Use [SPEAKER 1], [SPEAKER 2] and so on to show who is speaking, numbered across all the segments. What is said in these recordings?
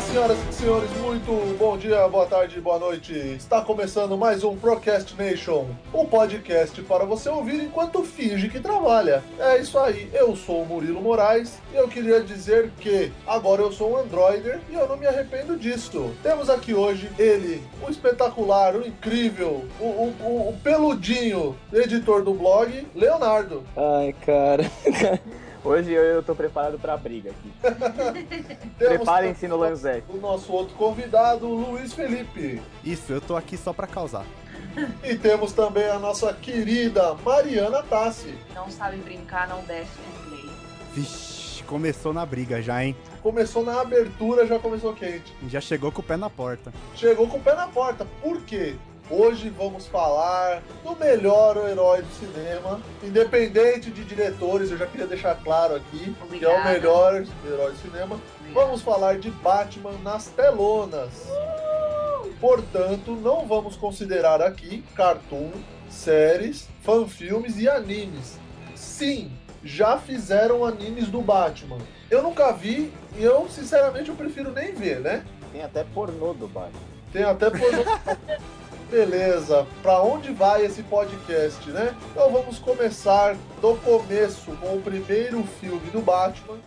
[SPEAKER 1] Senhoras e senhores, muito bom dia, boa tarde, boa noite. Está começando mais um Procrastination, um podcast para você ouvir enquanto finge que trabalha. É isso aí, eu sou o Murilo Moraes e eu queria dizer que agora eu sou um androider e eu não me arrependo disso. Temos aqui hoje ele, o espetacular, o incrível, o, o- o- o peludinho, editor do blog, Leonardo.
[SPEAKER 2] Ai, cara. Hoje eu, eu tô preparado pra briga aqui.
[SPEAKER 1] Temos
[SPEAKER 2] Preparem-se no Lanzec.
[SPEAKER 1] o nosso outro convidado, Luiz Felipe.
[SPEAKER 3] Isso, eu tô aqui só pra causar.
[SPEAKER 1] E temos também a nossa querida Mariana Tassi.
[SPEAKER 4] Não sabe brincar, não desce com play.
[SPEAKER 3] Vixe, começou na briga já, hein?
[SPEAKER 1] Começou na abertura, já começou quente.
[SPEAKER 3] Já chegou com o pé na porta.
[SPEAKER 1] Chegou com o pé na porta. Por quê? Hoje vamos falar do melhor herói do cinema, independente de diretores, eu já queria deixar claro aqui, que é o
[SPEAKER 4] Obrigada.
[SPEAKER 1] melhor herói do cinema. Vamos falar de Batman nas telonas. Portanto, não vamos considerar aqui cartoon, séries, fanfilmes e animes. Sim, já fizeram animes do Batman. Eu nunca vi e eu, sinceramente, eu prefiro nem ver, né?
[SPEAKER 2] Tem até pornô do bairro.
[SPEAKER 1] Tem até pornô. Beleza, pra onde vai esse podcast, né? Então vamos começar do começo com o primeiro filme do Batman.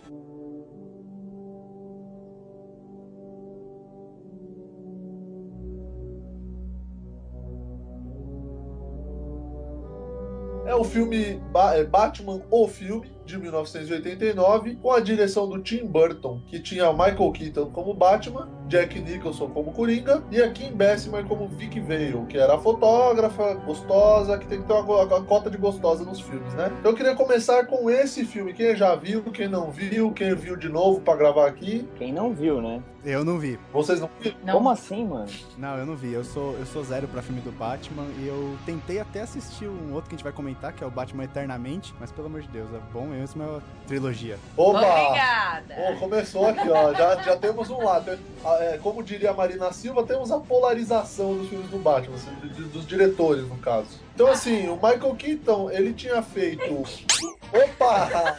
[SPEAKER 1] É o filme Ba- é, Batman, o filme, de 1989, com a direção do Tim Burton, que tinha Michael Keaton como Batman, Jack Nicholson como Coringa e a Kim Bessemer como Vic Vale, que era a fotógrafa gostosa, que tem que ter uma, go- uma cota de gostosa nos filmes, né? Eu queria começar com esse filme, quem já viu, quem não viu, quem viu de novo pra gravar aqui.
[SPEAKER 2] Quem não viu, né?
[SPEAKER 3] Eu não vi.
[SPEAKER 1] Vocês não viram?
[SPEAKER 4] Não,
[SPEAKER 2] Como assim, mano?
[SPEAKER 3] Não, eu não vi. Eu sou, eu sou zero pra filme do Batman e eu tentei até assistir um outro que a gente vai comentar, que é o Batman Eternamente, mas pelo amor de Deus, é bom mesmo é a trilogia.
[SPEAKER 1] Opa!
[SPEAKER 4] Obrigada.
[SPEAKER 1] Ó, começou aqui, ó. Já, já temos um lado. Tem- ah, é, como diria a Marina Silva, temos a polarização dos filmes do Batman, assim, de- de- dos diretores, no caso. Então, assim, o Michael Keaton, ele tinha feito. Opa!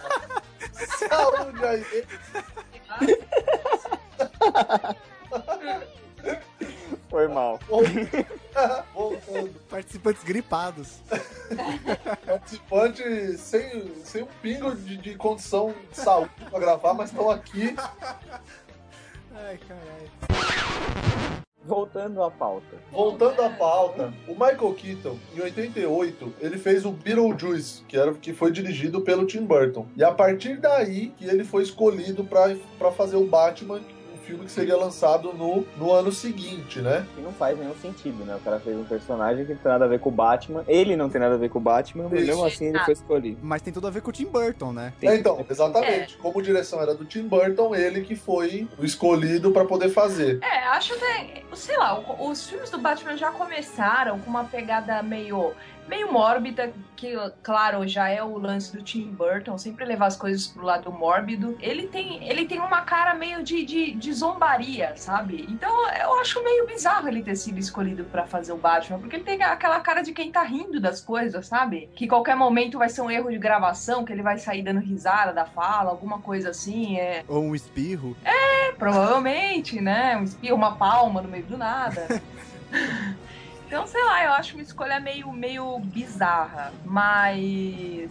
[SPEAKER 1] Saúde aí!
[SPEAKER 2] Foi mal.
[SPEAKER 1] Voltando.
[SPEAKER 3] Participantes gripados.
[SPEAKER 1] Participante sem, sem um pingo de, de condição de saúde pra gravar, mas estão aqui.
[SPEAKER 3] Ai, caralho.
[SPEAKER 2] Voltando à pauta.
[SPEAKER 1] Voltando à pauta, o Michael Keaton, em 88, ele fez o Beetlejuice, que, era, que foi dirigido pelo Tim Burton. E a partir daí que ele foi escolhido para fazer o Batman, um filme que seria lançado no, no ano seguinte, né?
[SPEAKER 2] Que não faz nenhum sentido, né? O cara fez um personagem que não tem nada a ver com o Batman. Ele não tem nada a ver com o Batman, mas
[SPEAKER 1] Isso.
[SPEAKER 2] mesmo assim ele foi escolhido.
[SPEAKER 3] Mas tem tudo a ver com o Tim Burton, né?
[SPEAKER 2] Tem-
[SPEAKER 1] então, exatamente. Como direção era do Tim Burton, ele que foi o escolhido para poder fazer.
[SPEAKER 4] É, acho até. Sei lá, o- os filmes do Batman já começaram com uma pegada meio. Meio mórbida, que, claro, já é o lance do Tim Burton, sempre levar as coisas pro lado mórbido. Ele tem, ele tem uma cara meio de, de, de zombaria, sabe? Então eu acho meio bizarro ele ter sido escolhido pra fazer o Batman, porque ele tem aquela cara de quem tá rindo das coisas, sabe? Que qualquer momento vai ser um erro de gravação, que ele vai sair dando risada da fala, alguma coisa assim. É,
[SPEAKER 3] Ou um espirro.
[SPEAKER 4] Provavelmente, né? Um espirro, uma palma no meio do nada. então, sei lá, eu acho uma escolha meio, meio bizarra. Mas.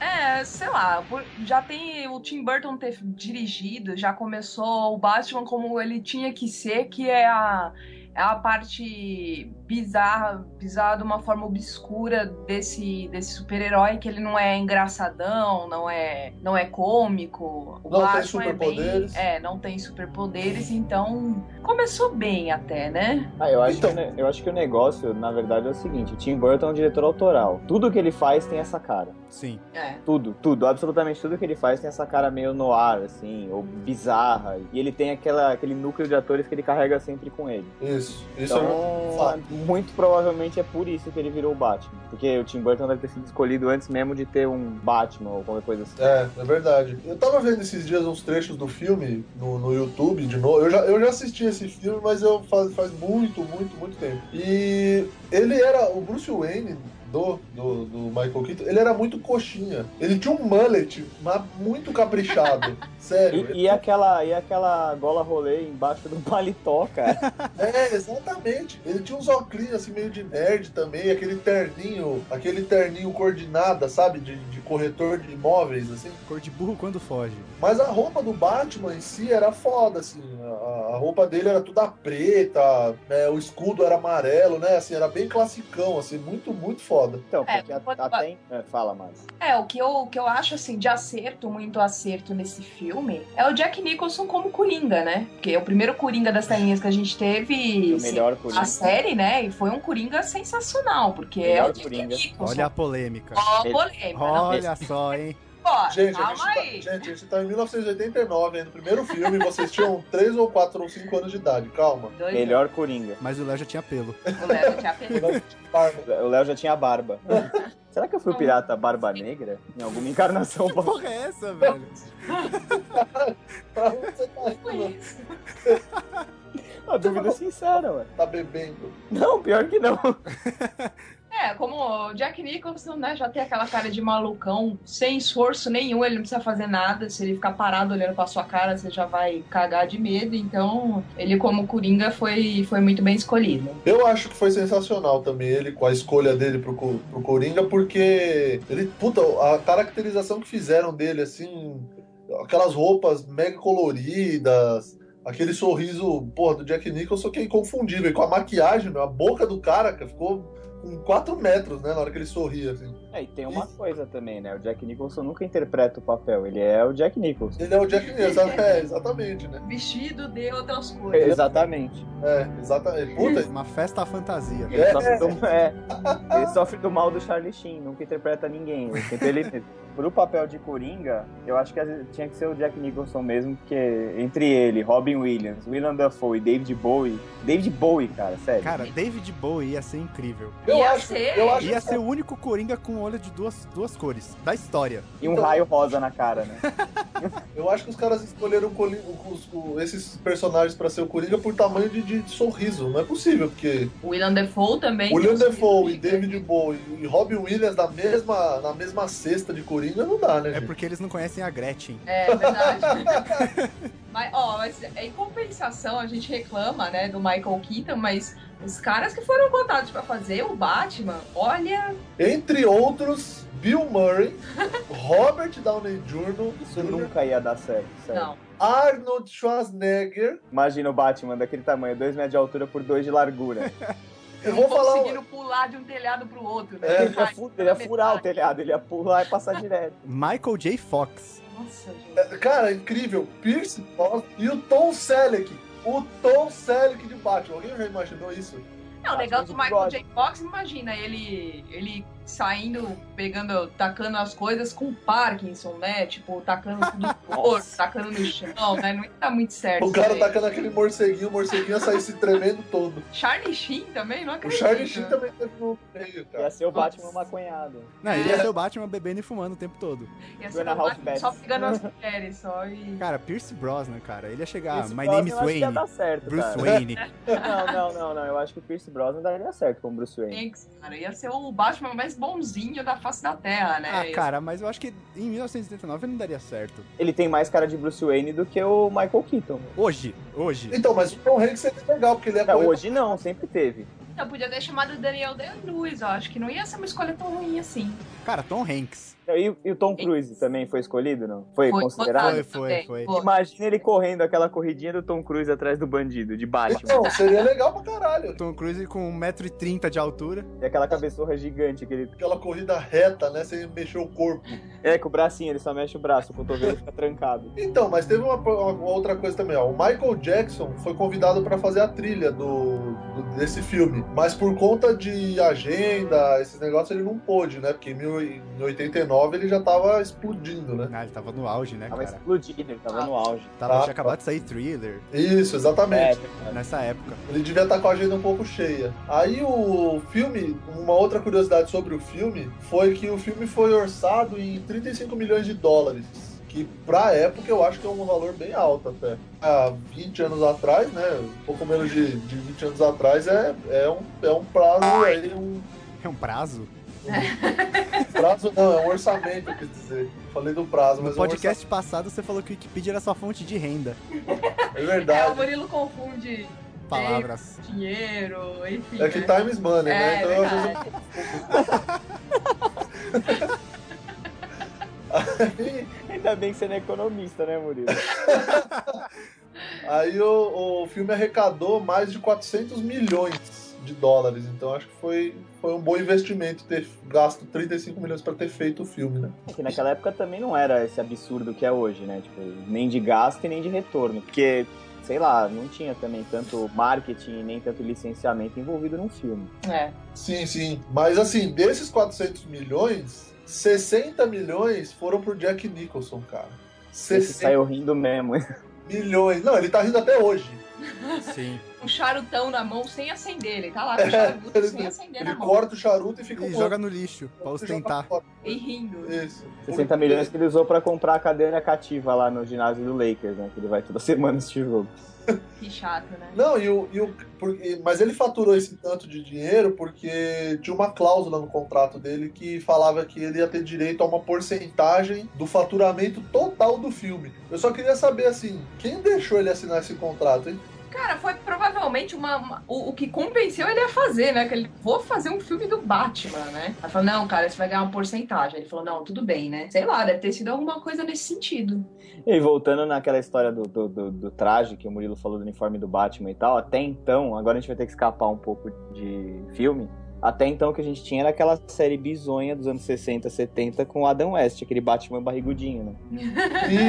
[SPEAKER 4] É, sei lá, por- já tem o Tim Burton ter dirigido, já começou o Batman como ele tinha que ser, que é a, é a parte bizarra, bizarra de uma forma obscura desse, desse super-herói, que ele não é engraçadão, não é, não é cômico. O
[SPEAKER 1] Não tem
[SPEAKER 4] Batman
[SPEAKER 1] superpoderes.
[SPEAKER 4] É, bem, é, não tem superpoderes, então começou bem até, né?
[SPEAKER 2] Ah, eu acho,
[SPEAKER 1] Então.
[SPEAKER 2] que, o ne- eu acho que o negócio, na verdade, é o seguinte: o Tim Burton é um diretor autoral. Tudo que ele faz tem essa cara.
[SPEAKER 3] Sim.
[SPEAKER 4] É.
[SPEAKER 2] Tudo, tudo, absolutamente tudo que ele faz tem essa cara meio no ar, assim, ou bizarra. E ele tem aquela, aquele núcleo de atores que ele carrega sempre com ele.
[SPEAKER 1] Isso. Isso é uma...
[SPEAKER 2] Então, muito provavelmente é por isso que ele virou o Batman. Porque o Tim Burton deve ter sido escolhido antes mesmo de ter um Batman ou qualquer coisa assim.
[SPEAKER 1] É, é verdade. Eu tava vendo esses dias uns trechos do filme no, no YouTube de novo. Eu já, eu já assisti esse filme, mas eu faz, faz muito, muito, muito tempo. E ele era. O Bruce Wayne do, do, do Michael Keaton, ele era muito coxinha. Ele tinha um mullet mas muito caprichado. Sério.
[SPEAKER 2] E, e aquela, e aquela gola rolê embaixo do paletó, cara.
[SPEAKER 1] É, exatamente. Ele tinha uns óculos assim meio de nerd também, aquele terninho, aquele terninho coordenada, sabe? De, de corretor de imóveis, assim.
[SPEAKER 3] Cor de burro quando foge.
[SPEAKER 1] Mas a roupa do Batman em si era foda, assim. A, a roupa dele era toda preta, né, o escudo era amarelo, né? Assim, era bem classicão, assim, muito, muito foda.
[SPEAKER 2] Então,
[SPEAKER 4] É,
[SPEAKER 2] porque a-
[SPEAKER 4] pode-
[SPEAKER 2] até... em- é, fala mais.
[SPEAKER 4] É, o que, eu, o que eu acho, assim, de acerto, muito acerto nesse filme, é o Jack Nicholson como Coringa, né? Porque é o primeiro Coringa das telinhas que a gente teve
[SPEAKER 2] É O melhor Coringa.
[SPEAKER 4] a série, né? E foi um Coringa sensacional, porque é
[SPEAKER 2] Melhor
[SPEAKER 4] o Jack
[SPEAKER 2] Coringa.
[SPEAKER 4] Nicholson.
[SPEAKER 3] Olha a polêmica.
[SPEAKER 4] Ó,
[SPEAKER 2] Ele-
[SPEAKER 4] polêmica. não.
[SPEAKER 3] Olha só, hein?
[SPEAKER 4] Pô,
[SPEAKER 1] Gente, a gente,
[SPEAKER 4] Ah, calma
[SPEAKER 1] tá,
[SPEAKER 4] aí.
[SPEAKER 1] gente, a gente tá em 1989, ainda. No primeiro filme, vocês tinham 3 ou 4 ou 5 anos de idade, calma.
[SPEAKER 4] Dois
[SPEAKER 2] Melhor Coringa.
[SPEAKER 3] Mas o Léo já tinha pelo.
[SPEAKER 4] anos, o Léo te apelou.
[SPEAKER 1] Barba.
[SPEAKER 2] O Léo já tinha barba. Será que eu fui o pirata Barba Negra? Em alguma encarnação?
[SPEAKER 3] Que porra é essa, velho?
[SPEAKER 1] Pra onde você tá
[SPEAKER 4] Foi
[SPEAKER 1] indo?
[SPEAKER 4] isso.
[SPEAKER 2] Uma dúvida sincera, ué.
[SPEAKER 1] Tá bebendo.
[SPEAKER 2] Não, pior que não.
[SPEAKER 4] É, como o Jack Nicholson, né, já tem aquela cara de malucão, sem esforço nenhum, ele não precisa fazer nada. Se ele ficar parado olhando pra sua cara, você já vai cagar de medo. Então, ele como Coringa foi, foi muito bem escolhido.
[SPEAKER 1] Eu acho que foi sensacional também ele com a escolha dele pro, Co- pro Coringa, porque ele, puta, a caracterização que fizeram dele, assim, aquelas roupas mega coloridas, aquele sorriso, porra, do Jack Nicholson que é inconfundível. E com a maquiagem, meu, a boca do cara cara, ficou com 4 metros, né, na hora que ele sorria, assim.
[SPEAKER 2] É, e tem uma coisa também, né? O Jack Nicholson nunca interpreta o papel, ele é o Jack Nicholson.
[SPEAKER 1] Ele é o Jack Nicholson, é, exatamente, né?
[SPEAKER 4] Vestido de outras cores.
[SPEAKER 2] Exatamente.
[SPEAKER 1] É, exatamente. Puta,
[SPEAKER 3] Uma festa à fantasia.
[SPEAKER 2] Ele, sofre do, é, ele sofre do mal do Charlie Sheen, nunca interpreta ninguém. Então ele, pro papel de Coringa, eu acho que às vezes tinha que ser o Jack Nicholson mesmo, porque entre ele, Robin Williams, William Dafoe e David Bowie. David Bowie, cara, sério.
[SPEAKER 3] Cara, David Bowie ia ser incrível.
[SPEAKER 1] eu
[SPEAKER 4] Ia
[SPEAKER 1] acho,
[SPEAKER 4] ser.
[SPEAKER 1] eu acho
[SPEAKER 3] Ia ser o único Coringa com um olho de duas, duas cores da história.
[SPEAKER 2] e um raio rosa na cara, né?
[SPEAKER 1] Eu acho que os caras escolheram o Coli- o- os- o- esses personagens pra ser o Coringa por tamanho de, de sorriso. Não é possível, porque
[SPEAKER 4] O William Defoe também.
[SPEAKER 1] William
[SPEAKER 4] tem um
[SPEAKER 1] Defoe e
[SPEAKER 4] sorriso.
[SPEAKER 1] David Bowie e Robin Williams na mesma, na mesma cesta de Coringa não dá, né,
[SPEAKER 3] É
[SPEAKER 1] gente?
[SPEAKER 3] porque eles não conhecem a Gretchen.
[SPEAKER 4] É, verdade. mas, ó, mas é, em compensação, a gente reclama, né, do Michael Keaton, mas os caras que foram botados pra fazer o Batman, olha,
[SPEAKER 1] Entre outros, Bill Murray, Robert Downey Jr.,
[SPEAKER 2] Isso nunca ia dar certo,
[SPEAKER 1] É.
[SPEAKER 2] sério.
[SPEAKER 4] não.
[SPEAKER 1] Arnold Schwarzenegger.
[SPEAKER 2] Imagina o Batman daquele tamanho, 2 metros de altura por 2 de largura.
[SPEAKER 1] Eu vou falar.
[SPEAKER 4] conseguiram pular de um telhado pro outro, né?
[SPEAKER 1] É.
[SPEAKER 2] Ele ia, fu- ele ia furar o telhado, ele ia pular e passar direto.
[SPEAKER 3] Michael J. Fox.
[SPEAKER 4] Nossa, gente.
[SPEAKER 1] um- Cara, é incrível. Pierce Brosnan e o Tom Selleck. O Tom Selleck de Batman. Alguém já imaginou isso?
[SPEAKER 4] Não, o
[SPEAKER 2] Batman
[SPEAKER 4] legal do
[SPEAKER 2] de
[SPEAKER 4] Michael
[SPEAKER 2] bigode.
[SPEAKER 4] J. Fox, imagina ele, ele saindo, pegando, tacando as coisas com Parkinson, né? Tipo, tacando tudo no corpo, tacando no chão, né? Não ia dar muito certo.
[SPEAKER 1] O cara tá-
[SPEAKER 4] isso aí.
[SPEAKER 1] tacando aquele morceguinho, o morceguinho ia sair se tremendo todo.
[SPEAKER 4] Charlie Sheen também, não
[SPEAKER 1] O
[SPEAKER 4] acredito.
[SPEAKER 1] Charlie Sheen tá- também teve no meio,
[SPEAKER 2] Ia
[SPEAKER 1] cara.
[SPEAKER 2] ser o
[SPEAKER 4] Nossa.
[SPEAKER 2] Batman maconhado.
[SPEAKER 3] Não, ele ia ser o Batman bebendo e fumando o tempo todo.
[SPEAKER 2] Joanna
[SPEAKER 4] Ia ser o
[SPEAKER 2] House
[SPEAKER 4] Batman só
[SPEAKER 2] Bates.
[SPEAKER 4] pegando as mulheres, só e...
[SPEAKER 3] Cara, Pierce Brosnan, cara. Ele ia chegar.
[SPEAKER 2] Pierce
[SPEAKER 3] My
[SPEAKER 2] Brosnan
[SPEAKER 3] name is
[SPEAKER 2] eu acho que ia
[SPEAKER 3] Wayne.
[SPEAKER 2] dar certo,
[SPEAKER 3] Bruce
[SPEAKER 2] cara.
[SPEAKER 3] Wayne.
[SPEAKER 2] Não, não, não, não. Eu acho que o Pierce Brosnan daria certo com o Bruce Wayne.
[SPEAKER 4] Tem que- Cara, ia ser o Batman mais bonzinho da face da Terra,
[SPEAKER 2] É
[SPEAKER 4] né?
[SPEAKER 3] Ah, cara, mas eu acho que em 1989 ele não daria certo.
[SPEAKER 2] Ele tem mais cara de Bruce Wayne do que o Michael Keaton.
[SPEAKER 3] Hoje, hoje.
[SPEAKER 1] Então, mas o Tom Hanks seria legal, porque ele é
[SPEAKER 2] Não,
[SPEAKER 1] correr-
[SPEAKER 2] hoje não, sempre teve.
[SPEAKER 4] Eu Então, podia ter chamado o Daniel Day-Lewis, ó. Acho que não ia ser uma escolha tão ruim assim.
[SPEAKER 3] Cara, Tom Hanks.
[SPEAKER 2] E, e o Tom Cruise também foi escolhido, não? Foi,
[SPEAKER 4] votado
[SPEAKER 2] considerado?
[SPEAKER 3] Foi,
[SPEAKER 4] também,
[SPEAKER 3] foi, foi.
[SPEAKER 2] Imagina ele correndo aquela corridinha do Tom Cruise atrás do bandido, de Batman.
[SPEAKER 1] Não, seria legal pra caralho.
[SPEAKER 3] Tom Cruise com 1,30m de altura.
[SPEAKER 2] E aquela cabeçorra gigante que ele.
[SPEAKER 1] Aquela corrida reta, né? Sem mexer o corpo.
[SPEAKER 2] É, com o bracinho, ele só mexe o braço, o cotovelo fica trancado.
[SPEAKER 1] Então, mas teve uma, uma outra coisa também, ó. O Michael Jackson foi convidado pra fazer a trilha do, do- desse filme. Mas por conta de agenda, esses negócios, ele não pôde, né? Porque em mil- em 89 ele já tava explodindo, né?
[SPEAKER 3] Ah, ele tava no auge, né,
[SPEAKER 2] Tava
[SPEAKER 3] cara?
[SPEAKER 2] explodindo, ele tava no auge.
[SPEAKER 3] Tava,
[SPEAKER 1] Ah,
[SPEAKER 3] tinha acabado de sair thriller
[SPEAKER 1] Isso,
[SPEAKER 2] É,
[SPEAKER 1] exatamente.
[SPEAKER 3] nessa época.
[SPEAKER 1] Ele devia estar com a agenda um pouco cheia. Aí o filme, uma outra curiosidade sobre o filme foi que o filme foi orçado em 35 milhões de dólares. Que pra época eu acho que é um valor bem alto até. Há 20 anos atrás, né? Um pouco menos de, de 20 anos atrás é, é, um, é um prazo aí, um,
[SPEAKER 3] É um prazo?
[SPEAKER 1] Prazo não, é um orçamento, eu quis dizer. Falei do prazo, mas
[SPEAKER 3] No
[SPEAKER 1] é um
[SPEAKER 3] podcast passado você falou que o Wikipedia era sua fonte de renda.
[SPEAKER 1] orçamento. É
[SPEAKER 4] É, o
[SPEAKER 1] verdade.
[SPEAKER 4] Murilo confunde
[SPEAKER 3] Palavras.
[SPEAKER 4] dinheiro, enfim.
[SPEAKER 1] É que
[SPEAKER 4] né?
[SPEAKER 1] time is money, né?
[SPEAKER 4] É,
[SPEAKER 1] Então às vezes eu
[SPEAKER 4] verdade.
[SPEAKER 2] Ainda bem que você não é economista, né, Murilo?
[SPEAKER 1] Aí o, o filme arrecadou mais de 400 milhões de dólares, então acho que foi, foi um bom investimento ter gasto 35 milhões para ter feito o filme, né?
[SPEAKER 2] Que naquela época também não era esse absurdo que é hoje, né? Tipo, nem de gasto e nem de retorno. Porque, sei lá, não tinha também tanto marketing nem tanto licenciamento envolvido num filme.
[SPEAKER 4] É.
[SPEAKER 1] Sim, sim. Mas assim, desses 400 milhões, 60 milhões foram pro Jack Nicholson, cara.
[SPEAKER 2] Esse
[SPEAKER 1] 60
[SPEAKER 2] saiu rindo mesmo.
[SPEAKER 1] milhões. Não, ele tá rindo até hoje.
[SPEAKER 3] Sim.
[SPEAKER 4] Um charutão na mão sem acender. Ele tá lá com o charuto sem acender
[SPEAKER 1] É, Ele
[SPEAKER 4] é na mão.
[SPEAKER 1] corta o charuto e fica
[SPEAKER 3] E
[SPEAKER 1] um
[SPEAKER 3] joga no lixo, pra
[SPEAKER 1] ano-
[SPEAKER 3] ostentar.
[SPEAKER 1] joga
[SPEAKER 4] E rindo.
[SPEAKER 1] fora. Isso.
[SPEAKER 2] 60 milhões que ele usou pra comprar a cadeira cativa lá no ginásio do Lakers, né? Que ele vai toda semana assistir jogo.
[SPEAKER 4] Que chato, né?
[SPEAKER 1] Não, e o, e o, porque- mas ele faturou esse tanto de dinheiro porque tinha uma cláusula no contrato dele que falava que ele ia ter direito a uma porcentagem do faturamento total do filme. Eu só queria saber, assim, quem deixou ele assinar esse contrato, hein?
[SPEAKER 4] Cara, foi provavelmente uma, uma- o, o que convenceu ele a fazer, né? Que ele, vou fazer um filme do Batman, né? Ela falou, não, cara, você vai ganhar uma porcentagem. Ele falou, não, tudo bem, né? Sei lá, deve ter sido alguma coisa nesse sentido.
[SPEAKER 2] E voltando naquela história do, do, do- do traje que o Murilo falou do uniforme do Batman e tal, até então, agora a gente vai ter que escapar um pouco de filme. Até então o que a gente tinha era aquela série bizonha dos anos 60, 70 com o Adam West, aquele Batman barrigudinho, né?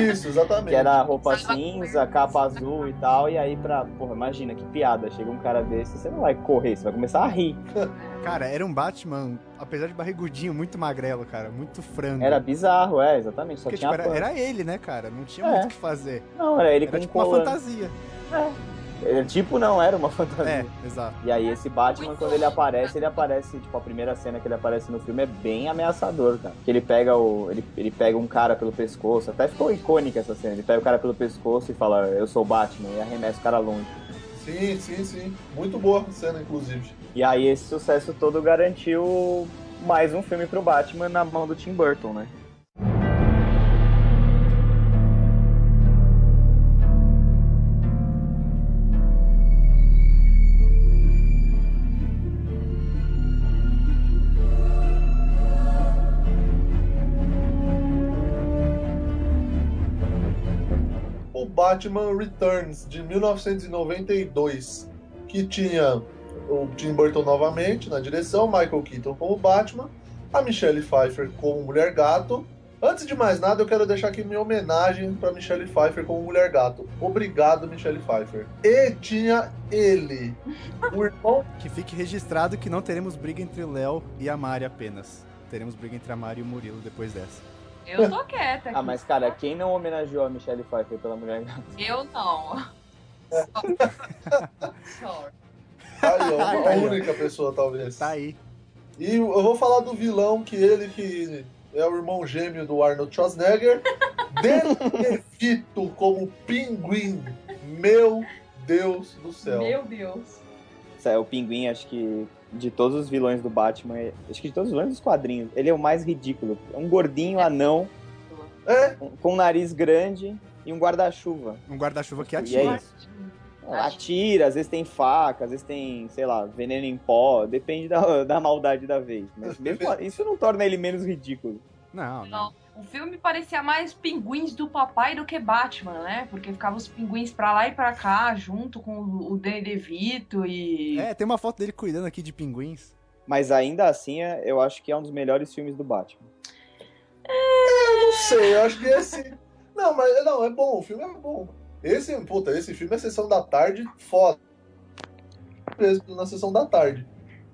[SPEAKER 1] Isso, exatamente.
[SPEAKER 2] Que era roupa
[SPEAKER 4] Sabe,
[SPEAKER 2] cinza, capa azul e tal, e aí pra. Porra, imagina que piada. Chega um cara desse, você não vai correr, você vai começar a rir.
[SPEAKER 3] Cara, era um Batman, apesar de barrigudinho, muito magrelo, cara. Muito frango.
[SPEAKER 2] Era bizarro, é, exatamente. Só
[SPEAKER 3] Porque,
[SPEAKER 2] tinha
[SPEAKER 3] tipo,
[SPEAKER 2] a
[SPEAKER 3] era,
[SPEAKER 2] pano.
[SPEAKER 3] era ele, né, cara? Não tinha
[SPEAKER 2] É.
[SPEAKER 3] muito o que fazer.
[SPEAKER 2] Não, era ele
[SPEAKER 3] Era
[SPEAKER 2] com
[SPEAKER 3] tipo uma
[SPEAKER 2] colã.
[SPEAKER 3] fantasia.
[SPEAKER 2] Era tipo, não, era uma fantasia.
[SPEAKER 3] É, exato.
[SPEAKER 2] E aí esse Batman,
[SPEAKER 4] Muito
[SPEAKER 2] quando ele aparece, ele aparece, tipo, a primeira cena que ele aparece no filme é bem ameaçador, cara. Que ele pega o. Ele, ele pega um cara pelo pescoço, até ficou icônica essa cena. Ele pega o cara pelo pescoço e fala, eu sou o Batman, e arremessa o cara longe.
[SPEAKER 1] Sim, sim, sim. Muito boa a cena, inclusive.
[SPEAKER 2] E aí esse sucesso todo garantiu mais um filme pro Batman na mão do Tim Burton, né?
[SPEAKER 1] o Batman Returns de 1992, que tinha o Tim Burton novamente na direção, Michael Keaton como Batman, a Michelle Pfeiffer como Mulher Gato. Antes de mais nada, eu quero deixar aqui minha homenagem para Michelle Pfeiffer como Mulher Gato. Obrigado, Michelle Pfeiffer. E tinha ele, o irmão
[SPEAKER 3] Que fique registrado que não teremos briga entre o Léo e a Mari apenas. Teremos briga entre a Mari e o Murilo depois dessa.
[SPEAKER 4] Eu tô quieta aqui.
[SPEAKER 2] Ah, mas cara, quem não homenageou a Michelle Pfeiffer pela mulher
[SPEAKER 4] Eu não. um Sorry.
[SPEAKER 1] Aí, ó,
[SPEAKER 3] Tá
[SPEAKER 1] uma
[SPEAKER 3] aí, ó.
[SPEAKER 1] única pessoa, talvez.
[SPEAKER 3] Tá aí.
[SPEAKER 1] E eu vou falar do vilão que ele que é o irmão gêmeo do Arnold Schwarzenegger, Delefito como pinguim. Meu Deus do céu.
[SPEAKER 4] Meu Deus.
[SPEAKER 2] Isso é, O Pinguim, acho que de todos os vilões do Batman, é- acho que de todos os vilões dos quadrinhos, ele é o mais ridículo. É um gordinho anão
[SPEAKER 1] É,
[SPEAKER 2] com- com um nariz grande e um guarda-chuva.
[SPEAKER 3] Um guarda-chuva que
[SPEAKER 2] E é
[SPEAKER 3] atira.
[SPEAKER 2] isso. Atira, às vezes tem faca, às vezes tem, sei lá, veneno em pó, depende da, da maldade da vez. Mas mesmo- isso não torna ele menos ridículo.
[SPEAKER 3] Não, não.
[SPEAKER 4] Não. O filme parecia mais pinguins do papai do que Batman, né? Porque ficavam os pinguins pra lá e pra cá, junto com o o Danny DeVito e.
[SPEAKER 3] É, tem uma foto dele cuidando aqui de pinguins.
[SPEAKER 2] Mas ainda assim, é- eu acho que é um dos melhores filmes do Batman.
[SPEAKER 1] não sei, eu acho que esse. Não, mas não, é bom, o filme é bom. Esse, puta, esse filme é sessão da tarde foda. Mesmo na sessão da tarde.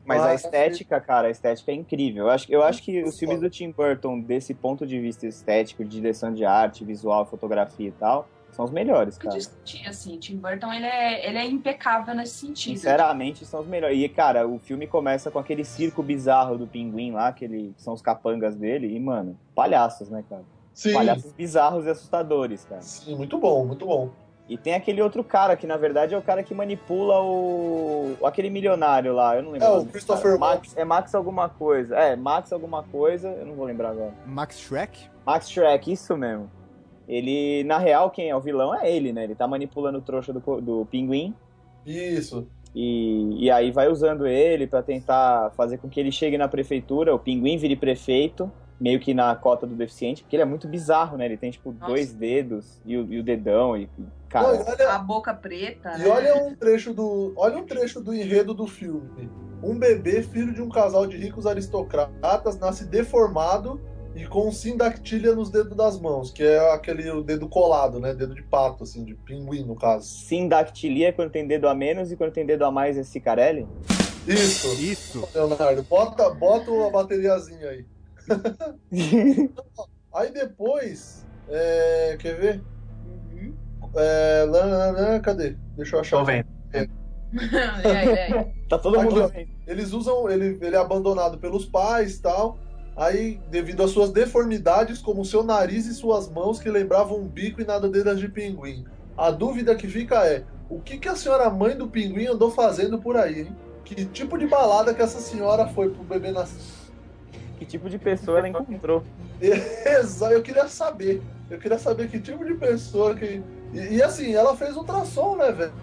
[SPEAKER 2] Mas
[SPEAKER 1] Ah,
[SPEAKER 2] a estética, cara, a estética é incrível. Eu acho, eu acho que os filmes do Tim Burton, desse ponto de vista estético, de direção de arte, visual, fotografia e tal, são os melhores,
[SPEAKER 4] que
[SPEAKER 2] cara.
[SPEAKER 4] discutir, assim. Tim Burton, ele é, ele é impecável nesse sentido.
[SPEAKER 2] Sinceramente, são os melhores. E, cara, o filme começa com aquele circo bizarro do pinguim lá, que, ele, que são os capangas dele, e, mano, palhaços, né, cara?
[SPEAKER 1] Sim,
[SPEAKER 2] Palhaços bizarros e assustadores, cara.
[SPEAKER 1] sim, muito bom, muito bom.
[SPEAKER 2] E tem aquele outro cara que, na verdade, é o cara que manipula o. aquele milionário lá, eu não lembro.
[SPEAKER 1] É,
[SPEAKER 2] nome
[SPEAKER 1] o
[SPEAKER 2] do
[SPEAKER 1] Christopher
[SPEAKER 2] cara. Max. É Max alguma coisa. É, Max alguma coisa, eu não vou lembrar agora.
[SPEAKER 3] Max Shrek?
[SPEAKER 2] Max Shrek, isso mesmo. Ele, na real, quem é o vilão é ele, né? Ele tá manipulando o trouxa do, co- do pinguim.
[SPEAKER 1] Isso.
[SPEAKER 2] E, e aí vai usando ele pra tentar fazer com que ele chegue na prefeitura, o pinguim vire prefeito, meio que na cota do deficiente, porque ele é muito bizarro, né? Ele tem, tipo,
[SPEAKER 4] Nossa.
[SPEAKER 2] dois dedos e o, e o dedão e.
[SPEAKER 1] Não,
[SPEAKER 2] Cara,
[SPEAKER 1] e olha,
[SPEAKER 4] A boca preta,
[SPEAKER 1] E
[SPEAKER 4] né?
[SPEAKER 1] olha um trecho do, olha um trecho do enredo do filme. Um bebê, filho de um casal de ricos aristocratas, nasce deformado e com sindactília nos dedos das mãos, que é aquele o dedo colado, né? Dedo de pato, assim, de pinguim, no caso.
[SPEAKER 2] sindactilia é quando tem dedo a menos e quando tem dedo a mais é cicarelli?
[SPEAKER 1] Isso,
[SPEAKER 3] Isso.
[SPEAKER 1] Leonardo, bota, bota uma bateriazinha aí. Aí depois, é, quer ver?
[SPEAKER 4] Uhum.
[SPEAKER 1] É, lá, lá, lá, cadê? Deixa eu achar.
[SPEAKER 5] Tô vendo.
[SPEAKER 4] É, é, é.
[SPEAKER 2] tá todo
[SPEAKER 1] Aqui,
[SPEAKER 2] mundo
[SPEAKER 1] ó. Eles usam ele, ele é abandonado pelos pais tal. Aí, devido às suas deformidades, como seu nariz e suas mãos que lembravam um bico e nadadeiras de pinguim. A dúvida que fica é: o que, que a senhora mãe do pinguim andou fazendo por aí, hein? Que tipo de balada que essa senhora foi pro bebê nascer?
[SPEAKER 2] que tipo de pessoa ela encontrou.
[SPEAKER 1] Exa- Eu queria saber. Eu queria saber que tipo de pessoa que. E, e assim, ela fez ultrassom, né, velho?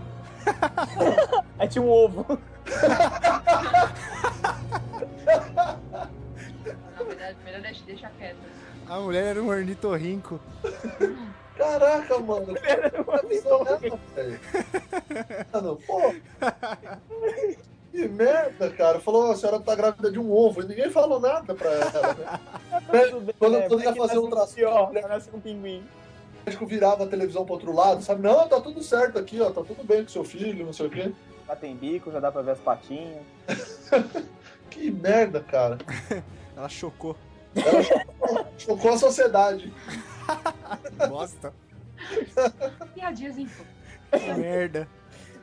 [SPEAKER 2] Aí tinha um ovo.
[SPEAKER 4] Na verdade, melhor deixa- deixa quieto.
[SPEAKER 3] A mulher era um ornitorrinco.
[SPEAKER 1] Caraca, mano. Que visão é essa, velho? Mano, pô. Que merda, cara. Falou, "Ó, a senhora tá grávida de um ovo. E ninguém falou nada pra ela. Né?
[SPEAKER 2] Tudo bem,
[SPEAKER 1] Quando-
[SPEAKER 2] né?
[SPEAKER 1] quando
[SPEAKER 2] Vai
[SPEAKER 1] ia
[SPEAKER 2] que
[SPEAKER 1] fazer
[SPEAKER 2] nasce
[SPEAKER 1] um traço-
[SPEAKER 2] pior, vai nascer um pinguim.
[SPEAKER 1] O médico virava a televisão pro outro lado, sabe? Não, tá tudo certo aqui, ó. Tá tudo bem com seu filho, não sei o quê.
[SPEAKER 2] Já tem bico, já dá pra ver as patinhas.
[SPEAKER 1] Que merda, cara.
[SPEAKER 3] Ela chocou.
[SPEAKER 1] Ela chocou- chocou a sociedade.
[SPEAKER 3] Bosta.
[SPEAKER 4] Piadinhas info.
[SPEAKER 3] Que merda.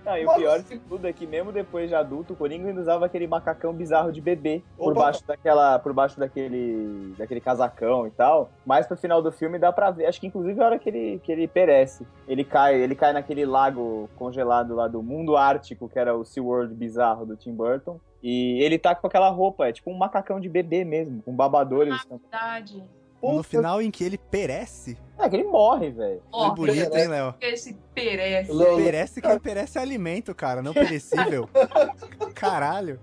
[SPEAKER 2] Ah, e o
[SPEAKER 1] Nossa.
[SPEAKER 2] pior de tudo é que mesmo depois de adulto, o Coringa ainda usava aquele macacão bizarro de bebê por
[SPEAKER 1] Opa.
[SPEAKER 2] baixo daquela, por baixo daquele, daquele casacão e tal. Mas pro final do filme dá pra ver, acho que inclusive a hora que ele, que ele perece, ele cai, ele cai naquele lago congelado lá do mundo ártico, que era o SeaWorld bizarro do Tim Burton. E ele tá com aquela roupa, é tipo um macacão de bebê mesmo, com babadores.
[SPEAKER 4] Verdade.
[SPEAKER 3] No
[SPEAKER 1] Puta,
[SPEAKER 3] final em que ele perece,
[SPEAKER 2] É que ele morre, velho.
[SPEAKER 3] é
[SPEAKER 4] Ó,
[SPEAKER 3] bonito, hein, Léo?
[SPEAKER 4] esse perece.
[SPEAKER 1] Lolo,
[SPEAKER 3] Perece quem perece é alimento, cara, não perecível. Caralho.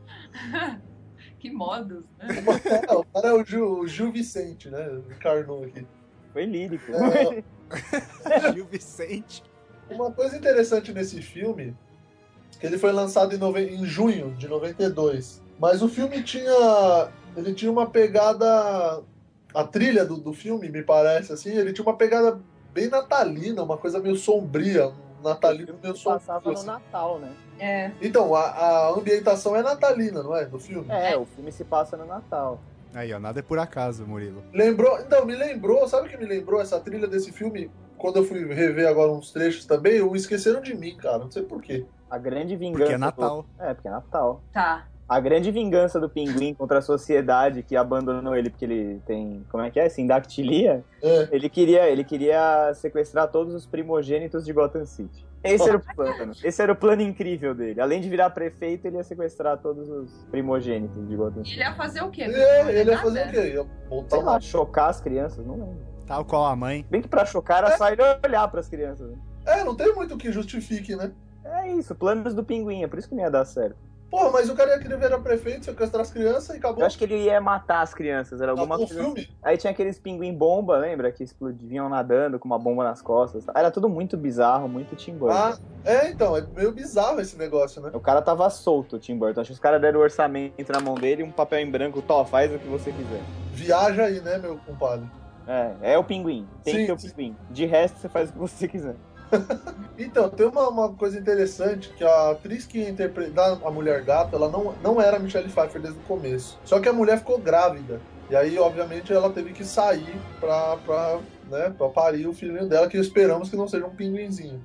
[SPEAKER 4] Que modos, né?
[SPEAKER 1] é, o cara é o Gil, o Gil Vicente, né? Encarnou aqui.
[SPEAKER 2] Foi lírico.
[SPEAKER 1] É,
[SPEAKER 3] Gil Vicente.
[SPEAKER 1] Uma coisa interessante nesse filme, que ele foi lançado em, noven- em junho de 92, mas o filme tinha, ele tinha uma pegada, a trilha do, do filme, me parece, assim, ele tinha uma pegada bem natalina, uma coisa meio sombria, um natalino meio
[SPEAKER 2] Passava
[SPEAKER 1] sombrio.
[SPEAKER 2] no
[SPEAKER 1] assim.
[SPEAKER 2] Natal, né?
[SPEAKER 4] É.
[SPEAKER 1] Então, a, a ambientação é natalina, não é, do filme?
[SPEAKER 2] É, o filme se passa no Natal.
[SPEAKER 3] Aí, ó, nada é por acaso, Murilo.
[SPEAKER 1] Lembrou, então, me lembrou, sabe o que me lembrou essa trilha desse filme? Quando eu fui rever agora uns trechos também, o Esqueceram de Mim, cara, não sei porquê.
[SPEAKER 2] A grande vingança.
[SPEAKER 3] Porque é
[SPEAKER 2] do-
[SPEAKER 3] Natal.
[SPEAKER 2] É, porque é Natal.
[SPEAKER 4] Tá.
[SPEAKER 2] A grande vingança do pinguim contra a sociedade que abandonou ele porque ele tem. Como é que é? Sindactilia.
[SPEAKER 1] É.
[SPEAKER 2] Ele queria, ele queria sequestrar todos os primogênitos de Gotham City. Esse era o plano. Esse era o plano incrível dele. Além de virar prefeito, ele ia sequestrar todos os primogênitos de Gotham
[SPEAKER 4] E
[SPEAKER 2] City.
[SPEAKER 4] ele ia fazer o quê?
[SPEAKER 1] É, ele ia
[SPEAKER 4] Nada?
[SPEAKER 1] fazer o quê? Ia botar
[SPEAKER 2] Sei
[SPEAKER 1] uma
[SPEAKER 2] lá, chocar as crianças? Não lembro.
[SPEAKER 3] Tal qual a mãe.
[SPEAKER 2] Bem que pra chocar era só ele olhar pras crianças. né?
[SPEAKER 1] É, não tem muito que justifique, né?
[SPEAKER 2] É isso, planos do pinguim. É por isso que não ia dar certo.
[SPEAKER 1] Porra, mas o cara ia querer virar prefeito, sequestrar as crianças e acabou.
[SPEAKER 2] Eu acho que ele ia matar as crianças. Era alguma
[SPEAKER 1] acabou o
[SPEAKER 2] coisa
[SPEAKER 1] filme.
[SPEAKER 2] Aí tinha aqueles pinguim bomba, lembra? Que explodiam nadando com uma bomba nas costas. tá? Era tudo muito bizarro, muito Tim Burton.
[SPEAKER 1] Ah, é, então, é meio bizarro esse negócio, né?
[SPEAKER 2] O cara tava solto, o Tim Burton. Acho que os caras deram o orçamento na mão dele, um papel em branco, tó, faz o que você quiser.
[SPEAKER 1] Viaja aí, né, meu compadre?
[SPEAKER 2] É, é o pinguim. Tem
[SPEAKER 1] Sim,
[SPEAKER 2] que ser o
[SPEAKER 1] sim.
[SPEAKER 2] pinguim. De resto, você faz o que você quiser.
[SPEAKER 1] Então, tem uma, uma coisa interessante, que a atriz que ia interpretar a Mulher Gato, ela não, não era a Michelle Pfeiffer desde o começo. Só que a mulher ficou grávida. E aí, obviamente, ela teve que sair pra, pra, né, pra parir o filhinho dela, que esperamos que não seja um pinguinzinho.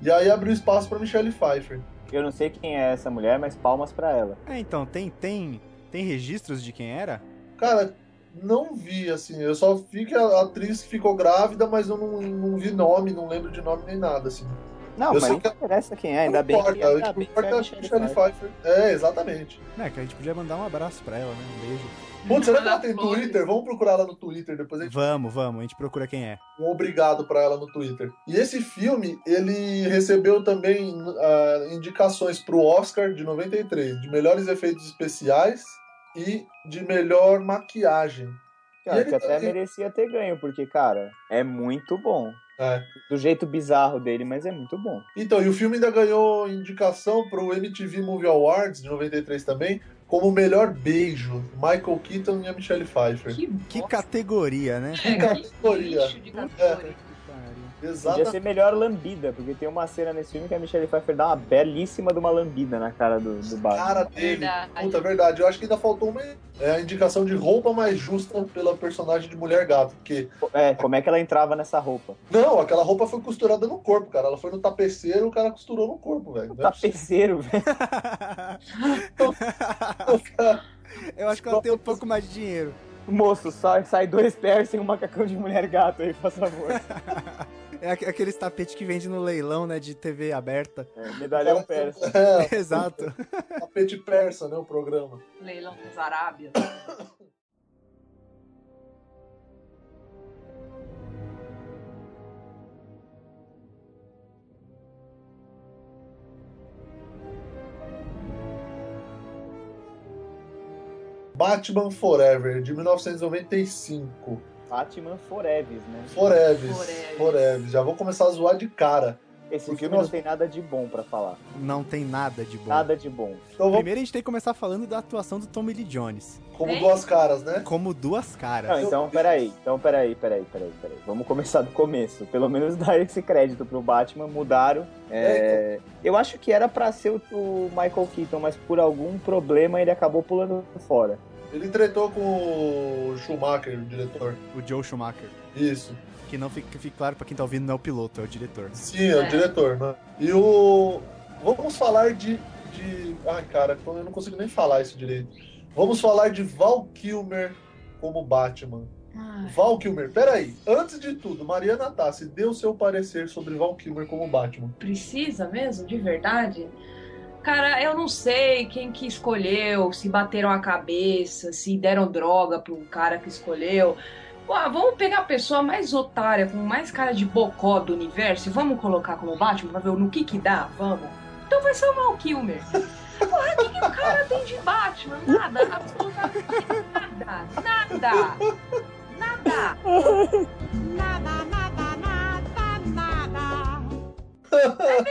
[SPEAKER 1] E aí abriu espaço pra Michelle Pfeiffer.
[SPEAKER 2] Eu não sei quem é essa mulher, mas palmas pra ela.
[SPEAKER 3] É, então, tem, tem, tem registros de quem era?
[SPEAKER 1] Cara, não vi, assim. Eu só vi que a atriz ficou grávida, mas eu não, não vi nome, não lembro de nome nem nada, assim.
[SPEAKER 2] Não,
[SPEAKER 1] Eu
[SPEAKER 2] mas
[SPEAKER 1] sei
[SPEAKER 2] não
[SPEAKER 1] que-
[SPEAKER 2] interessa quem é,
[SPEAKER 1] Não
[SPEAKER 2] ainda bem que
[SPEAKER 1] importa,
[SPEAKER 2] ainda
[SPEAKER 1] o que
[SPEAKER 2] bem que
[SPEAKER 1] importa é a Michelle Pfeiffer. É, exatamente.
[SPEAKER 3] É, que a gente podia mandar um abraço pra ela, né? Um beijo.
[SPEAKER 1] Putz, será que ela tem
[SPEAKER 4] Flores.
[SPEAKER 1] Twitter? Vamos procurar ela no Twitter depois. A gente
[SPEAKER 3] Vamos, vamos, a gente procura quem é.
[SPEAKER 1] um obrigado pra ela no Twitter. E esse filme, ele recebeu também ah, indicações pro Oscar de 93, de melhores efeitos especiais e de melhor maquiagem.
[SPEAKER 2] Cara,
[SPEAKER 1] Ele
[SPEAKER 2] que até
[SPEAKER 1] tá-
[SPEAKER 2] merecia ter ganho, porque, cara, é muito bom.
[SPEAKER 1] É.
[SPEAKER 2] Do jeito bizarro dele, mas é muito bom.
[SPEAKER 1] Então, e o filme ainda ganhou indicação pro MTV Movie Awards de 93 também, como melhor beijo, Michael Keaton e a Michelle Pfeiffer.
[SPEAKER 4] Que,
[SPEAKER 3] Que
[SPEAKER 4] bosta,
[SPEAKER 3] categoria, né?
[SPEAKER 4] cara, É, que
[SPEAKER 1] categoria.
[SPEAKER 4] lixo de categoria.
[SPEAKER 2] Podia
[SPEAKER 1] Exatamente.
[SPEAKER 2] ser melhor lambida, porque tem uma cena nesse filme que a Michelle Pfeiffer dá uma belíssima de uma lambida na cara do, do Batman.
[SPEAKER 1] Cara dele.
[SPEAKER 4] Verdade.
[SPEAKER 1] Puta, verdade. Eu acho que ainda faltou uma é, a indicação de roupa mais justa pela personagem de Mulher Gato, porque
[SPEAKER 2] É, como é que ela entrava nessa roupa?
[SPEAKER 1] Não, aquela roupa foi costurada no corpo, cara. Ela foi no tapeceiro o cara costurou no corpo, velho. Não é possível.
[SPEAKER 2] Tapeceiro, Tá velho.
[SPEAKER 3] Eu acho que ela tem um pouco mais de dinheiro.
[SPEAKER 2] Moço, sai, sai dois piercing e um macacão de mulher gato aí, por favor.
[SPEAKER 3] É aqu- aqueles tapetes que vende no leilão, né? De TV aberta.
[SPEAKER 2] É, medalhão persa.
[SPEAKER 1] É, um
[SPEAKER 3] Exato.
[SPEAKER 1] tapete persa, né? O programa.
[SPEAKER 4] Leilão dos Arábias.
[SPEAKER 1] Batman Forever, de 1995.
[SPEAKER 2] Batman Foreves, né?
[SPEAKER 1] Forever.
[SPEAKER 4] Forever.
[SPEAKER 1] Forever. Já vou começar a zoar de cara.
[SPEAKER 2] Esse
[SPEAKER 1] Porque
[SPEAKER 2] filme
[SPEAKER 1] nós-
[SPEAKER 2] não tem nada de bom pra falar.
[SPEAKER 3] Não tem nada de bom.
[SPEAKER 2] Nada de bom.
[SPEAKER 1] Então vamos
[SPEAKER 3] Primeiro a gente tem que começar falando da atuação do Tommy Lee Jones.
[SPEAKER 1] como
[SPEAKER 4] Hein?
[SPEAKER 1] duas caras, né?
[SPEAKER 3] Como duas caras.
[SPEAKER 2] Não, então, peraí. Então, peraí, peraí, peraí, peraí. Vamos começar do começo. Pelo menos dar esse crédito pro Batman. Mudaram. É, Eu acho que era pra ser o, o Michael Keaton, mas por algum problema ele acabou pulando fora.
[SPEAKER 1] Ele tretou com o Schumacher, o diretor.
[SPEAKER 2] É.
[SPEAKER 3] O Joe Schumacher.
[SPEAKER 1] Isso.
[SPEAKER 3] Que não fica, fique claro pra quem tá ouvindo, não é o piloto, é o diretor.
[SPEAKER 1] Sim, é o
[SPEAKER 4] É.
[SPEAKER 1] diretor, né? E o. Vamos falar de. de... Ai, cara, eu não consigo nem falar isso direito. Vamos falar de Val Kilmer como Batman.
[SPEAKER 4] Ah,
[SPEAKER 1] Val Kilmer, peraí. Antes de tudo, Mariana Tassi deu seu parecer sobre Val Kilmer como Batman.
[SPEAKER 4] Precisa mesmo, de verdade? Cara, eu não sei quem que escolheu, se bateram a cabeça, se deram droga pro cara que escolheu. Pô, vamos pegar a pessoa mais otária, com mais cara de bocó do universo e vamos colocar como Batman pra ver no que que dá? Vamos. Então vai ser o Val Kilmer. Porra, o que, que o cara tem de Batman? Nada, absolutamente é nada, nada, nada.
[SPEAKER 5] Nada, nada, nada, nada.
[SPEAKER 4] É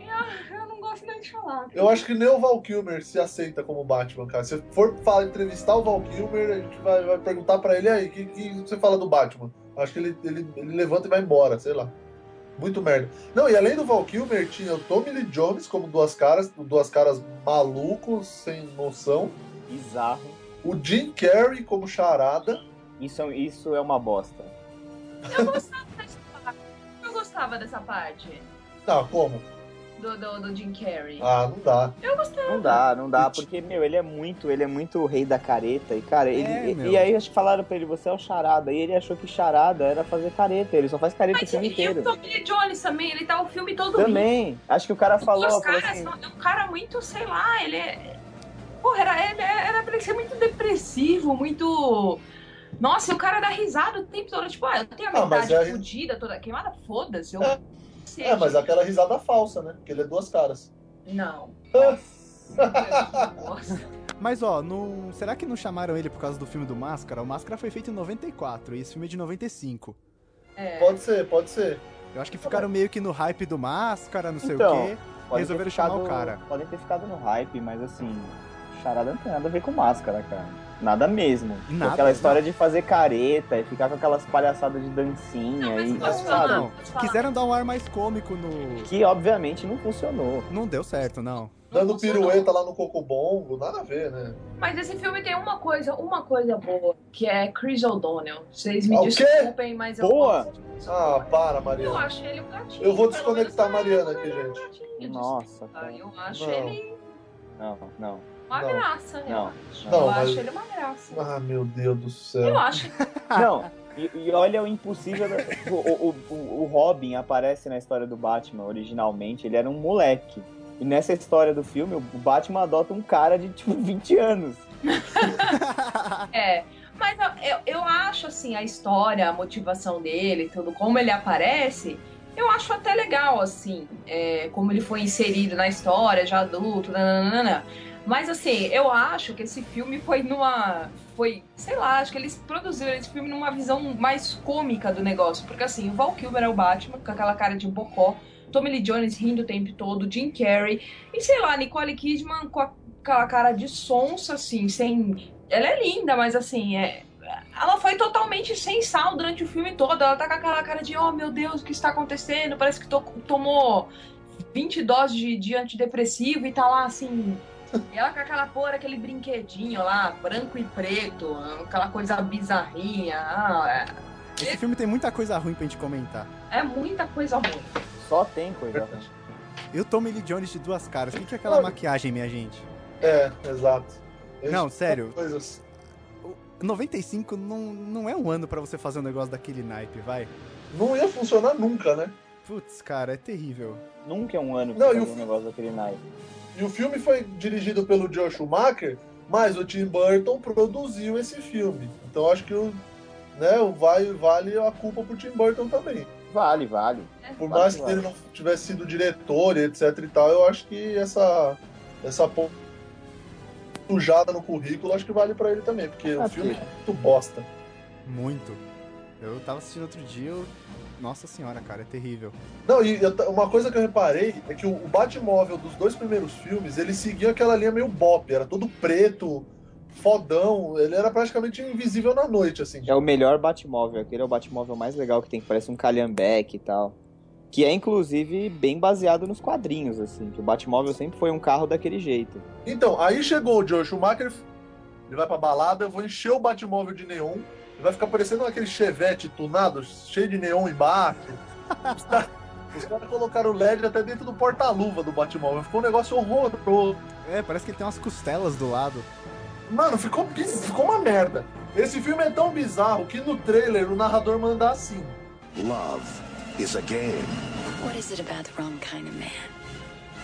[SPEAKER 4] Eu, eu não gosto nem de falar.
[SPEAKER 1] Eu acho que nem o Val Kilmer se aceita como Batman, cara. Se for falar, entrevistar o Val Kilmer, a gente vai, vai perguntar pra ele aí, o que, que você fala do Batman? Acho que ele, ele, ele levanta e vai embora, sei lá. Muito merda. Não, e além do Val Kilmer, tinha o Tommy Lee Jones como duas caras, duas caras malucos, sem noção.
[SPEAKER 2] Bizarro.
[SPEAKER 1] O Jim Carrey como charada.
[SPEAKER 2] Isso, é- isso é uma bosta.
[SPEAKER 4] Eu gostava dessa parte. Eu gostava dessa parte
[SPEAKER 1] Não, Ah, como?
[SPEAKER 4] do, do, do Jim Carrey.
[SPEAKER 1] Ah, não dá.
[SPEAKER 4] Eu gostava.
[SPEAKER 2] Não dá, não dá, porque, meu, ele é muito, ele é muito o rei da careta. E, cara, ele,
[SPEAKER 3] É,
[SPEAKER 2] e-
[SPEAKER 3] meu.
[SPEAKER 2] e, aí acho que falaram pra ele, você é o charada. E ele achou que charada era fazer careta. Ele só faz careta o
[SPEAKER 4] Mas
[SPEAKER 2] filme
[SPEAKER 4] e o
[SPEAKER 2] inteiro.
[SPEAKER 4] Tommy Lee Jones também, ele tá o filme todo rindo.
[SPEAKER 2] Também. Acho que o cara falou,
[SPEAKER 4] Os
[SPEAKER 2] falou
[SPEAKER 4] caras
[SPEAKER 2] assim,
[SPEAKER 4] são- é um cara muito, sei lá, ele é. Porra, era, ele é- era pra ele ser muito depressivo, muito. Nossa, e o cara dá risada o tempo todo. Tipo, ah, eu tenho a
[SPEAKER 1] Ah, mas
[SPEAKER 4] metade
[SPEAKER 1] é-
[SPEAKER 4] fodida, toda queimada, foda-se. Eu...
[SPEAKER 1] É. É, mas aquela risada falsa, né? Porque ele é duas caras.
[SPEAKER 4] Não. Nossa.
[SPEAKER 3] Mas ó, não... será que não chamaram ele por causa do filme do Máscara? O Máscara foi feito em 94 e esse filme é de 95.
[SPEAKER 4] É.
[SPEAKER 1] Pode ser, pode ser.
[SPEAKER 3] Eu acho que ficaram meio que no hype do Máscara, não sei
[SPEAKER 2] Então,
[SPEAKER 3] o quê.
[SPEAKER 2] podem
[SPEAKER 3] resolveram
[SPEAKER 2] ter
[SPEAKER 3] chamar o
[SPEAKER 2] ficado-
[SPEAKER 3] cara.
[SPEAKER 2] Podem ter ficado no hype, mas assim, charada não tem nada a ver com máscara, cara. Nada mesmo.
[SPEAKER 3] Nada,
[SPEAKER 2] aquela história de fazer careta e ficar com aquelas palhaçadas de dancinha e.
[SPEAKER 4] Não, mas
[SPEAKER 2] sabe?
[SPEAKER 4] não, não.
[SPEAKER 3] Quiseram dar um ar mais cômico no.
[SPEAKER 2] Que obviamente não funcionou.
[SPEAKER 3] Não deu certo, não.
[SPEAKER 1] Dando
[SPEAKER 4] funcionou.
[SPEAKER 1] pirueta lá no Cocobongo, nada a ver, né?
[SPEAKER 4] Mas esse filme tem uma coisa, uma coisa boa, que é Chris O'Donnell. Vocês me
[SPEAKER 1] Ah, o quê?
[SPEAKER 4] desculpem, mas eu
[SPEAKER 2] Boa?
[SPEAKER 4] gosto de Chris
[SPEAKER 1] Ah,
[SPEAKER 4] O'Donnell.
[SPEAKER 1] para,
[SPEAKER 4] Eu
[SPEAKER 1] Mariana.
[SPEAKER 4] acho ele um gatinho.
[SPEAKER 1] Eu vou
[SPEAKER 4] pelo menos
[SPEAKER 1] desconectar a
[SPEAKER 4] é
[SPEAKER 1] Mariana aqui,
[SPEAKER 4] um
[SPEAKER 1] gente.
[SPEAKER 4] gatinho,
[SPEAKER 2] Nossa.
[SPEAKER 4] desculpa. Eu acho
[SPEAKER 1] Não.
[SPEAKER 4] ele
[SPEAKER 2] Não, não.
[SPEAKER 4] uma
[SPEAKER 1] Não.
[SPEAKER 4] graça, né? eu
[SPEAKER 2] Não.
[SPEAKER 4] acho.
[SPEAKER 1] Não,
[SPEAKER 4] eu
[SPEAKER 1] mas-
[SPEAKER 4] acho ele uma graça.
[SPEAKER 1] Ah, meu Deus do
[SPEAKER 4] Eu
[SPEAKER 1] céu.
[SPEAKER 4] acho.
[SPEAKER 2] Não. E, e olha o impossível. da- o, o- o- o Robin aparece na história do Batman originalmente, ele era um moleque. E nessa história do filme, o Batman adota um cara de tipo 20 anos.
[SPEAKER 4] É. Mas eu- eu, eu acho, assim, a história, a motivação dele, tudo, como ele aparece, eu acho até legal, assim, é, como ele foi inserido na história, já adulto, nananana. Mas, assim, eu acho que esse filme foi numa. Foi, sei lá, acho que eles produziram esse filme numa visão mais cômica do negócio. Porque, assim, o Val Kilmer é o Batman, com aquela cara de bocó. Tommy Lee Jones rindo o tempo todo, Jim Carrey. E, sei lá, Nicole Kidman com a- aquela cara de sonsa, assim, sem ela é linda, mas assim, é... ela foi totalmente sem sal durante o filme todo. Ela tá com aquela cara de, oh meu Deus, o que está acontecendo? Parece que to- tomou 20 doses de, de antidepressivo e tá lá assim. E ela com aquela porra, aquele brinquedinho lá, branco e preto, aquela coisa bizarrinha. Ah,
[SPEAKER 3] Esse filme tem muita coisa ruim pra gente comentar.
[SPEAKER 4] é, é muita coisa ruim.
[SPEAKER 2] Só tem coisa. ruim.
[SPEAKER 3] E o Tommy Lee Jones de duas caras? O que, que é aquela
[SPEAKER 1] Ah.
[SPEAKER 3] maquiagem, minha gente?
[SPEAKER 1] É, exato. tipo Eles
[SPEAKER 3] Não, sério.
[SPEAKER 1] Coisas.
[SPEAKER 3] 95 não, não é um ano pra você fazer um negócio daquele naipe, vai.
[SPEAKER 1] Não ia funcionar nunca, né?
[SPEAKER 3] Putz, cara, é terrível.
[SPEAKER 2] Nunca é um ano pra
[SPEAKER 1] Não, e
[SPEAKER 2] fazer
[SPEAKER 1] o-
[SPEAKER 2] um negócio daquele Nike.
[SPEAKER 1] E o filme foi dirigido pelo Joe Schumacher, mas o Tim Burton produziu esse filme. Então acho que o, né, o vai vale a culpa pro Tim Burton também.
[SPEAKER 2] Vale, vale.
[SPEAKER 1] Por
[SPEAKER 2] Claro
[SPEAKER 1] mais
[SPEAKER 2] que
[SPEAKER 1] que ele não tivesse sido diretor e etc e tal, eu acho que essa essa po- sujada no currículo acho que vale pra ele também, porque
[SPEAKER 2] Ah,
[SPEAKER 1] o filme é muito bosta.
[SPEAKER 3] Muito. Eu tava assistindo outro dia, eu... Nossa senhora, cara, é terrível.
[SPEAKER 1] Não, e eu ta- uma coisa que eu reparei é que o o Batmóvel dos dois primeiros filmes, ele seguia aquela linha meio bop, era todo preto, fodão, ele era praticamente invisível na noite, assim.
[SPEAKER 2] É o melhor Batmóvel. Aquele é o Batmóvel mais legal que tem, que parece um calhambeque e tal. Que é, inclusive, bem baseado nos quadrinhos, assim. Que o Batmóvel sempre foi um carro daquele jeito.
[SPEAKER 1] Então, aí chegou o Joe Schumacher, ele vai pra balada, eu vou encher o Batmóvel de neon, ele vai ficar parecendo aquele chevette tunado, cheio de neon embaixo. Os caras- Os caras colocaram LED até dentro do porta-luva do Batmóvel, ficou um negócio horroroso.
[SPEAKER 3] É, parece que ele tem umas costelas do lado.
[SPEAKER 1] Mano, ficou, biz- ficou uma merda. Esse filme é tão bizarro que no trailer o narrador manda assim.
[SPEAKER 6] Love is a game.
[SPEAKER 7] What is it about the wrong kind of man?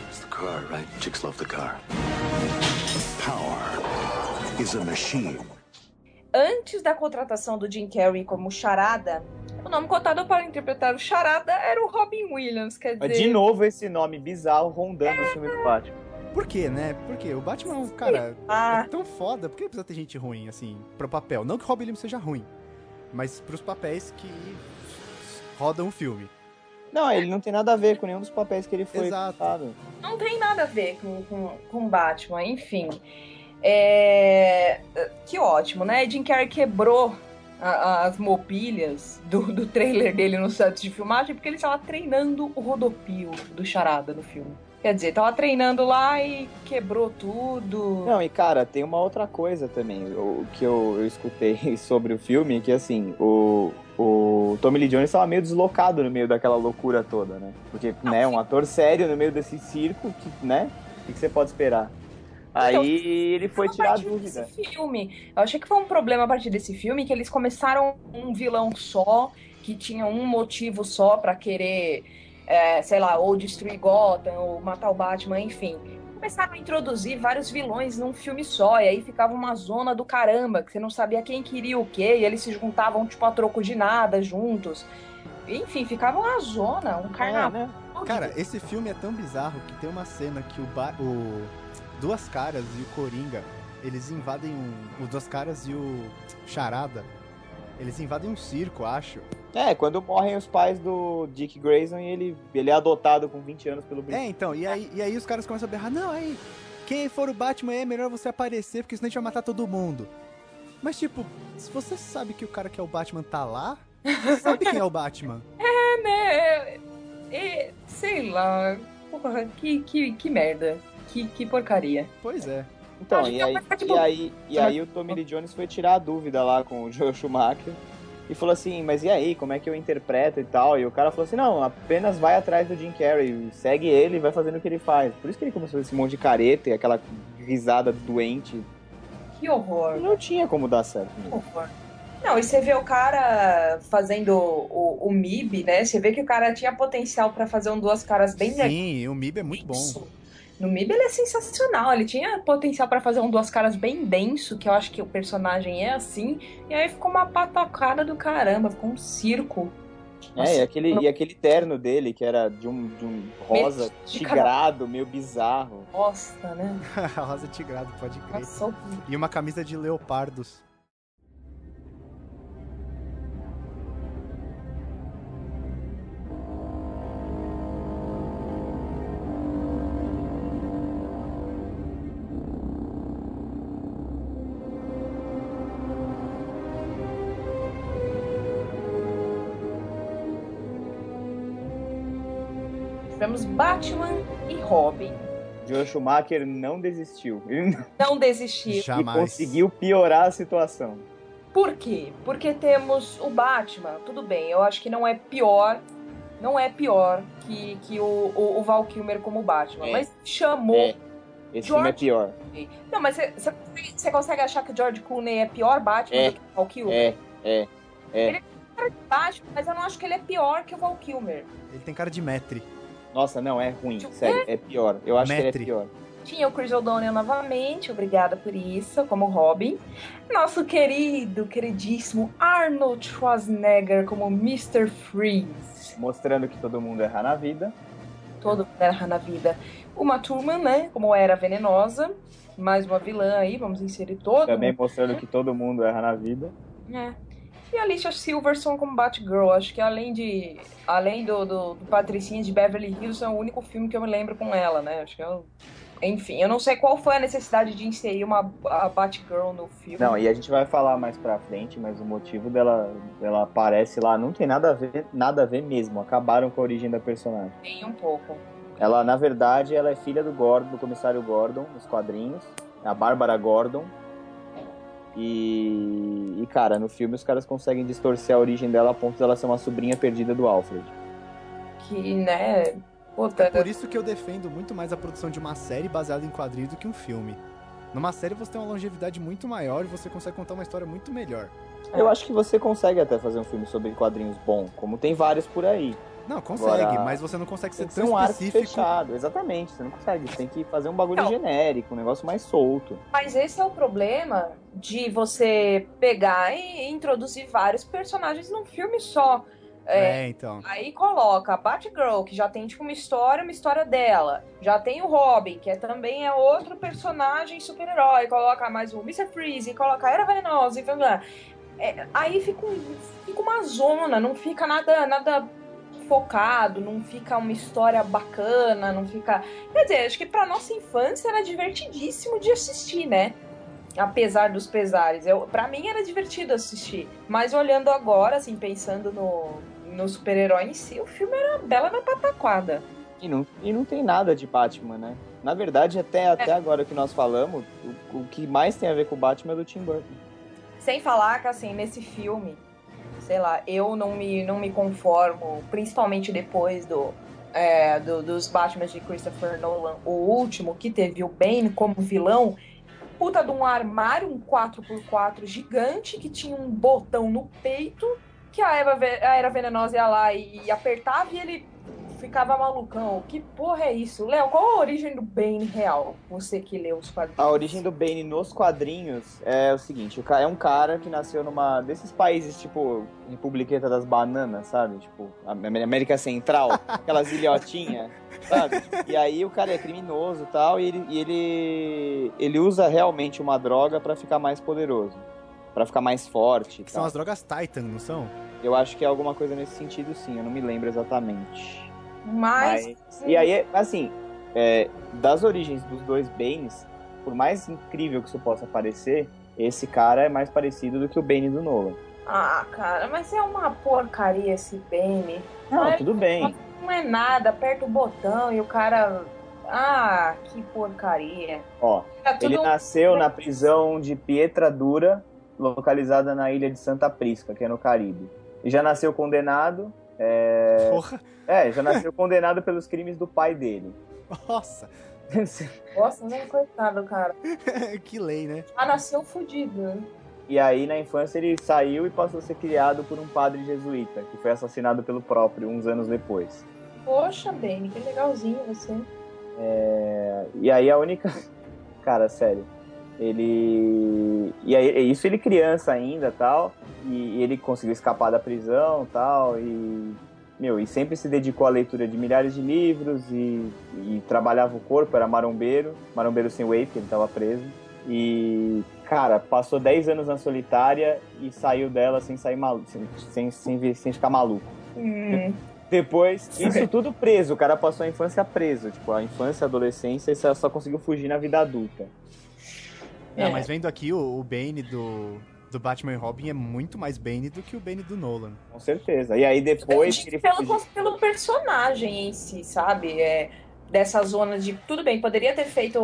[SPEAKER 6] It's the car, right? Chicks love the car. Power is a machine.
[SPEAKER 4] Antes da contratação do Jim Carrey como Charada, o nome cotado para interpretar o Charada era o Robin Williams, quer dizer.
[SPEAKER 2] De novo, esse nome bizarro rondando o filme do Batman.
[SPEAKER 3] Por quê, né? Por quê? O Batman é um cara
[SPEAKER 4] Ah.
[SPEAKER 3] é tão foda, por que precisa ter gente ruim, assim, pro papel? Não que Robin Williams seja ruim, mas pros papéis que rodam o filme.
[SPEAKER 2] Não, ele não tem nada a ver com nenhum dos papéis que ele foi.
[SPEAKER 3] Exato.
[SPEAKER 2] sabe?
[SPEAKER 4] não tem nada a ver com, com, com Batman, enfim. É, Que ótimo, né? Jim Carrey quebrou a- a- as mobílias do, do trailer dele no set de filmagem porque ele estava treinando o rodopio do Charada no filme. Quer dizer, tava treinando lá e quebrou tudo.
[SPEAKER 2] Não, e cara, tem uma outra coisa também o, o que eu, eu escutei sobre o filme, que assim, o, o Tommy Lee Jones tava meio deslocado no meio daquela loucura toda, né? Porque, né, um ator sério no meio desse circo, que, né? O que, que você pode esperar? Aí
[SPEAKER 4] Então,
[SPEAKER 2] ele foi
[SPEAKER 4] Não, a
[SPEAKER 2] tirar a
[SPEAKER 4] partir
[SPEAKER 2] dúvida.
[SPEAKER 4] Desse filme. Eu achei que foi um problema a partir desse filme, que eles começaram um vilão só, que tinha um motivo só pra querer, é, sei lá, ou destruir Gotham, ou matar o Batman, enfim. Começaram a introduzir vários vilões num filme só, e aí ficava uma zona do caramba, que você não sabia quem queria o quê, e eles se juntavam, tipo, a troco de nada juntos. Enfim, ficava uma zona, um
[SPEAKER 2] É,
[SPEAKER 4] carnaval.
[SPEAKER 2] né?
[SPEAKER 4] de
[SPEAKER 3] Cara, esse filme é tão bizarro que tem uma cena que o, ba o Duas Caras e o Coringa, eles invadem um... O Duas Caras e o Charada, eles invadem um circo, acho.
[SPEAKER 2] É, quando morrem os pais do Dick Grayson e ele, ele é adotado com 20 anos pelo
[SPEAKER 3] É, então, e aí, e aí os caras começam a berrar, não, aí, quem for o Batman é melhor você aparecer, porque senão a gente vai matar todo mundo. Mas, tipo, se você sabe que o cara que é o Batman tá lá, você sabe quem é o Batman.
[SPEAKER 4] né? é- sei lá. Porra, que, que, que merda. Que, que porcaria.
[SPEAKER 3] Pois é.
[SPEAKER 2] Então,
[SPEAKER 4] Acho
[SPEAKER 2] e
[SPEAKER 4] que é
[SPEAKER 2] aí,
[SPEAKER 4] uma parte
[SPEAKER 2] e
[SPEAKER 4] boa. Uhum.
[SPEAKER 2] aí, e aí o Tommy Lee Jones foi tirar a dúvida lá com o Joel Schumacher e falou assim, mas e aí, como é que eu interpreto e tal? E o cara falou assim, não, apenas vai atrás do Jim Carrey, segue ele e vai fazendo o que ele faz. Por isso que ele começou esse monte de careta e aquela risada doente.
[SPEAKER 4] Que horror.
[SPEAKER 2] Não tinha como dar certo.
[SPEAKER 4] que horror. Não, e você vê o cara fazendo o, o MIB, né? Você vê que o cara tinha potencial pra fazer um duas caras bem legal.
[SPEAKER 3] Sim, o MIB é muito bom.
[SPEAKER 4] No MIB ele é sensacional, ele tinha potencial pra fazer um duas caras bem denso, que eu acho que o personagem é assim, e aí ficou uma patacada do caramba, ficou um circo.
[SPEAKER 2] É, e aquele, e aquele terno dele, que era de um, de um rosa
[SPEAKER 4] de cara-
[SPEAKER 2] tigrado, meio bizarro.
[SPEAKER 4] Nossa, né?
[SPEAKER 3] A Rosa Tigrado, pode crer.
[SPEAKER 4] Nossa,
[SPEAKER 3] E uma camisa de leopardos.
[SPEAKER 4] tivemos Batman e Robin.
[SPEAKER 2] Joel Schumacher não desistiu. Ele não
[SPEAKER 4] Não desistir.
[SPEAKER 2] e
[SPEAKER 3] Jamais.
[SPEAKER 2] conseguiu piorar a situação.
[SPEAKER 4] Por quê? Porque temos o Batman, tudo bem, eu acho que não é pior, não é pior que, que o, o, o Val Kilmer como Batman,
[SPEAKER 2] É.
[SPEAKER 4] mas chamou.
[SPEAKER 2] É, esse filme é
[SPEAKER 4] George-
[SPEAKER 2] pior.
[SPEAKER 4] Não, mas você- você você consegue achar que o George Clooney é pior Batman
[SPEAKER 2] É.
[SPEAKER 4] do que o Val Kilmer?
[SPEAKER 2] É, é.
[SPEAKER 4] Batman, mas eu não acho que ele é pior que o Val Kilmer.
[SPEAKER 3] Ele tem cara de Metri.
[SPEAKER 2] Nossa, não, é ruim.
[SPEAKER 4] Tipo,
[SPEAKER 2] Sério, é pior. Eu acho que
[SPEAKER 3] Metri.
[SPEAKER 2] ele é pior.
[SPEAKER 4] Tinha o Chris O'Donnell novamente, obrigada por isso, como Robin. Nosso querido, queridíssimo Arnold Schwarzenegger como Mr. Freeze.
[SPEAKER 2] Mostrando que todo mundo erra na vida.
[SPEAKER 4] todo terra na vida. Uma Thurman, né? Como era venenosa. Mais uma vilã aí, vamos inserir todo.
[SPEAKER 2] Também mostrando que todo mundo erra na vida.
[SPEAKER 4] É. E a Alicia Silverson como Batgirl. Acho que além de. Além do, do, do Patricinha de Beverly Hills, é o único filme que eu me lembro com ela, né? Acho que eu. Enfim, eu não sei qual foi a necessidade de inserir uma a Batgirl no filme.
[SPEAKER 2] Não, e a gente vai falar mais pra frente, mas o motivo dela, dela aparece lá não tem nada a ver, nada a ver mesmo. Acabaram com a origem da personagem.
[SPEAKER 4] tem um pouco.
[SPEAKER 2] Ela, na verdade, ela é filha do Gordon, do comissário Gordon, nos quadrinhos. A Bárbara Gordon. E, e, cara, no filme os caras conseguem distorcer a origem dela a ponto dela ser uma sobrinha perdida do Alfred.
[SPEAKER 4] Que, né? Puta,
[SPEAKER 3] Por isso que eu defendo muito mais a produção de uma série baseada em quadrinho do que um filme. Numa série você tem uma longevidade muito maior e você consegue contar uma história muito melhor.
[SPEAKER 2] Eu acho que você consegue até fazer um filme sobre quadrinhos bom, como tem vários por aí.
[SPEAKER 3] Não, consegue,
[SPEAKER 2] Agora,
[SPEAKER 3] mas você não consegue ser
[SPEAKER 2] Tem que ser
[SPEAKER 3] tão
[SPEAKER 2] um arco
[SPEAKER 3] específico.
[SPEAKER 2] fechado, exatamente. Você não consegue, você tem que fazer um bagulho
[SPEAKER 4] Não.
[SPEAKER 2] genérico, um negócio mais solto.
[SPEAKER 4] Mas esse é o problema de você pegar e introduzir vários personagens num filme só. É,
[SPEAKER 3] É, então.
[SPEAKER 4] Aí coloca a Batgirl, que já tem tipo uma história, uma história dela. Já tem o Robin, que é, também é outro personagem super-herói. Coloca mais o Mr. Freeze, coloca a Era Venenosa e blá, blá. É, aí fica, um- fica uma zona, não fica nada, nada focado, não fica uma história bacana, não fica. Quer dizer, acho que pra nossa infância era divertidíssimo de assistir, né? Apesar dos pesares. Eu, pra mim era divertido assistir. Mas olhando agora, assim, pensando no, no super-herói em si, o filme era bela na pataquada.
[SPEAKER 2] E não, e não tem nada de Batman, né? Na verdade, até, até agora que nós falamos, o, o que mais tem a ver com o Batman é do Tim Burton.
[SPEAKER 4] Sem falar que, assim, nesse filme, sei lá, eu não me, não me conformo, principalmente depois do, é, do- dos Batman de Christopher Nolan, o último, que teve o Bane como vilão, puta de um armário, um 4x4 gigante, que tinha um botão no peito, que a, Eva, Ve- a Era Venenosa ia lá e, e apertava e ele ficava malucão. Que porra é isso? Léo, qual a origem do Bane real? Você que leu os quadrinhos.
[SPEAKER 2] A origem do Bane nos quadrinhos é o seguinte, o ca- é um cara que nasceu numa desses países tipo Republiqueta das Bananas, sabe? Tipo, a- a América Central, aquelas ilhotinhas, sabe? E aí o cara é criminoso e tal, e ele, e ele ele usa realmente uma droga pra ficar mais poderoso, Pra ficar mais forte, e
[SPEAKER 3] Que são
[SPEAKER 2] tal.
[SPEAKER 3] as drogas Titan, não são?
[SPEAKER 2] Eu acho que é alguma coisa nesse sentido sim, eu não me lembro exatamente.
[SPEAKER 4] Mas,
[SPEAKER 2] Mas- E aí, assim, é, das origens dos dois Banes, por mais incrível que isso possa parecer, esse cara é mais parecido do que o Bane do Nolan.
[SPEAKER 4] Ah, cara, mas é uma porcaria esse Bane.
[SPEAKER 2] Não,
[SPEAKER 8] é,
[SPEAKER 4] Ai,
[SPEAKER 2] tudo bem.
[SPEAKER 4] Não é nada, aperta o botão e o cara. Ah, que porcaria.
[SPEAKER 2] Ó,
[SPEAKER 8] Tá
[SPEAKER 4] É tudo
[SPEAKER 2] ele
[SPEAKER 4] um-
[SPEAKER 2] nasceu na prisão de Pietra Dura, localizada na ilha de Santa Prisca, que é no Caribe. E já nasceu condenado. É,
[SPEAKER 3] Porra,
[SPEAKER 2] é, já nasceu condenado pelos crimes do pai dele.
[SPEAKER 3] nossa,
[SPEAKER 4] Nossa, nem coitado, cara.
[SPEAKER 3] que lei, né?
[SPEAKER 4] Já nasceu fudido. né?
[SPEAKER 2] E aí, na infância, ele saiu e passou a ser criado por um padre jesuíta, que foi assassinado pelo próprio uns anos depois.
[SPEAKER 8] Poxa, Dani, que legalzinho você.
[SPEAKER 2] É, E aí a única. Cara, sério. Ele. E aí, e isso ele criança ainda tal. E, e ele conseguiu escapar da prisão tal. E. Meu, e sempre se dedicou à leitura de milhares de livros e, e trabalhava o corpo, era marombeiro. Marombeiro sem whey, porque ele tava preso. E. Cara, passou 10 anos na solitária e saiu dela sem sair maluco. Sem, sem, sem, vir- sem ficar maluco.
[SPEAKER 8] Hum,
[SPEAKER 2] Depois, isso tudo preso. O cara passou a infância preso. Tipo, a infância, a adolescência, e só só conseguiu fugir na vida adulta.
[SPEAKER 3] Não,
[SPEAKER 8] É.
[SPEAKER 3] mas vendo aqui, o, o Bane do, do Batman e Robin é muito mais Bane do que o Bane do Nolan.
[SPEAKER 2] Com certeza. E aí depois que ele
[SPEAKER 8] pelo,
[SPEAKER 2] fugiu.
[SPEAKER 8] pelo personagem em si, sabe? É, dessa zona de. Tudo bem, poderia ter feito.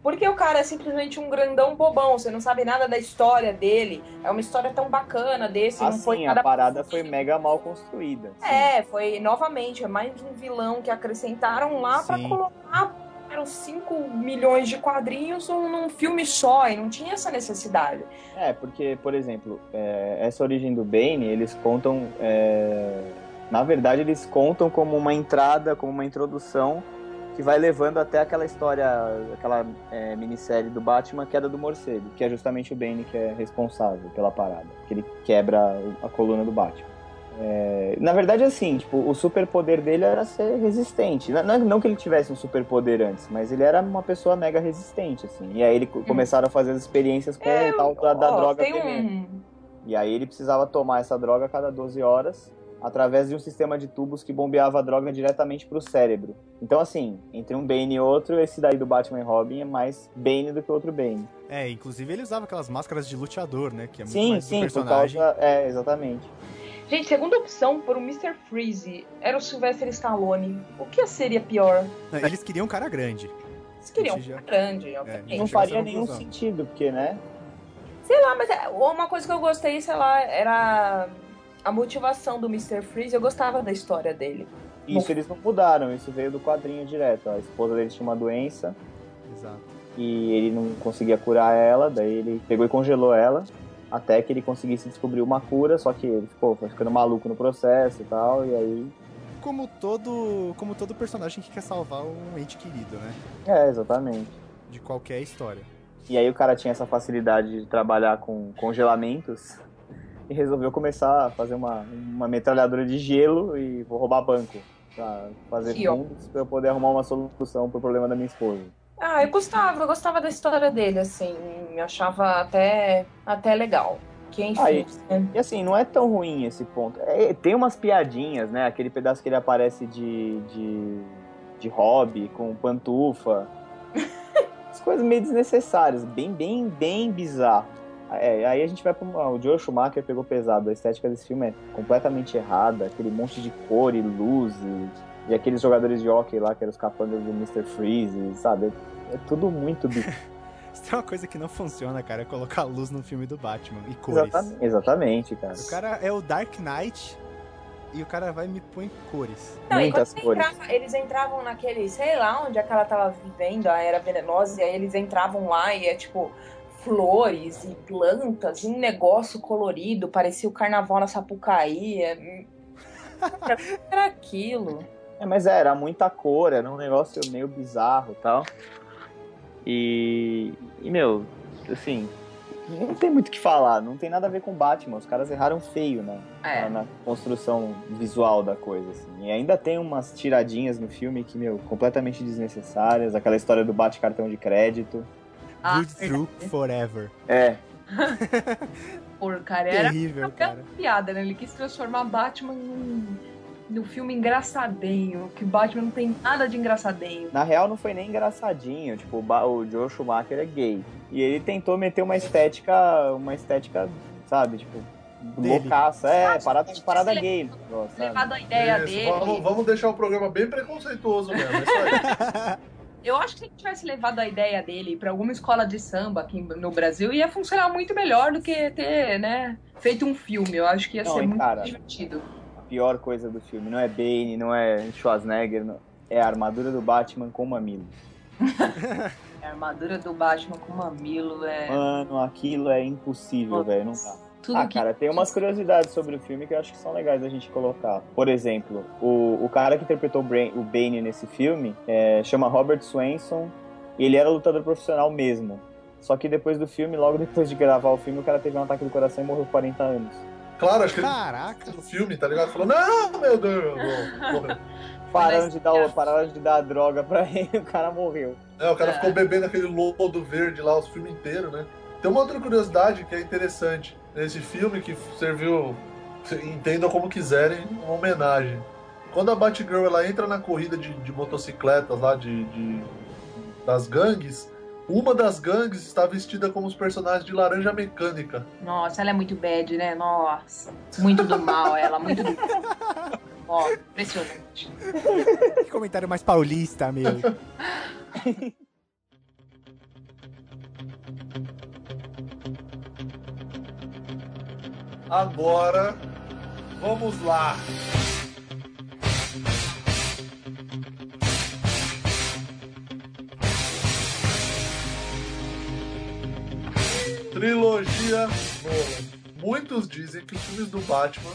[SPEAKER 8] Porque o cara é simplesmente um grandão bobão, você não sabe nada da história dele. É uma história tão bacana desse. não foi
[SPEAKER 2] Assim, a
[SPEAKER 8] nada-
[SPEAKER 2] parada foi mega mal construída. assim. Sim.
[SPEAKER 8] É, foi novamente, é mais um vilão que acrescentaram lá pra
[SPEAKER 3] Sim.
[SPEAKER 8] colocar eram 5 milhões de quadrinhos num, num filme só, e não tinha essa necessidade.
[SPEAKER 2] É, porque, por exemplo, é, essa origem do Bane, eles contam. é, na verdade, eles contam como uma entrada, como uma introdução que vai levando até aquela história, aquela é, minissérie do Batman, Queda do Morcego, que é justamente o Bane que é responsável pela parada, que ele quebra o- a coluna do Batman. É, na verdade, assim, tipo, o superpoder dele era ser resistente. Não, não- não que ele tivesse um superpoder antes, mas ele era uma pessoa mega resistente, assim. E aí ele co- começaram a fazer as experiências com
[SPEAKER 8] Hum. É,
[SPEAKER 2] o tal da, da
[SPEAKER 8] Ó,
[SPEAKER 2] droga
[SPEAKER 8] tem
[SPEAKER 2] veneno.
[SPEAKER 8] um,
[SPEAKER 2] E aí ele precisava tomar essa droga a cada 12 horas, através de um sistema de tubos que bombeava a droga diretamente pro cérebro. Então, assim, entre um Bane e outro, esse daí do Batman e Robin é mais Bane do que outro Bane.
[SPEAKER 3] É, inclusive ele usava aquelas máscaras de luteador, né? Que é muito
[SPEAKER 2] sim,
[SPEAKER 3] mais do
[SPEAKER 2] sim, por
[SPEAKER 3] personagem.
[SPEAKER 2] causa. É, exatamente.
[SPEAKER 8] Gente, segunda opção por um Mr. Freeze era o Sylvester Stallone. O que seria pior?
[SPEAKER 3] Não, Eles queriam um cara grande.
[SPEAKER 8] Eles queriam um
[SPEAKER 3] Gente, já-
[SPEAKER 8] grande,
[SPEAKER 3] É,
[SPEAKER 8] obviamente.
[SPEAKER 2] Não
[SPEAKER 3] chega a essa
[SPEAKER 2] faria nenhum
[SPEAKER 3] conclusão.
[SPEAKER 2] sentido, porque, né?
[SPEAKER 8] Sei lá, mas é, uma coisa que eu gostei, sei lá, era a motivação do Mr. Freeze. Eu gostava da história dele.
[SPEAKER 2] Isso
[SPEAKER 8] Bom.
[SPEAKER 2] eles não mudaram, isso veio do quadrinho direto. A esposa dele tinha uma doença
[SPEAKER 3] Exato.
[SPEAKER 2] e ele não conseguia curar ela, daí ele pegou e congelou ela até que ele conseguisse descobrir uma cura, só que ele ficou foi ficando maluco no processo e tal, e aí.
[SPEAKER 3] Como todo, como todo personagem que quer salvar um ente querido, né?
[SPEAKER 2] É, exatamente.
[SPEAKER 3] De qualquer história.
[SPEAKER 2] E aí o cara tinha essa facilidade de trabalhar com congelamentos e resolveu começar a fazer uma, uma metralhadora de gelo e vou roubar banco pra fazer
[SPEAKER 8] Que ó.
[SPEAKER 2] fundos pra eu poder arrumar uma solução pro problema da minha esposa.
[SPEAKER 8] Ah, eu gostava, eu gostava da história dele, assim. Eu achava até, até legal. Que enfim.
[SPEAKER 2] Aí.
[SPEAKER 8] né?
[SPEAKER 2] E assim, não é tão ruim esse ponto. É, tem umas piadinhas, né? Aquele pedaço que ele aparece de, de, de hobby, com pantufa. As coisas meio desnecessárias, bem, bem, bem bizarro. É, aí a gente vai pro. ah, O Joe Schumacher pegou pesado. A estética desse filme é completamente errada. Aquele monte de cor e luz e, e aqueles jogadores de hockey lá, que eram os capangas do Mr. Freeze, sabe? É, é tudo muito bizarro.
[SPEAKER 3] Se tem é uma coisa que não funciona, cara, é colocar luz no filme do Batman e cores.
[SPEAKER 2] Exatamente, exatamente, cara.
[SPEAKER 3] O cara é o Dark Knight e o cara vai e me põe cores.
[SPEAKER 8] Não, e
[SPEAKER 2] Muitas
[SPEAKER 8] quando
[SPEAKER 2] cores.
[SPEAKER 8] entrava- eles entravam naquele, sei lá, onde aquela tava vivendo, a era venenosa, e aí eles entravam lá e é tipo flores e plantas e um negócio colorido, parecia o carnaval na Sapucaí. É... Pra mim, era aquilo.
[SPEAKER 2] É, mas era muita cor, era um negócio meio bizarro e tal. E, e, meu, assim, não tem muito o que falar, não tem nada a ver com Batman, os caras erraram feio né,
[SPEAKER 4] É.
[SPEAKER 2] na, na construção visual da coisa, assim. E ainda tem umas tiradinhas no filme que, meu, completamente desnecessárias, aquela história do bate-cartão de crédito.
[SPEAKER 4] Ah,
[SPEAKER 3] Good True Forever.
[SPEAKER 2] É,
[SPEAKER 4] porcaria. Era
[SPEAKER 3] Terrível,
[SPEAKER 4] Até
[SPEAKER 3] cara.
[SPEAKER 4] uma piada, né? Ele quis transformar Batman num, num filme engraçadinho, que Batman não tem nada de engraçadinho.
[SPEAKER 2] na real não foi nem engraçadinho, tipo, o, Ba- o Joe Schumacher é gay. E ele tentou meter uma estética, uma estética, sabe, tipo,
[SPEAKER 3] Dele.
[SPEAKER 2] loucaça, é,
[SPEAKER 4] Ah,
[SPEAKER 2] parada,
[SPEAKER 4] gente,
[SPEAKER 2] parada
[SPEAKER 4] se
[SPEAKER 2] gay. ó, sabe?
[SPEAKER 4] Levado a ideia
[SPEAKER 1] Isso,
[SPEAKER 4] dele.
[SPEAKER 1] Vamos, vamos deixar o programa bem preconceituoso mesmo. é Isso aí.
[SPEAKER 4] Eu acho que se ele tivesse levado a ideia dele pra alguma escola de samba aqui no Brasil, ia funcionar muito melhor do que ter, né, feito um filme. Eu acho que ia
[SPEAKER 2] Não,
[SPEAKER 4] ser
[SPEAKER 2] hein,
[SPEAKER 4] muito
[SPEAKER 2] cara.
[SPEAKER 4] divertido.
[SPEAKER 2] A pior coisa do filme não é Bane, não é Schwarzenegger, não- é a armadura do Batman com mamilo.
[SPEAKER 4] A armadura do Batman com mamilo é.
[SPEAKER 2] Mano, aquilo é impossível, velho. Não dá.
[SPEAKER 4] Tudo
[SPEAKER 2] Ah,
[SPEAKER 4] que-
[SPEAKER 2] cara, tem umas curiosidades sobre o filme que eu acho que são legais da gente colocar. Por exemplo, o, o cara que interpretou o Bra- o Bane nesse filme é, chama Robert Swenson e ele era lutador profissional mesmo. Só que depois do filme, logo depois de gravar o filme, o cara teve um ataque do coração e morreu com 40 anos.
[SPEAKER 1] Claro, acho que ele
[SPEAKER 3] Caraca.
[SPEAKER 1] no filme, tá ligado? Falou, não, meu Deus! Bom, morreu.
[SPEAKER 2] Pararam de
[SPEAKER 4] é.
[SPEAKER 2] dar, pararam de dar droga pra ele e o cara morreu.
[SPEAKER 1] É, o cara
[SPEAKER 4] É.
[SPEAKER 1] ficou bebendo aquele lodo verde lá, os filmes inteiros, né? Tem uma outra curiosidade que é interessante nesse filme que serviu, entendam como quiserem, uma homenagem. Quando a Batgirl ela entra na corrida de, de motocicletas lá de, de- das gangues, uma das gangues está vestida como os personagens de Laranja Mecânica.
[SPEAKER 4] Nossa, ela é muito bad, né? Nossa. Muito do mal, ela, muito do Ó, impressionante.
[SPEAKER 3] Que comentário mais paulista, meu.
[SPEAKER 1] Agora, vamos lá. Trilogia Nolan. Muitos dizem que os filmes do Batman.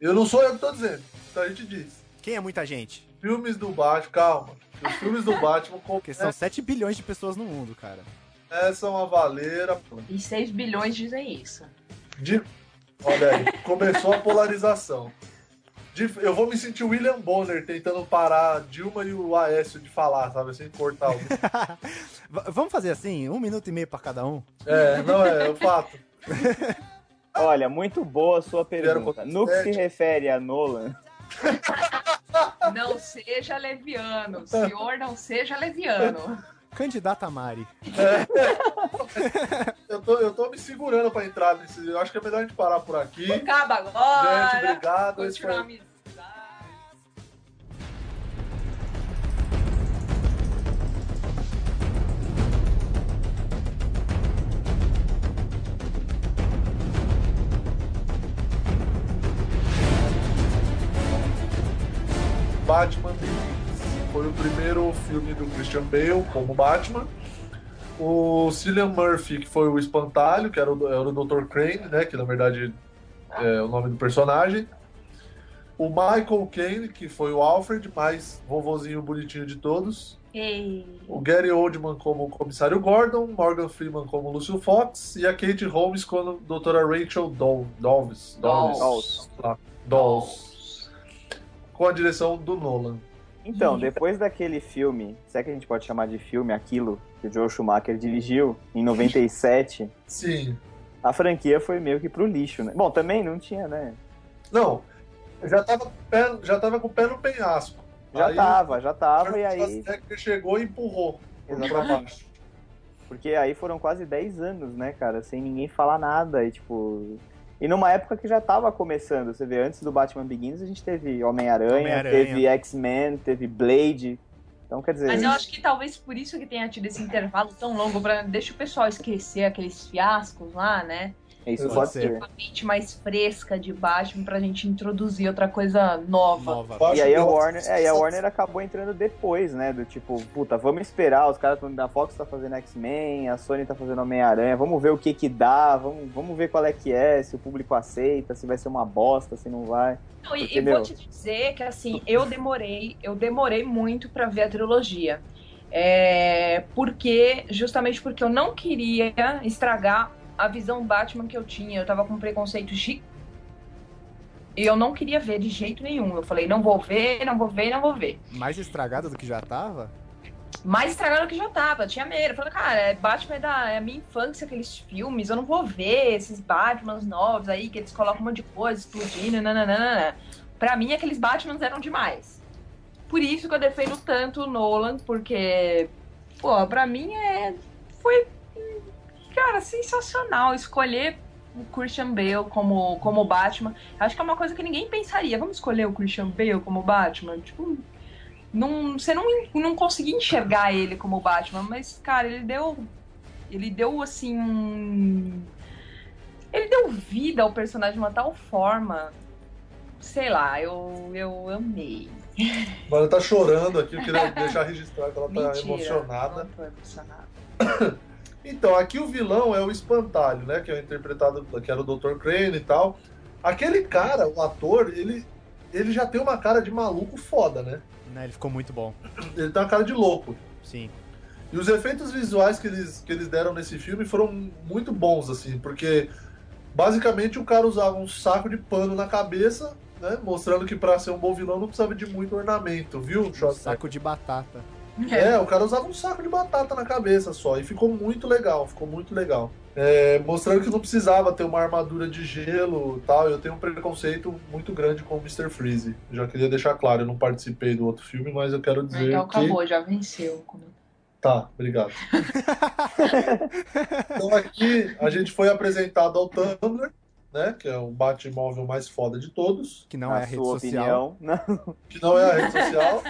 [SPEAKER 1] Eu não sou eu que tô dizendo, então a gente diz.
[SPEAKER 3] Quem é muita gente?
[SPEAKER 1] Filmes do Batman, calma. Os filmes do Batman
[SPEAKER 3] Porque são
[SPEAKER 1] começam
[SPEAKER 3] 7 bilhões de pessoas no mundo, cara.
[SPEAKER 1] a valeira.
[SPEAKER 4] E 6 bilhões dizem isso.
[SPEAKER 1] De... Olha aí, começou a polarização. De- Eu vou me sentir William Bonner tentando parar a Dilma e o Aécio de falar, sabe? Sem cortar o.
[SPEAKER 3] V- vamos fazer assim, um minuto e meio pra cada um?
[SPEAKER 1] É, não é, é um fato.
[SPEAKER 2] Olha, muito boa a sua
[SPEAKER 1] Vieram
[SPEAKER 2] pergunta.
[SPEAKER 1] com
[SPEAKER 2] No que se
[SPEAKER 1] sete.
[SPEAKER 2] refere a Nolan,
[SPEAKER 4] Não seja leviano. Senhor, não seja leviano.
[SPEAKER 3] Candidata Mari.
[SPEAKER 1] Eu tô, eu tô me segurando pra entrar nesse. Eu acho que é melhor a gente parar por aqui. Gente,
[SPEAKER 4] Acaba agora.
[SPEAKER 1] obrigado. Esse
[SPEAKER 4] Continua
[SPEAKER 1] foi-
[SPEAKER 4] a amizade.
[SPEAKER 1] Batman Begins. Foi o primeiro filme do Christian Bale como Batman. O Cillian Murphy, que foi o Espantalho, que era o, era o Dr. Crane, né? Que na verdade é o nome do personagem. O Michael Caine, que foi o Alfred, mais vovozinho bonitinho de todos.
[SPEAKER 4] Ei.
[SPEAKER 1] O Gary Oldman como o Comissário Gordon, Morgan Freeman como Lúcio Fox e a Kate Holmes como Doutora Rachel Dol- Dolls. Dolls.
[SPEAKER 2] Dolls.
[SPEAKER 1] Lá, Dolls. Com a direção do Nolan.
[SPEAKER 4] Uhum.
[SPEAKER 2] Então, depois daquele filme, se é que a gente pode chamar de filme aquilo que o Joe Schumacher dirigiu em 97,
[SPEAKER 1] Sim.
[SPEAKER 2] a franquia foi meio que pro lixo, né? Bom, também não tinha, né?
[SPEAKER 1] Não, eu já tava, com o pé- já tava com o pé no penhasco.
[SPEAKER 2] Já
[SPEAKER 1] Aí,
[SPEAKER 2] tava, já
[SPEAKER 1] o
[SPEAKER 2] tava,
[SPEAKER 1] Arnold
[SPEAKER 2] e aí.
[SPEAKER 1] Schwarzenegger chegou e empurrou por pra baixo.
[SPEAKER 2] Porque aí foram quase 10 anos, né, cara, sem ninguém falar nada. E tipo. E numa época que já tava começando, você vê, antes do Batman Begins a gente teve Homem-Aranha,
[SPEAKER 3] Homem-Aranha.
[SPEAKER 2] teve X-Men, teve Blade. Então, quer dizer.
[SPEAKER 4] Mas eu acho que talvez por isso que tenha tido esse intervalo tão longo pra deixa o pessoal esquecer aqueles fiascos lá, né?
[SPEAKER 2] é isso
[SPEAKER 3] Pode
[SPEAKER 2] pode,
[SPEAKER 3] ser.
[SPEAKER 2] ser.
[SPEAKER 4] Uma mente mais fresca de Batman pra gente introduzir outra coisa nova.
[SPEAKER 3] Nova.
[SPEAKER 1] Acho
[SPEAKER 2] E aí
[SPEAKER 1] que
[SPEAKER 2] a
[SPEAKER 1] eu-
[SPEAKER 2] Warner, é, e a Warner acabou entrando depois, né? Do tipo, puta, vamos esperar, os caras tão- da Fox tá fazendo X-Men, a Sony tá fazendo Homem-Aranha, vamos ver o que que dá, vamos, vamos ver qual é que é, se o público aceita, se vai ser uma bosta, se não vai.
[SPEAKER 4] Não, e,
[SPEAKER 2] Porque,
[SPEAKER 4] e vou
[SPEAKER 2] meu-
[SPEAKER 4] te dizer que assim, eu demorei, eu demorei muito pra ver a trilogia. É, porque, justamente porque eu não queria estragar a visão Batman que eu tinha. Eu tava com um preconceito gigante. E eu não queria ver de jeito nenhum. Eu falei, não vou ver, não vou ver, não vou ver.
[SPEAKER 3] Mais estragada do que já tava?
[SPEAKER 4] mais estragado que já tava. Eu tinha medo. Eu falei, cara, é Batman é da é a minha infância, aqueles filmes. Eu não vou ver esses Batmans novos aí, que eles colocam um monte de coisa explodindo, nananana. Pra mim, aqueles Batmans eram demais. Por isso que eu defendo tanto o Nolan, porque, pô, pra mim é. Foi, hum, cara, sensacional escolher o Christian Bale como, como Batman. Acho que é uma coisa que ninguém pensaria. Vamos escolher o Christian Bale como Batman? Tipo, não, você não, não conseguia enxergar ele como Batman, mas, cara, ele deu. Ele deu, assim. um- Ele deu vida ao personagem de uma tal forma. Sei lá, eu, eu amei.
[SPEAKER 1] Mano, tá chorando aqui, eu queria deixar registrado que ela tá
[SPEAKER 4] Mentira.
[SPEAKER 1] emocionada.
[SPEAKER 4] Não tô emocionada.
[SPEAKER 1] Então, aqui o vilão é o Espantalho, né? Que é o interpretado, que era o Dr. Crane e tal. Aquele cara, o ator, ele, ele já tem uma cara de maluco foda, né?
[SPEAKER 3] Né, ele ficou muito bom.
[SPEAKER 1] Ele tem uma cara de louco.
[SPEAKER 3] Sim.
[SPEAKER 1] E os efeitos visuais que eles, que eles deram nesse filme foram muito bons, assim, porque basicamente o cara usava um saco de pano na cabeça, né? Mostrando que pra ser um bom vilão não precisava de muito ornamento, viu, Schwarzenegger?
[SPEAKER 3] Um Saco de batata.
[SPEAKER 1] É, o cara usava um saco de batata na cabeça só, e ficou muito legal, ficou muito legal. É, mostrando que não precisava ter uma armadura de gelo e tal. Eu tenho um preconceito muito grande com o Mr. Freeze. Já queria deixar claro, eu não participei do outro filme, mas eu quero dizer
[SPEAKER 4] Então
[SPEAKER 1] que.
[SPEAKER 4] acabou, já venceu.
[SPEAKER 1] Tá, obrigado. então aqui a gente foi apresentado ao Tumblr, né? Que é o Batmóvel mais foda de todos,
[SPEAKER 3] Que não
[SPEAKER 2] na
[SPEAKER 3] é a rede
[SPEAKER 2] sua opinião.
[SPEAKER 3] social.
[SPEAKER 2] Não,
[SPEAKER 1] que não é a rede social.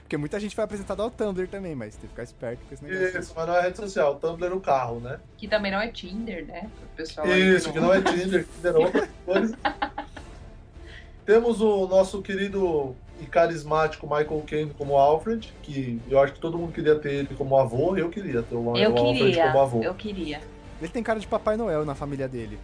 [SPEAKER 3] Porque muita gente foi apresentada ao Tumblr também, mas tem que ficar esperto com esse negócio.
[SPEAKER 1] Isso, mas não é a rede social. O Tumblr é o carro, né?
[SPEAKER 4] Que também não é Tinder, né? Pro pessoal aí
[SPEAKER 1] Isso, que não é Tinder, Tinder é outra coisa. Temos o nosso querido e carismático Michael Caine como Alfred, que eu acho que todo mundo queria ter ele como avô, eu queria ter o,
[SPEAKER 4] Eu
[SPEAKER 1] o Alfred
[SPEAKER 4] queria,
[SPEAKER 1] como avô.
[SPEAKER 4] eu queria.
[SPEAKER 3] Ele tem cara de Papai Noel na família dele.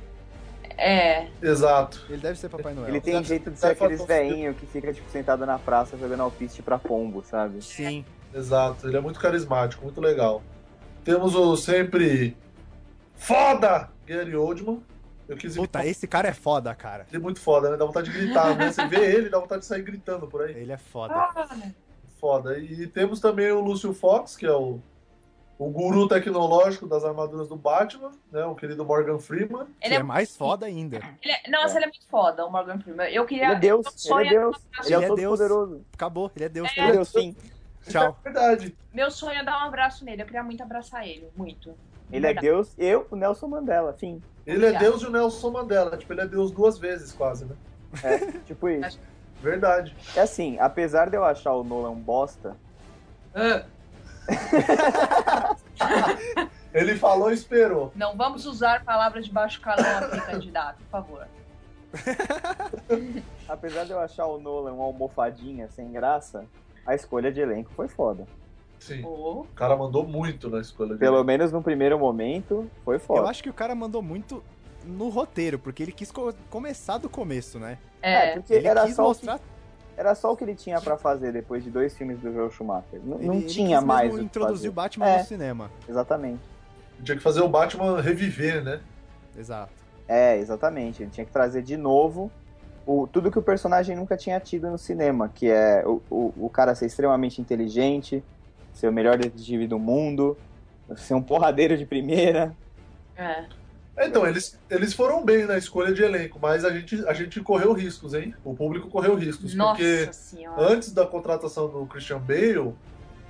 [SPEAKER 4] É,
[SPEAKER 1] Exato.
[SPEAKER 3] Ele deve ser Papai Noel.
[SPEAKER 2] ele tem jeito de ser aqueles veinhos que fica, tipo, sentado na praça jogando alpiste pra pombo, sabe?
[SPEAKER 3] Sim.
[SPEAKER 1] Exato, ele é muito carismático, muito legal. Temos o sempre foda Gary Oldman. Eu quis
[SPEAKER 3] Puta, esse cara é foda, cara.
[SPEAKER 1] ele é muito foda, né? Dá vontade de gritar, né? Você vê ele, dá vontade de sair gritando por aí.
[SPEAKER 3] Ele é foda.
[SPEAKER 4] Ah,
[SPEAKER 1] Tá
[SPEAKER 4] né?
[SPEAKER 3] É.
[SPEAKER 1] Foda. E temos também o Lúcio Fox, que é o, o guru tecnológico das armaduras do Batman, né? O querido Morgan Freeman.
[SPEAKER 4] ele
[SPEAKER 3] que é...
[SPEAKER 4] é,
[SPEAKER 3] mais foda ainda.
[SPEAKER 4] ele é- nossa, ele é muito foda, o Morgan Freeman. Eu queria.
[SPEAKER 2] Ele é Deus,
[SPEAKER 4] eu sonho
[SPEAKER 2] ele é Deus,
[SPEAKER 4] abraço.
[SPEAKER 2] ele é
[SPEAKER 3] Ele é
[SPEAKER 2] o todo
[SPEAKER 3] Deus.
[SPEAKER 2] poderoso.
[SPEAKER 3] Acabou, ele é Deus.
[SPEAKER 2] Ele é Deus, sim.
[SPEAKER 3] Tchau.
[SPEAKER 1] É verdade.
[SPEAKER 4] Meu sonho é dar um abraço nele. Eu queria muito abraçar ele, muito.
[SPEAKER 2] Ele é
[SPEAKER 4] Verdade.
[SPEAKER 2] Deus, eu, o Nelson Mandela, fim.
[SPEAKER 1] Ele é
[SPEAKER 4] Já.
[SPEAKER 1] Deus e o Nelson Mandela. Tipo, ele é Deus duas vezes, quase, né?
[SPEAKER 2] Tipo isso.
[SPEAKER 1] Verdade.
[SPEAKER 2] É assim, apesar de eu achar o Nolan um bosta,
[SPEAKER 4] Ah,
[SPEAKER 1] Ele falou e esperou.
[SPEAKER 4] não vamos usar palavras de baixo calão aqui, candidato, por favor.
[SPEAKER 2] apesar de eu achar o Nolan uma almofadinha sem graça, a escolha de elenco foi foda.
[SPEAKER 1] Sim.
[SPEAKER 4] Oh,
[SPEAKER 1] O cara mandou muito na escolha dele.
[SPEAKER 2] Pelo menos no primeiro momento, foi
[SPEAKER 3] Eu
[SPEAKER 2] foda.
[SPEAKER 3] acho que o cara mandou muito no roteiro, porque ele quis co- começar do começo, né?
[SPEAKER 2] É,
[SPEAKER 4] é,
[SPEAKER 2] porque
[SPEAKER 3] Ele
[SPEAKER 2] era
[SPEAKER 3] quis
[SPEAKER 2] só, o que,
[SPEAKER 3] mostrar
[SPEAKER 2] era só o que ele tinha pra fazer depois de dois filmes do Joel Schumacher. Não,
[SPEAKER 3] ele,
[SPEAKER 2] não
[SPEAKER 3] ele
[SPEAKER 2] tinha
[SPEAKER 3] quis
[SPEAKER 2] mais
[SPEAKER 3] mesmo
[SPEAKER 2] o que
[SPEAKER 3] introduzir
[SPEAKER 2] fazer.
[SPEAKER 3] o Batman
[SPEAKER 2] É.
[SPEAKER 3] no cinema.
[SPEAKER 2] Exatamente.
[SPEAKER 1] Tinha que fazer o Batman reviver, né?
[SPEAKER 3] Exato.
[SPEAKER 2] É, exatamente. Ele tinha que trazer de novo o, tudo que o personagem nunca tinha tido no cinema, que é o, o, o cara ser extremamente inteligente, ser o melhor detetive do mundo, ser um porradeiro de primeira.
[SPEAKER 4] é.
[SPEAKER 1] Então, eles, eles foram bem na escolha de elenco, mas a gente, a gente correu riscos, hein? O público correu riscos.
[SPEAKER 4] Nossa
[SPEAKER 1] Porque
[SPEAKER 4] senhora.
[SPEAKER 1] antes da contratação do Christian Bale,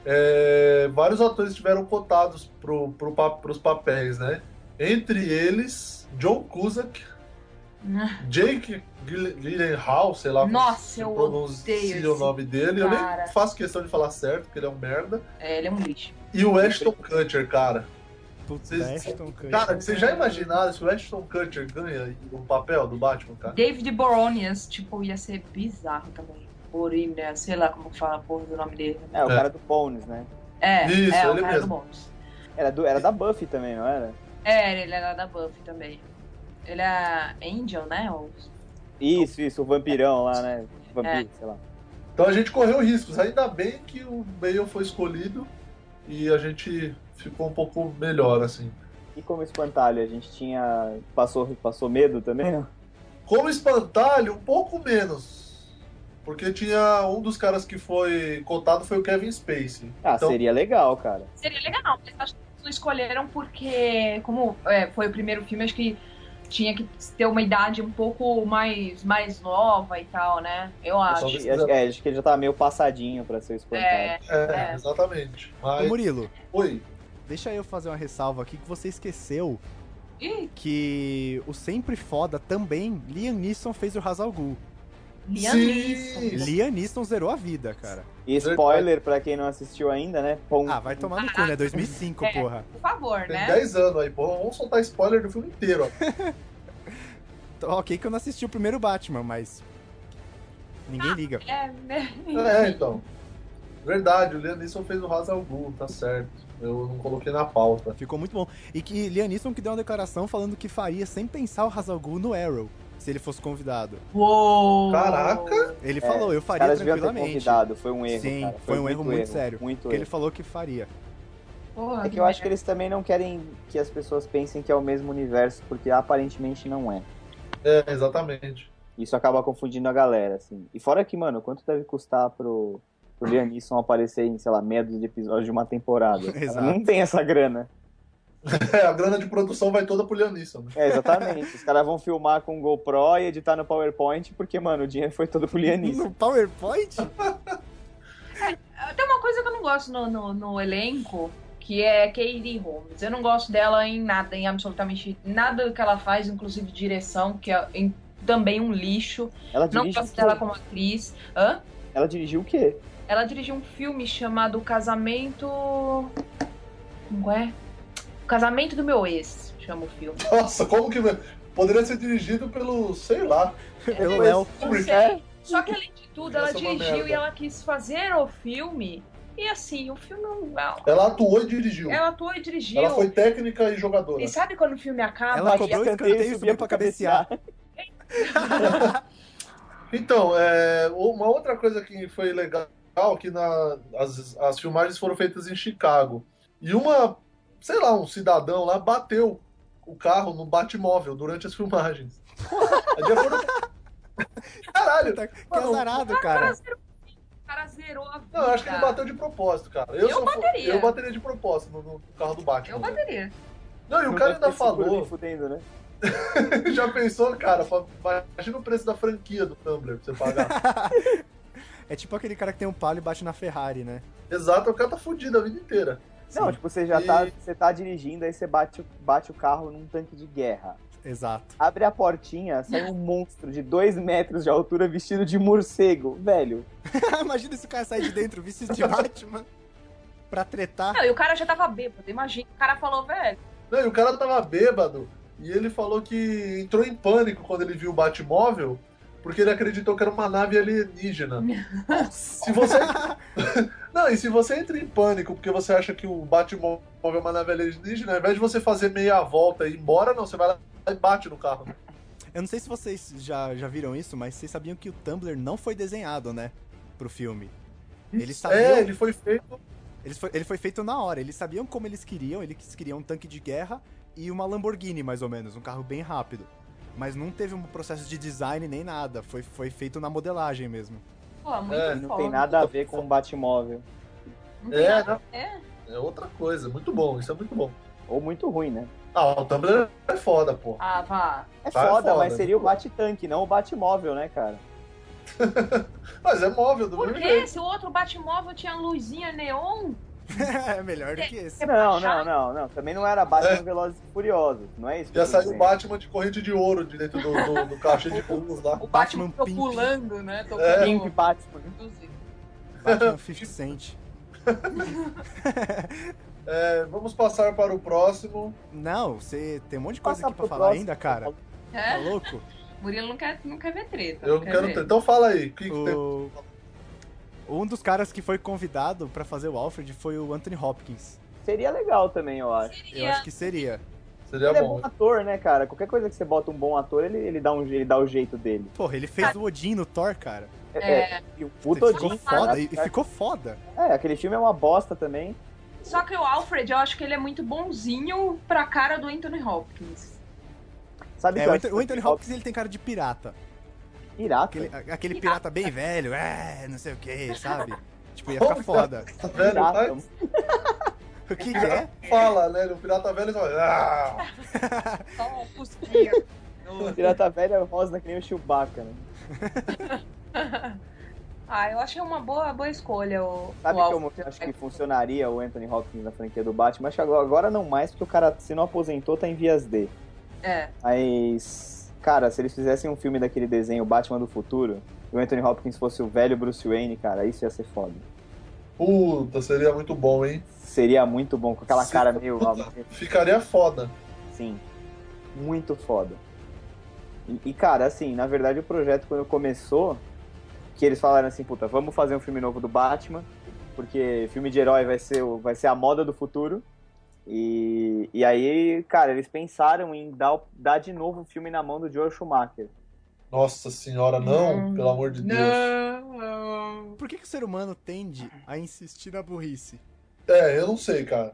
[SPEAKER 1] é, vários atores tiveram cotados pro, pro, pa- pros papéis, né? Entre eles, John Cusack, Jake Gyllen- Gyllenhaal, sei lá como
[SPEAKER 4] Nossa, eu
[SPEAKER 1] pronuncia
[SPEAKER 4] odeio
[SPEAKER 1] o nome dele. Eu
[SPEAKER 4] cara.
[SPEAKER 1] nem faço questão de falar certo, porque ele é um merda.
[SPEAKER 4] É, ele é um lixo.
[SPEAKER 1] E o Ashton Kutcher, cara.
[SPEAKER 3] Putz,
[SPEAKER 1] Vocês-
[SPEAKER 3] Ashton Kutcher.
[SPEAKER 1] Cara, vocês já imaginaram se o Ashton Kutcher ganha um papel do Batman, cara?
[SPEAKER 4] David Boronias, tipo, ia ser bizarro também. Boronias, sei lá como fala a porra do nome dele.
[SPEAKER 2] É, o
[SPEAKER 1] É.
[SPEAKER 2] cara do Bones, né?
[SPEAKER 4] É,
[SPEAKER 1] Isso,
[SPEAKER 4] é
[SPEAKER 1] ele
[SPEAKER 4] o cara
[SPEAKER 1] mesmo.
[SPEAKER 4] do Bones.
[SPEAKER 2] Era, do, era da Buffy também, não era?
[SPEAKER 4] É, ele era da Buffy também. Ele é Angel, né? Ou-
[SPEAKER 2] Isso, isso, o vampirão lá, né? Vampiro, sei lá.
[SPEAKER 1] Então a gente correu riscos. Ainda bem que o Bale foi escolhido e a gente ficou um pouco melhor, assim.
[SPEAKER 2] E como espantalho, a gente tinha. Passou, passou medo também? não?
[SPEAKER 1] Como espantalho, um pouco menos. Porque tinha um dos caras que foi cotado foi o Kevin Spacey.
[SPEAKER 2] Ah,
[SPEAKER 1] então,
[SPEAKER 2] seria legal, cara.
[SPEAKER 4] Seria legal, mas acho que eles não escolheram porque, como é, foi o primeiro filme, acho que tinha que ter uma idade um pouco mais, mais nova e tal, né? Eu acho.
[SPEAKER 1] Talvez
[SPEAKER 2] E acho- É, acho que ele já tava meio passadinho pra ser o espantalho.
[SPEAKER 4] É,
[SPEAKER 1] é,
[SPEAKER 4] É.
[SPEAKER 1] exatamente.
[SPEAKER 3] Ô,
[SPEAKER 1] Mas,
[SPEAKER 3] Murilo,
[SPEAKER 1] oi,
[SPEAKER 3] deixa eu fazer uma ressalva aqui que você esqueceu
[SPEAKER 4] Ih,
[SPEAKER 3] que o sempre foda também, Liam Neeson fez o Hazal Ghul.
[SPEAKER 4] Liam
[SPEAKER 1] Sim.
[SPEAKER 4] Neeson.
[SPEAKER 3] Liam Neeson zerou a vida, cara.
[SPEAKER 2] E spoiler pra quem não assistiu ainda, né? Pum.
[SPEAKER 3] Ah, vai tomar no cu, né? 2005,
[SPEAKER 4] É.
[SPEAKER 3] porra.
[SPEAKER 4] Por favor,
[SPEAKER 1] tem
[SPEAKER 4] né?
[SPEAKER 1] 10 anos aí, porra. Vamos soltar spoiler do filme inteiro, ó.
[SPEAKER 3] Tô- ok que eu não assisti o primeiro Batman, mas... Ninguém liga.
[SPEAKER 4] É, né?
[SPEAKER 1] É, então. Verdade, o Leonisson fez o Hazal Bull, tá certo. Eu não coloquei na pauta.
[SPEAKER 3] Ficou muito bom. E que Lianisson que deu uma declaração falando que faria sem pensar o Hazal Gul no Arrow, se ele fosse convidado.
[SPEAKER 4] Uou!
[SPEAKER 1] Caraca!
[SPEAKER 3] Ele
[SPEAKER 2] É,
[SPEAKER 3] falou, eu
[SPEAKER 2] Os
[SPEAKER 3] faria
[SPEAKER 2] caras deviam ter
[SPEAKER 3] tranquilamente.
[SPEAKER 2] convidado, foi um erro.
[SPEAKER 3] Sim,
[SPEAKER 2] cara.
[SPEAKER 3] foi um erro muito sério.
[SPEAKER 2] Muito
[SPEAKER 3] Que ele
[SPEAKER 2] erro.
[SPEAKER 3] falou que faria.
[SPEAKER 4] Porra,
[SPEAKER 2] É que eu acho que eles também não querem que as pessoas pensem que é o mesmo universo, porque aparentemente não é.
[SPEAKER 1] É, exatamente.
[SPEAKER 2] Isso acaba confundindo a galera, assim. E fora que, mano, quanto deve custar pro, pro Lianisson aparecer em, sei lá, meia dúzia de episódios de uma temporada? Cara,
[SPEAKER 3] Exato.
[SPEAKER 2] Não tem essa grana.
[SPEAKER 1] É, a grana de produção vai toda pro Leonisson, né?
[SPEAKER 2] É, exatamente. Os caras vão filmar com o GoPro e editar no PowerPoint, porque, mano, o dinheiro foi todo pro Lianisson.
[SPEAKER 3] No PowerPoint?
[SPEAKER 4] Tem uma coisa que eu não gosto no, no, no elenco, que é Katie Holmes. Eu não gosto dela em nada, em absolutamente nada que ela faz, inclusive direção, que é em- também um lixo.
[SPEAKER 2] Ela
[SPEAKER 4] Não
[SPEAKER 2] dirige, o
[SPEAKER 4] gosto
[SPEAKER 2] quê?
[SPEAKER 4] dela como atriz. Hã?
[SPEAKER 2] ela dirigiu o quê?
[SPEAKER 4] Ela dirigiu um filme chamado Casamento. Como é? O Casamento do Meu Ex, chama o filme.
[SPEAKER 1] Nossa, como que. Poderia ser dirigido pelo, sei lá.
[SPEAKER 3] Pelo Léo.
[SPEAKER 4] Não sei.
[SPEAKER 2] É?
[SPEAKER 4] Só que além de tudo, ela
[SPEAKER 1] Essa é uma
[SPEAKER 4] dirigiu
[SPEAKER 1] merda.
[SPEAKER 4] e ela quis fazer o filme. E assim, o filme não.
[SPEAKER 1] Ela atuou e dirigiu. Ela,
[SPEAKER 4] Ela atuou e dirigiu.
[SPEAKER 1] foi técnica e jogadora.
[SPEAKER 4] E sabe quando o filme acaba?
[SPEAKER 3] Ela
[SPEAKER 4] e
[SPEAKER 3] cobrou
[SPEAKER 2] Batia
[SPEAKER 3] escanteio e
[SPEAKER 2] subia
[SPEAKER 3] subiu pra cabecear.
[SPEAKER 1] Então, é, uma outra coisa que foi legal que na- as, as filmagens foram feitas em Chicago. E uma, sei lá, um cidadão lá bateu o carro no Batmóvel durante as filmagens. É de acordo com- Caralho!
[SPEAKER 3] Tá- Que azarado,
[SPEAKER 4] O cara
[SPEAKER 3] cara.
[SPEAKER 4] zerou, o cara zerou a vida.
[SPEAKER 1] Não, eu acho que ele bateu de propósito, cara. Eu,
[SPEAKER 4] Eu
[SPEAKER 1] se fo-
[SPEAKER 4] bateria.
[SPEAKER 1] Eu bateria de propósito no, no carro do Batman.
[SPEAKER 4] Eu bateria.
[SPEAKER 1] Não, e o
[SPEAKER 2] Não
[SPEAKER 1] cara
[SPEAKER 2] vai ter
[SPEAKER 1] ainda
[SPEAKER 2] seguro nem
[SPEAKER 1] falou,
[SPEAKER 2] Fudendo, né?
[SPEAKER 1] já pensou, cara, fa- imagina o preço da franquia do Tumblr pra você pagar.
[SPEAKER 3] É tipo aquele cara que tem um palio e bate na Ferrari, né?
[SPEAKER 1] Exato, o cara tá fudido a vida inteira.
[SPEAKER 2] Não,
[SPEAKER 3] Sim,
[SPEAKER 2] tipo, você já
[SPEAKER 1] E-
[SPEAKER 2] tá, você tá dirigindo, aí você bate, o- bate o carro num tanque de guerra.
[SPEAKER 3] tipo- Exato.
[SPEAKER 2] Abre a portinha, sai um monstro de 2 metros de altura vestido de morcego. Velho,
[SPEAKER 3] Imagina se o cara sair de dentro, vice de Batman, pra tretar.
[SPEAKER 4] Não, e o cara já tava bêbado, imagina. O cara falou, velho,
[SPEAKER 1] Não, e o cara tava bêbado e ele falou que entrou em pânico quando ele viu o Batmóvel, porque ele acreditou que era uma nave alienígena. Se você. Não, e se você entra em pânico porque você acha que o Batmóvel é uma nave alienígena, ao invés de você fazer meia volta e ir embora, não, você vai lá e bate no carro.
[SPEAKER 3] Eu não sei se vocês já, já viram isso, mas vocês sabiam que o Tumblr não foi desenhado, né? Pro filme. Eles sabiam.
[SPEAKER 1] É, ele foi feito.
[SPEAKER 3] eles foi- ele foi feito na hora. Eles sabiam como eles queriam. Eles queriam um tanque de guerra e uma Lamborghini, mais ou menos. Um carro bem rápido. Mas não teve um processo de design nem nada. Foi, foi feito na modelagem mesmo.
[SPEAKER 4] pô, muito
[SPEAKER 1] É,
[SPEAKER 4] é,
[SPEAKER 2] não tem nada a ver com um Batmóvel.
[SPEAKER 4] Não tem
[SPEAKER 1] É,
[SPEAKER 4] nada.
[SPEAKER 1] não,
[SPEAKER 4] É.
[SPEAKER 1] é outra coisa. Muito bom, isso é muito bom.
[SPEAKER 2] Ou muito ruim, né?
[SPEAKER 1] Ah, o Tumblr é foda, pô.
[SPEAKER 4] Ah, vá.
[SPEAKER 2] É
[SPEAKER 1] Tá, é
[SPEAKER 2] foda,
[SPEAKER 1] foda.
[SPEAKER 2] mas seria o Bate-Tanque, não o Batmóvel, né, cara?
[SPEAKER 1] Mas é móvel do
[SPEAKER 4] Por
[SPEAKER 1] mesmo
[SPEAKER 4] que
[SPEAKER 1] jeito.
[SPEAKER 4] esse outro Batmóvel tinha luzinha neon?
[SPEAKER 3] é melhor do que esse.
[SPEAKER 2] Não, não,
[SPEAKER 4] baixar?
[SPEAKER 2] não, não. Também não era Batman
[SPEAKER 1] É.
[SPEAKER 2] Velozes e Furiosos, não é isso? que
[SPEAKER 1] Já
[SPEAKER 2] eu tô
[SPEAKER 1] saiu o
[SPEAKER 2] dizendo.
[SPEAKER 1] Batman de corrente de ouro de dentro do, do, do caixa de pulos lá.
[SPEAKER 4] O
[SPEAKER 3] Batman
[SPEAKER 4] Batman, ficou
[SPEAKER 3] Pimp.
[SPEAKER 4] pulando, né? Tô
[SPEAKER 1] É.
[SPEAKER 2] Pimp Batman.
[SPEAKER 3] Batman 50 Cent.
[SPEAKER 1] É, vamos passar para o próximo.
[SPEAKER 3] Não, você tem um monte de coisa
[SPEAKER 2] Passa
[SPEAKER 3] aqui pra
[SPEAKER 2] pro
[SPEAKER 3] falar
[SPEAKER 2] próximo.
[SPEAKER 3] ainda, cara. Tá
[SPEAKER 4] É,
[SPEAKER 3] louco?
[SPEAKER 4] Murilo não quer, não quer ver treta.
[SPEAKER 1] Eu não
[SPEAKER 4] quer
[SPEAKER 1] quero.
[SPEAKER 4] ver.
[SPEAKER 1] ter- Então fala aí. Que que tem-
[SPEAKER 3] O- Um dos caras que foi convidado pra fazer o Alfred foi o Anthony Hopkins.
[SPEAKER 2] Seria legal também, eu acho.
[SPEAKER 3] Eu
[SPEAKER 4] Seria.
[SPEAKER 3] acho que seria.
[SPEAKER 1] Seria
[SPEAKER 2] ele é
[SPEAKER 1] bom.
[SPEAKER 2] bom ator, né, cara? Qualquer coisa que você bota um bom ator, ele, ele, dá, um, ele dá o jeito dele.
[SPEAKER 3] Porra, ele fez o Odin no Thor, cara.
[SPEAKER 4] É,
[SPEAKER 2] E o puto
[SPEAKER 3] Ele ficou
[SPEAKER 2] Odin,
[SPEAKER 3] foda.
[SPEAKER 2] cara,
[SPEAKER 3] E e ficou foda.
[SPEAKER 2] É, aquele filme é uma bosta também.
[SPEAKER 4] Só que o Alfred, eu acho que ele é muito bonzinho pra cara do Anthony Hopkins.
[SPEAKER 2] Sabe
[SPEAKER 3] É,
[SPEAKER 2] que eu
[SPEAKER 3] o
[SPEAKER 2] acho
[SPEAKER 3] Anthony, o Anthony
[SPEAKER 2] que é
[SPEAKER 3] Hopkins ele tem cara de pirata.
[SPEAKER 2] um Pirata.
[SPEAKER 3] Aquele, a- aquele pirata bem velho, é, não sei o que, sabe? Tipo, ia ficar
[SPEAKER 1] Como
[SPEAKER 3] foda.
[SPEAKER 1] Tá velho,
[SPEAKER 2] um pirata.
[SPEAKER 1] tá?
[SPEAKER 3] O que, que é?
[SPEAKER 1] Fala, né? O pirata velho só. Ah!
[SPEAKER 4] Só cuspia.
[SPEAKER 2] um Pirata velha rosa que nem o Chewbacca, né?
[SPEAKER 4] ah, eu achei uma boa, boa escolha o,
[SPEAKER 2] Sabe
[SPEAKER 4] o
[SPEAKER 2] como
[SPEAKER 4] Alfred.
[SPEAKER 2] eu acho que funcionaria o Anthony Hopkins na franquia do Batman? Acho que agora- agora não mais, porque o cara, se não aposentou, tá em vias D.
[SPEAKER 4] É.
[SPEAKER 2] Mas, cara, se eles fizessem um filme daquele desenho Batman do Futuro, e o Anthony Hopkins fosse o velho Bruce Wayne, cara, isso ia ser foda.
[SPEAKER 1] Puta, seria muito bom, hein?
[SPEAKER 2] Seria muito bom, com aquela
[SPEAKER 1] Sim,
[SPEAKER 2] cara meio...
[SPEAKER 1] puta. Ficaria foda.
[SPEAKER 2] Sim. Muito foda. E, e, cara, assim, na verdade o projeto quando começou, que eles falaram assim, puta, vamos fazer um filme novo do Batman. porque filme de herói vai ser, o- vai ser a moda do futuro. E, e aí, cara, eles pensaram em dar, o- dar de novo o filme na mão do Joel Schumacher.
[SPEAKER 1] Nossa senhora, não,
[SPEAKER 8] Não.
[SPEAKER 1] pelo amor de Deus.
[SPEAKER 4] Não.
[SPEAKER 3] Por que, que o ser humano tende a insistir na burrice?
[SPEAKER 1] É, eu não sei, cara.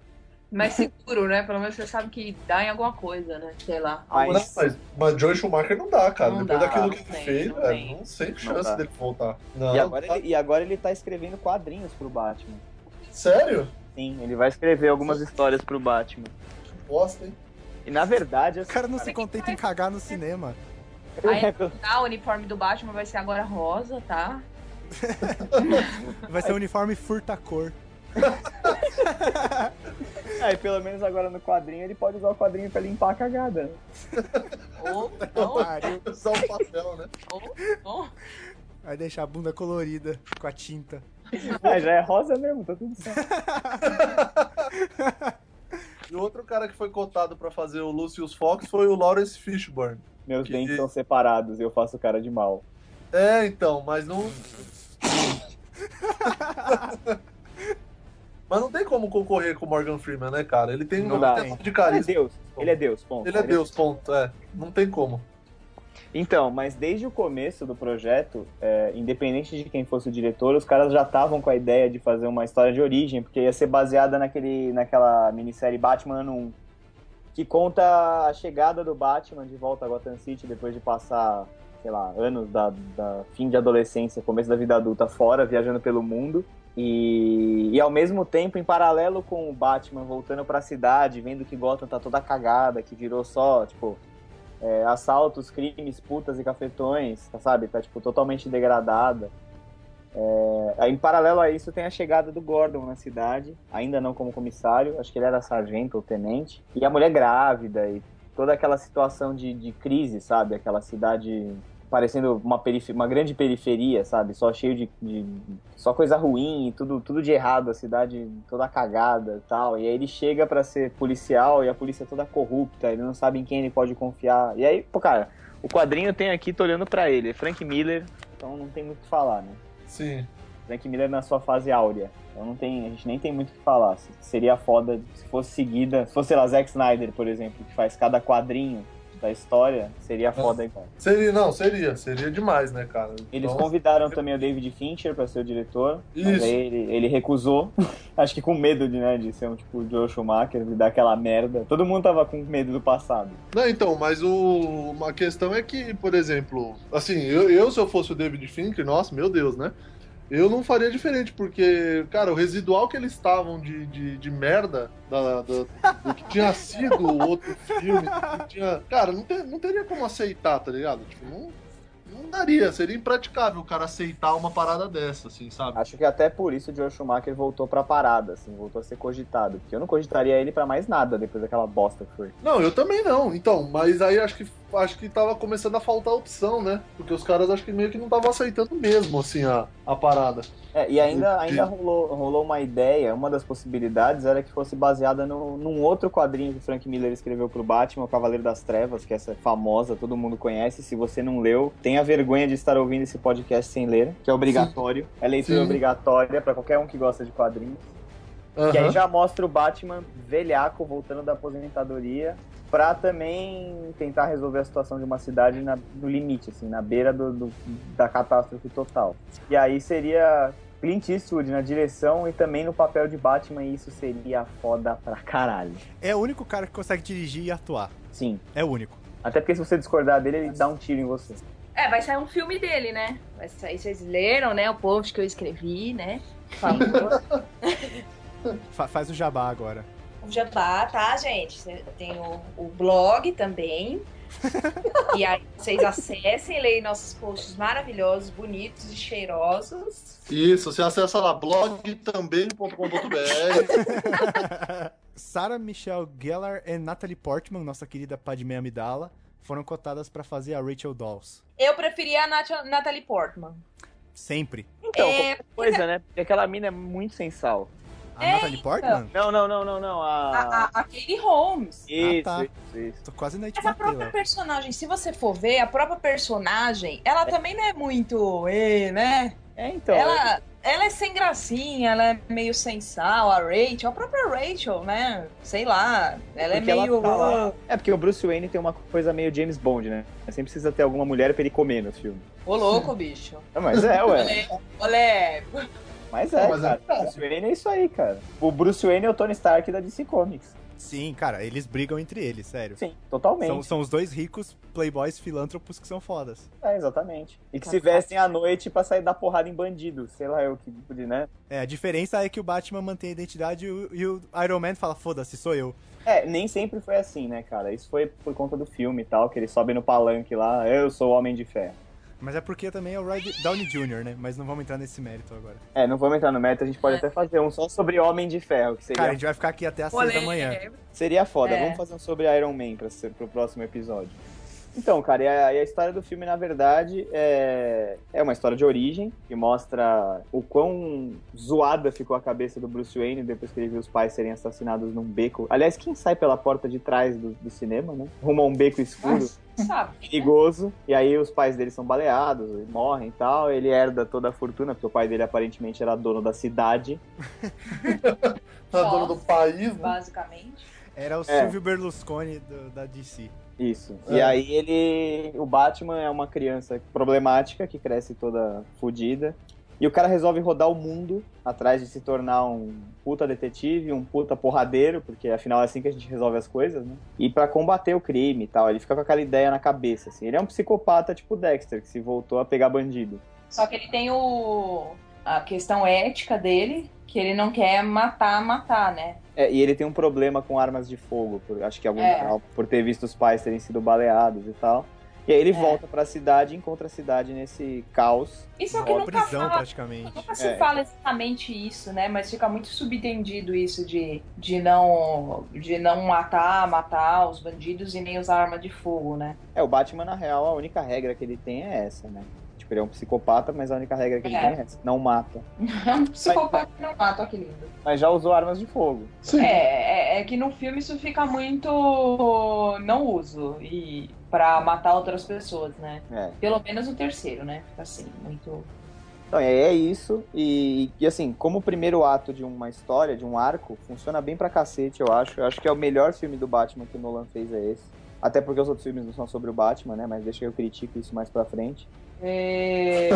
[SPEAKER 4] Mas seguro, né? Pelo menos você sabe que dá em alguma coisa, né? Sei lá.
[SPEAKER 2] Mas,
[SPEAKER 1] Não, Ah, mas, mas Joey Schumacher não dá, cara.
[SPEAKER 4] Não
[SPEAKER 1] Depois
[SPEAKER 4] dá,
[SPEAKER 1] daquilo
[SPEAKER 4] não
[SPEAKER 1] que ele
[SPEAKER 4] tem,
[SPEAKER 1] fez,
[SPEAKER 4] não
[SPEAKER 1] velho,
[SPEAKER 4] tem.
[SPEAKER 1] não sei
[SPEAKER 2] dá.
[SPEAKER 1] chance dele voltar. Não,
[SPEAKER 2] e, agora
[SPEAKER 1] tá-
[SPEAKER 2] ele, e agora ele tá escrevendo quadrinhos pro Batman.
[SPEAKER 1] Sério?
[SPEAKER 2] Sim, ele vai escrever algumas histórias pro Batman.
[SPEAKER 1] Que bosta, hein?
[SPEAKER 2] E na verdade,
[SPEAKER 3] O
[SPEAKER 2] assim,
[SPEAKER 3] cara não se contenta em cagar no cinema.
[SPEAKER 4] Aí, tá, o uniforme do Batman vai ser agora rosa, tá?
[SPEAKER 3] Vai ser um uniforme furta-cor.
[SPEAKER 2] aí pelo menos agora no quadrinho ele pode usar o quadrinho pra limpar a cagada. né?
[SPEAKER 4] Ou não,
[SPEAKER 3] Pariu.
[SPEAKER 1] Usar o papel, né?
[SPEAKER 4] ou
[SPEAKER 3] Vai deixar a bunda colorida com a tinta.
[SPEAKER 2] Ah, já é rosa mesmo, tá tudo certo.
[SPEAKER 1] E o outro cara que foi cotado pra fazer o Lucius Fox foi o Lawrence Fishburne.
[SPEAKER 2] Meus
[SPEAKER 1] Que-
[SPEAKER 2] dentes são separados e eu faço cara de mal.
[SPEAKER 1] É, então, mas não. mas não tem como concorrer com o Morgan Freeman, né, cara? Ele tem
[SPEAKER 3] Não
[SPEAKER 1] um
[SPEAKER 2] dá.
[SPEAKER 1] teto de
[SPEAKER 2] Ele é
[SPEAKER 1] carisma.
[SPEAKER 2] Deus, ele é Deus, ponto.
[SPEAKER 1] Ele é Deus, ponto. É, não tem como.
[SPEAKER 2] Então, mas desde o começo do projeto, é, independente de quem fosse o diretor, os caras já estavam com a ideia de fazer uma história de origem, porque ia ser baseada naquele, naquela minissérie Batman Ano 1, que conta a chegada do Batman de volta a Gotham City depois de passar, sei lá, anos da, da fim de adolescência, começo da vida adulta fora, viajando pelo mundo. E, e ao mesmo tempo, em paralelo com o Batman voltando pra cidade, vendo que Gotham tá toda cagada, que virou só, tipo, é, assaltos, crimes, putas e cafetões, tá, sabe? Tá, tipo, totalmente degradada. É, aí, em paralelo a isso, tem a chegada do Gordon na cidade, ainda não como comissário, acho que ele era sargento ou tenente, e a mulher grávida e toda aquela situação de, de crise, sabe? Aquela cidade parecendo uma, perife- uma grande periferia, sabe? Só cheio de, de- só coisa ruim e tudo, tudo de errado, a cidade toda cagada e tal. E aí ele chega pra ser policial e a polícia é toda corrupta, ele não sabe em quem ele pode confiar. E aí, pô, cara, o quadrinho tem aqui, tô olhando pra ele, é Frank Miller, então não tem muito o que falar, né?
[SPEAKER 1] Sim.
[SPEAKER 2] Frank Miller na sua fase áurea. Então não tem, a gente nem tem muito o que falar. Se- Seria foda se fosse seguida, se fosse, sei lá, Zack Snyder, por exemplo, que faz cada quadrinho da história, seria foda igual.
[SPEAKER 1] Seria, não, seria. Seria demais, né, cara?
[SPEAKER 2] Eles
[SPEAKER 1] Então,
[SPEAKER 2] convidaram também o David Fincher pra ser o diretor, mas
[SPEAKER 1] Isso.
[SPEAKER 2] aí ele, ele recusou. Acho que com medo de, né, de ser um tipo Joel Schumacher, de dar aquela merda. Todo mundo tava com medo do passado.
[SPEAKER 1] Não, então, mas o, uma questão é que, por exemplo, assim, eu, eu, se eu fosse o David Fincher, nossa, meu Deus, né? Eu não faria diferente, porque, cara, o residual que eles estavam de, de, de merda da, da- do que tinha sido o outro filme, do que tinha, cara, não, ter- não teria como aceitar, tá ligado? Tipo, não, não daria, seria impraticável o cara aceitar uma parada dessa, assim, sabe?
[SPEAKER 2] Acho que até por isso o Joel Schumacher voltou pra parada, assim, voltou a ser cogitado. Porque eu não cogitaria ele pra mais nada depois daquela bosta que foi.
[SPEAKER 1] Não, eu também não, então, mas aí acho que, acho que tava começando a faltar opção, né? Porque os caras acho que meio que não estavam aceitando mesmo, assim, a, a parada.
[SPEAKER 2] É, e ainda, ainda rolou, rolou uma ideia, uma das possibilidades era que fosse baseada no, num outro quadrinho que o Frank Miller escreveu pro Batman, o Cavaleiro das Trevas, que essa é famosa, todo mundo conhece. Se você não leu, tenha vergonha de estar ouvindo esse podcast sem ler, que é obrigatório. É leitura
[SPEAKER 1] Sim.
[SPEAKER 2] obrigatória pra qualquer um que gosta de quadrinhos. Que aí
[SPEAKER 1] Aham.
[SPEAKER 2] já mostra o Batman velhaco voltando da aposentadoria pra também tentar resolver a situação de uma cidade na- no limite, assim, na beira do, do- da catástrofe total. E aí seria Clint Eastwood na direção e também no papel de Batman, e isso seria foda pra caralho.
[SPEAKER 3] É o único cara que consegue dirigir e atuar.
[SPEAKER 2] Sim.
[SPEAKER 3] É o único.
[SPEAKER 2] Até porque se você discordar dele, ele dá um tiro em você.
[SPEAKER 4] É, vai sair um filme dele, né? Vai sair, vocês leram, né? O post que eu escrevi, né? Por favor.
[SPEAKER 3] Fa- faz o jabá agora.
[SPEAKER 8] O jabá, tá, gente? Tem o, o blog também. e aí vocês acessem, leiam nossos posts maravilhosos, bonitos e cheirosos.
[SPEAKER 1] Isso, você acessa lá blogtambém.com.br.
[SPEAKER 3] Sarah Michelle Gellar e Natalie Portman, nossa querida Padme Amidala, foram cotadas pra fazer a Rachel Dawes.
[SPEAKER 8] Eu preferia a Nat- Natalie Portman.
[SPEAKER 3] Sempre.
[SPEAKER 2] Então,
[SPEAKER 8] É,
[SPEAKER 2] qualquer coisa, né? Porque aquela mina é muito sem sal.
[SPEAKER 3] A
[SPEAKER 8] É,
[SPEAKER 3] Natalie Portman?
[SPEAKER 2] Não, não, não, não, não.
[SPEAKER 8] A,
[SPEAKER 2] A...
[SPEAKER 8] a, a Katie Holmes.
[SPEAKER 2] Isso,
[SPEAKER 3] tá.
[SPEAKER 2] isso, isso.
[SPEAKER 3] Tô quase na
[SPEAKER 8] Mas a
[SPEAKER 3] Itma
[SPEAKER 8] própria personagem, se você for ver, a própria personagem, ela também não é muito. ê, né?
[SPEAKER 2] É, então.
[SPEAKER 8] ela,
[SPEAKER 4] Ela é sem gracinha, ela é meio sem sal, a Rachel, a própria Rachel, né? Sei lá, ela é
[SPEAKER 2] Porque
[SPEAKER 4] meio.
[SPEAKER 2] tá lá- É porque o Bruce Wayne tem uma coisa meio James Bond, né? Sempre precisa ter alguma mulher pra ele comer no filme.
[SPEAKER 4] Ô louco, bicho.
[SPEAKER 2] É, Mas é, ué.
[SPEAKER 4] Olé, olé.
[SPEAKER 2] Mas é,
[SPEAKER 1] Não, mas é
[SPEAKER 2] cara.
[SPEAKER 1] verdade.
[SPEAKER 2] O Bruce Wayne é isso aí, cara. O Bruce Wayne é o Tony Stark da DC Comics.
[SPEAKER 3] Sim, cara, eles brigam entre eles, sério.
[SPEAKER 2] Sim, totalmente.
[SPEAKER 3] São, são os dois ricos playboys filântropos que são fodas.
[SPEAKER 2] É, exatamente. E que se vestem à noite pra sair da porrada em bandido. Sei lá, eu que pude, né?
[SPEAKER 3] É, a diferença é que o Batman mantém a identidade e o, e o Iron Man fala, foda-se, sou eu.
[SPEAKER 2] É, nem sempre foi assim, né, cara? Isso foi por conta do filme e tal, que ele sobe no palanque lá, eu sou o Homem de Ferro.
[SPEAKER 3] Mas é porque também é o Roy Downey Jr., né? Mas não vamos entrar nesse mérito agora.
[SPEAKER 2] É, não vamos entrar no mérito, a gente pode até fazer um só sobre Homem de Ferro, que seria,
[SPEAKER 3] Cara, a gente vai ficar aqui até as seis da manhã.
[SPEAKER 2] seria foda.
[SPEAKER 4] É.
[SPEAKER 2] Vamos fazer um sobre Iron Man pra ser, pro próximo episódio. Então, cara, e a, e a história do filme, na verdade, é, é uma história de origem, que mostra o quão zoada ficou a cabeça do Bruce Wayne depois que ele viu os pais serem assassinados num beco. Aliás, quem sai pela porta de trás do, do cinema, né? Rumo a um beco escuro.
[SPEAKER 4] Sabe?
[SPEAKER 2] perigoso. E aí os pais dele são baleados, morrem e tal. Ele herda toda a fortuna, porque o pai dele aparentemente era dono da cidade.
[SPEAKER 1] A
[SPEAKER 4] Só.
[SPEAKER 1] dona tá do país, né?
[SPEAKER 4] Basicamente.
[SPEAKER 3] Era o
[SPEAKER 2] É.
[SPEAKER 3] Silvio Berlusconi do- da DC.
[SPEAKER 2] Isso.
[SPEAKER 1] É.
[SPEAKER 2] E aí ele. O Batman é uma criança problemática que cresce toda fodida. E o cara resolve rodar o mundo atrás de se tornar um puta detetive, um puta porradeiro, porque afinal é assim que a gente resolve as coisas, né? E pra combater o crime e tal, ele fica com aquela ideia na cabeça, assim. Ele é um psicopata tipo Dexter, que se voltou a pegar bandido.
[SPEAKER 4] Só que ele tem o. a questão ética dele, que ele não quer matar, matar, né?
[SPEAKER 2] É, e ele tem um problema com armas de fogo, por- acho que algum,
[SPEAKER 4] É.
[SPEAKER 2] al- por ter visto os pais terem sido baleados e tal. E aí ele
[SPEAKER 4] É.
[SPEAKER 2] volta pra cidade e encontra a cidade nesse caos.
[SPEAKER 4] Isso é o que
[SPEAKER 3] Uma
[SPEAKER 4] nunca
[SPEAKER 3] prisão,
[SPEAKER 4] fala.
[SPEAKER 3] praticamente.
[SPEAKER 4] Nunca se
[SPEAKER 2] É.
[SPEAKER 4] fala exatamente isso, né? Mas fica muito subentendido isso de, de, não, de não matar, matar os bandidos e nem usar arma de fogo, né?
[SPEAKER 2] É, o Batman, na real, a única regra que ele tem é essa, né? Tipo, ele é um psicopata, mas a única regra que ele
[SPEAKER 4] É.
[SPEAKER 2] tem é essa. Não mata.
[SPEAKER 4] É um psicopata que não mata, ó, que lindo.
[SPEAKER 2] Mas já usou armas de fogo.
[SPEAKER 1] Sim.
[SPEAKER 4] É, é, é que no filme isso fica muito não uso e para matar outras pessoas, né?
[SPEAKER 2] É.
[SPEAKER 4] Pelo menos o terceiro, né? Fica assim, muito.
[SPEAKER 2] Então, é é isso. E, e, assim, como primeiro ato de uma história, de um arco, funciona bem pra cacete, eu acho. Eu acho que é o melhor filme do Batman que o Nolan fez é esse. Até porque os outros filmes não são sobre o Batman, né? Mas deixa que eu critico isso mais pra frente.
[SPEAKER 4] É,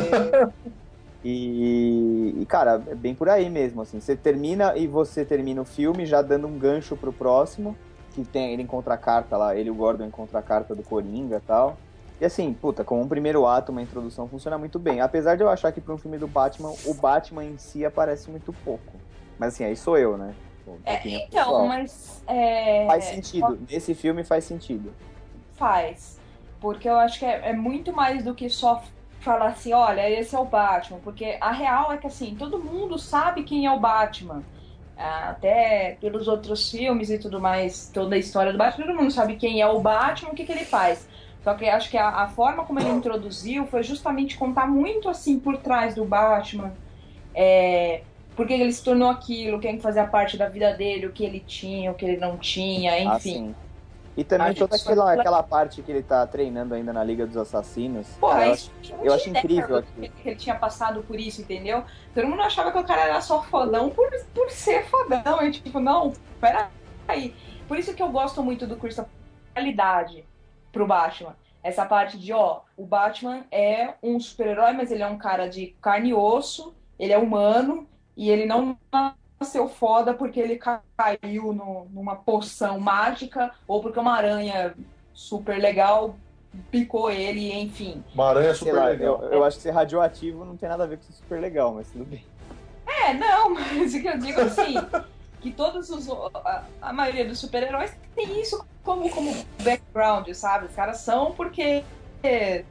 [SPEAKER 2] E, e, cara, é bem por aí mesmo, assim. Você termina e você termina o filme já dando um gancho pro próximo, que tem ele encontra a carta lá, ele e o Gordon encontra a carta do Coringa e tal. E assim, puta, como um primeiro ato, uma introdução, funciona muito bem. Apesar de eu achar que pra um filme do Batman, o Batman em si aparece muito pouco. Mas assim, aí sou eu, né? Tipo, opinião pessoal.
[SPEAKER 4] então, mas. é,
[SPEAKER 2] Faz sentido. Nesse filme faz sentido.
[SPEAKER 4] Faz. Porque eu acho que é, é muito mais do que só falar assim, olha, esse é o Batman. Porque a real é que assim, todo mundo sabe quem é o Batman. Ah, Até pelos outros filmes e tudo mais, toda a história do Batman, todo mundo sabe quem é o Batman, o que, que ele faz. Só que eu acho que a, a forma como ele introduziu foi justamente contar muito assim por trás do Batman. É, por que que ele se tornou aquilo, quem fazia parte da vida dele, o que ele tinha, o que ele não tinha, enfim.
[SPEAKER 2] Assim. E também
[SPEAKER 4] Acho
[SPEAKER 2] toda
[SPEAKER 4] que isso
[SPEAKER 2] aquela,
[SPEAKER 4] é-
[SPEAKER 2] aquela parte que ele tá treinando ainda na Liga dos Assassinos.
[SPEAKER 4] Porra, é
[SPEAKER 2] cara, eu
[SPEAKER 4] isso eu,
[SPEAKER 2] eu acho incrível aquilo.
[SPEAKER 4] que ele tinha passado por isso, entendeu? Todo mundo achava que o cara era só fodão por, por ser fodão. É tipo, não, peraí. Por isso que eu gosto muito do curso da realidade pro Batman. Essa parte de, ó, o Batman é um super-herói, mas ele é um cara de carne e osso, ele é humano e ele não nasceu foda porque ele caiu no- numa poção mágica ou porque uma aranha super legal picou ele, enfim.
[SPEAKER 1] Uma aranha
[SPEAKER 2] Sei
[SPEAKER 1] super
[SPEAKER 2] lá,
[SPEAKER 1] legal.
[SPEAKER 2] eu, eu acho que ser radioativo não tem nada a ver com ser super legal, mas tudo bem.
[SPEAKER 4] É, não, mas o que eu digo assim, que todos os. A, a maioria dos super-heróis tem isso como, como background, sabe? Os caras são porque,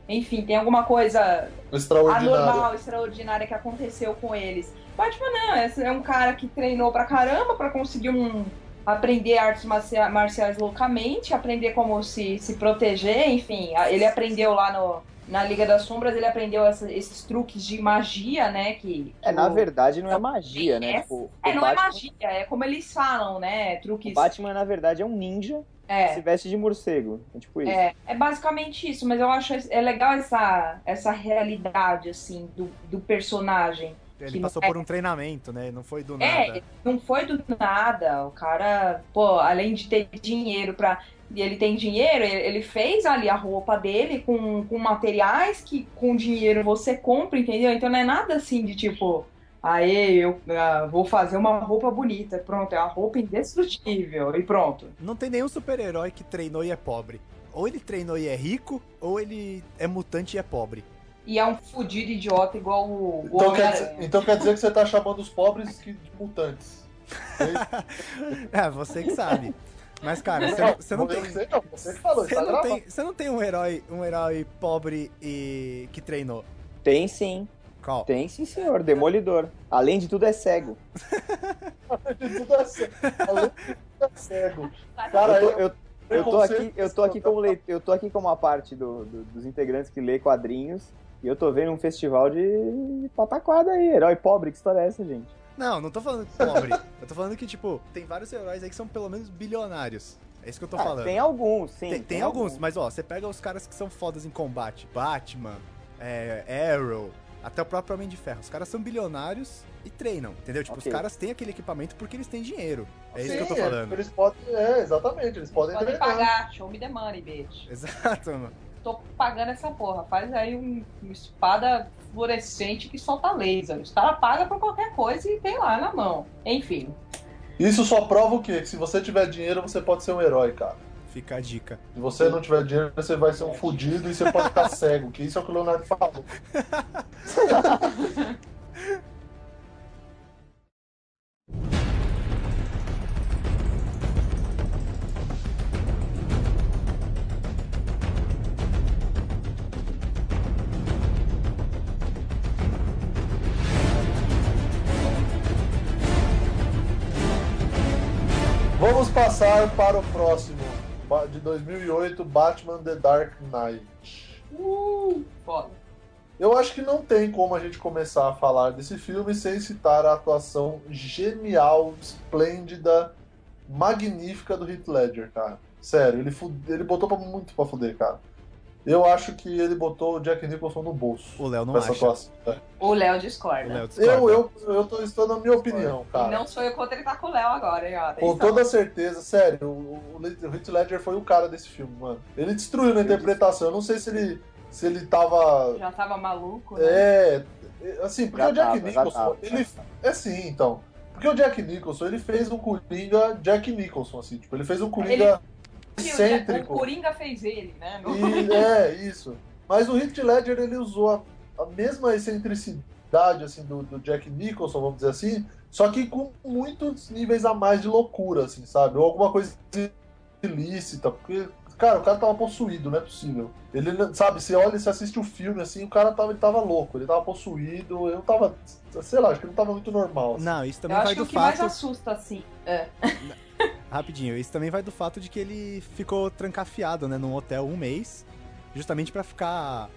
[SPEAKER 4] enfim, tem alguma coisa
[SPEAKER 1] Extraordinário.
[SPEAKER 4] anormal, extraordinária que aconteceu com eles. Batman não, esse é um cara que treinou pra caramba pra conseguir um. Aprender artes marcia- marciais loucamente, aprender como se, se proteger, enfim. a- Ele aprendeu lá no, na Liga das Sombras, ele aprendeu essa- esses truques de magia, né? Que,
[SPEAKER 2] É, na
[SPEAKER 4] que o-
[SPEAKER 2] verdade, não é magia, né?
[SPEAKER 4] É,
[SPEAKER 2] Tipo,
[SPEAKER 4] é,
[SPEAKER 2] o
[SPEAKER 4] não
[SPEAKER 2] Batman,
[SPEAKER 4] é magia, é como eles falam, né?
[SPEAKER 2] O
[SPEAKER 4] Truques.
[SPEAKER 2] Batman, na verdade, é um ninja que se
[SPEAKER 4] É,
[SPEAKER 2] veste de morcego. É tipo isso.
[SPEAKER 4] é, é basicamente isso, mas eu acho es- é legal essa, essa realidade, assim, do, do personagem.
[SPEAKER 3] Ele
[SPEAKER 8] Que
[SPEAKER 3] passou
[SPEAKER 8] não é.
[SPEAKER 3] por um treinamento, né? Não foi do nada.
[SPEAKER 8] É, não foi do nada. O cara, pô, além de ter dinheiro pra. E ele tem dinheiro, ele- ele fez ali a roupa dele com, com materiais que com dinheiro você compra, entendeu? Então não é nada assim de tipo, aê, eu ah, vou fazer uma roupa bonita. Pronto, é uma roupa indestrutível e pronto.
[SPEAKER 3] Não tem nenhum super-herói que treinou e é pobre. Ou ele treinou e é rico, ou ele é mutante e é pobre.
[SPEAKER 8] E é um fudido idiota igual o, o
[SPEAKER 1] Então quer,
[SPEAKER 8] Homem-Aranha.
[SPEAKER 1] dizer, então quer dizer que você tá chamando os pobres que, de mutantes.
[SPEAKER 3] É, você que sabe. Mas, cara, você, você não
[SPEAKER 1] eu
[SPEAKER 3] tem.
[SPEAKER 1] sei, não, você que falou,
[SPEAKER 3] Você
[SPEAKER 1] tá
[SPEAKER 3] não,
[SPEAKER 1] gravado.
[SPEAKER 3] tem, você não tem um herói, um herói pobre e que treinou.
[SPEAKER 2] Tem sim,
[SPEAKER 3] Qual?
[SPEAKER 2] tem sim, senhor. Demolidor. Além de tudo, é cego.
[SPEAKER 1] Tudo é cego. Além de tudo é cego.
[SPEAKER 2] Eu
[SPEAKER 1] Cara,
[SPEAKER 2] tô,
[SPEAKER 1] eu,
[SPEAKER 2] eu- um eu tô aqui, eu tô aqui como leit- eu tô aqui como a parte do- do- dos integrantes que lê quadrinhos. E eu tô vendo um festival de pataquada aí, herói pobre, que história é essa, gente?
[SPEAKER 3] Não, não tô falando pobre. eu tô falando que, tipo, tem vários heróis aí que são pelo menos bilionários. É isso que eu tô
[SPEAKER 2] Ah,
[SPEAKER 3] falando.
[SPEAKER 2] Tem alguns, sim.
[SPEAKER 3] Tem- tem alguns, mas ó, você pega os caras que são fodas em combate. Batman, é, Arrow, até o próprio Homem de Ferro. Os caras são bilionários e treinam, entendeu? Tipo,
[SPEAKER 2] Ok.
[SPEAKER 3] os caras têm aquele equipamento porque eles têm dinheiro. É isso
[SPEAKER 1] Sim,
[SPEAKER 3] que eu tô
[SPEAKER 1] é,
[SPEAKER 3] falando.
[SPEAKER 1] Eles podem, é, exatamente, eles podem
[SPEAKER 4] Pode
[SPEAKER 1] treinar.
[SPEAKER 4] pagar, show me the money, bitch.
[SPEAKER 3] Exato, mano.
[SPEAKER 4] Tô pagando essa porra. Faz aí um, uma espada fluorescente que solta laser. Os caras pagam por qualquer coisa e tem lá na mão. Enfim.
[SPEAKER 1] Isso só prova o quê? Que se você tiver dinheiro, você pode ser um herói, cara.
[SPEAKER 3] Fica a dica.
[SPEAKER 1] Se você não tiver dinheiro, você vai ser um fudido e você pode ficar cego, que isso é o que o Leonardo falou. Vamos passar para o próximo, ba- de 2008, Batman The Dark Knight.
[SPEAKER 4] Uh, foda.
[SPEAKER 1] Eu acho que não tem como a gente começar a falar desse filme sem citar a atuação genial, esplêndida, magnífica do Heath Ledger, cara. Sério, ele, fu- ele botou pra muito pra fuder, cara. Eu acho que ele botou o Jack Nicholson no bolso.
[SPEAKER 3] O Léo não
[SPEAKER 1] com essa
[SPEAKER 3] acha. O
[SPEAKER 1] atuação. É.
[SPEAKER 4] O Léo discorda.
[SPEAKER 3] Léo discorda.
[SPEAKER 1] Eu, eu, eu tô, estou na minha opinião,
[SPEAKER 4] E
[SPEAKER 1] cara.
[SPEAKER 4] não sou eu contra ele tá com o Léo agora, hein? Ó,
[SPEAKER 1] Com
[SPEAKER 4] atenção.
[SPEAKER 1] toda certeza, sério, o, o, o Heath Ledger foi o cara desse filme, mano. Ele destruiu na interpretação. Eu não sei se ele, se ele tava
[SPEAKER 4] Já tava maluco, né?
[SPEAKER 1] É, assim, porque
[SPEAKER 2] Já
[SPEAKER 1] o Jack
[SPEAKER 2] tava, já
[SPEAKER 1] Nicholson,
[SPEAKER 2] tava.
[SPEAKER 1] ele. É sim, então. Porque o Jack Nicholson, ele fez um Coringa Jack Nicholson, assim, tipo, ele fez um Coringa
[SPEAKER 4] E o- O
[SPEAKER 1] excêntrico.
[SPEAKER 4] Coringa fez ele, né? No-
[SPEAKER 1] E, é, isso. Mas o Heath Ledger, ele usou a, a mesma excentricidade, assim, do, do Jack Nicholson, vamos dizer assim, só que com muitos níveis a mais de loucura, assim, sabe? Ou alguma coisa ilícita, porque, cara, o cara tava possuído, não é possível. Ele, não- sabe, você olha, você assiste o filme, assim, o cara tava, ele tava louco, ele tava possuído, eu tava, sei lá, acho que ele não tava muito normal. assim.
[SPEAKER 3] Não, isso
[SPEAKER 4] Eu
[SPEAKER 3] também vai
[SPEAKER 4] acho que
[SPEAKER 3] do
[SPEAKER 4] o que
[SPEAKER 3] fato.
[SPEAKER 4] mais assusta, assim, é,
[SPEAKER 3] Rapidinho, isso também vai do fato de que ele ficou trancafiado, né, num hotel um mês, justamente pra ficar.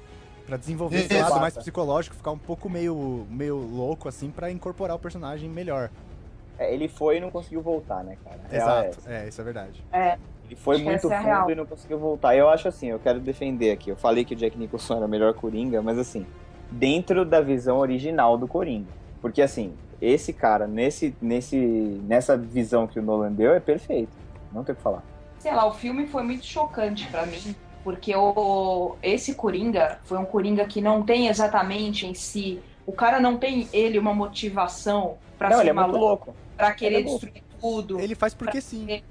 [SPEAKER 3] Pra desenvolver esse
[SPEAKER 1] Isso.
[SPEAKER 3] lado mais psicológico, ficar um pouco meio, meio louco, assim, pra incorporar o personagem melhor.
[SPEAKER 2] É, ele foi e não conseguiu voltar, né, cara? A real é
[SPEAKER 3] Exato, é, isso é verdade.
[SPEAKER 2] Ele foi
[SPEAKER 8] Acho que
[SPEAKER 2] muito
[SPEAKER 8] essa é a
[SPEAKER 2] fundo
[SPEAKER 8] real.
[SPEAKER 2] e não conseguiu voltar. Eu acho assim, eu quero defender aqui. Eu falei que o Jack Nicholson era o melhor Coringa, mas assim, dentro da visão original do Coringa. Porque assim, esse cara, nesse, nesse, nessa visão que o Nolan deu, é perfeito. Não tem o que falar.
[SPEAKER 4] sei lá, o filme foi muito chocante pra mim, porque o, esse Coringa foi um Coringa que não tem exatamente em si, o cara não tem ele uma motivação pra
[SPEAKER 2] não,
[SPEAKER 4] ser
[SPEAKER 2] ele é muito
[SPEAKER 4] maluco,
[SPEAKER 2] louco.
[SPEAKER 4] pra querer
[SPEAKER 2] Ele é louco.
[SPEAKER 4] destruir tudo.
[SPEAKER 3] Ele faz porque sim.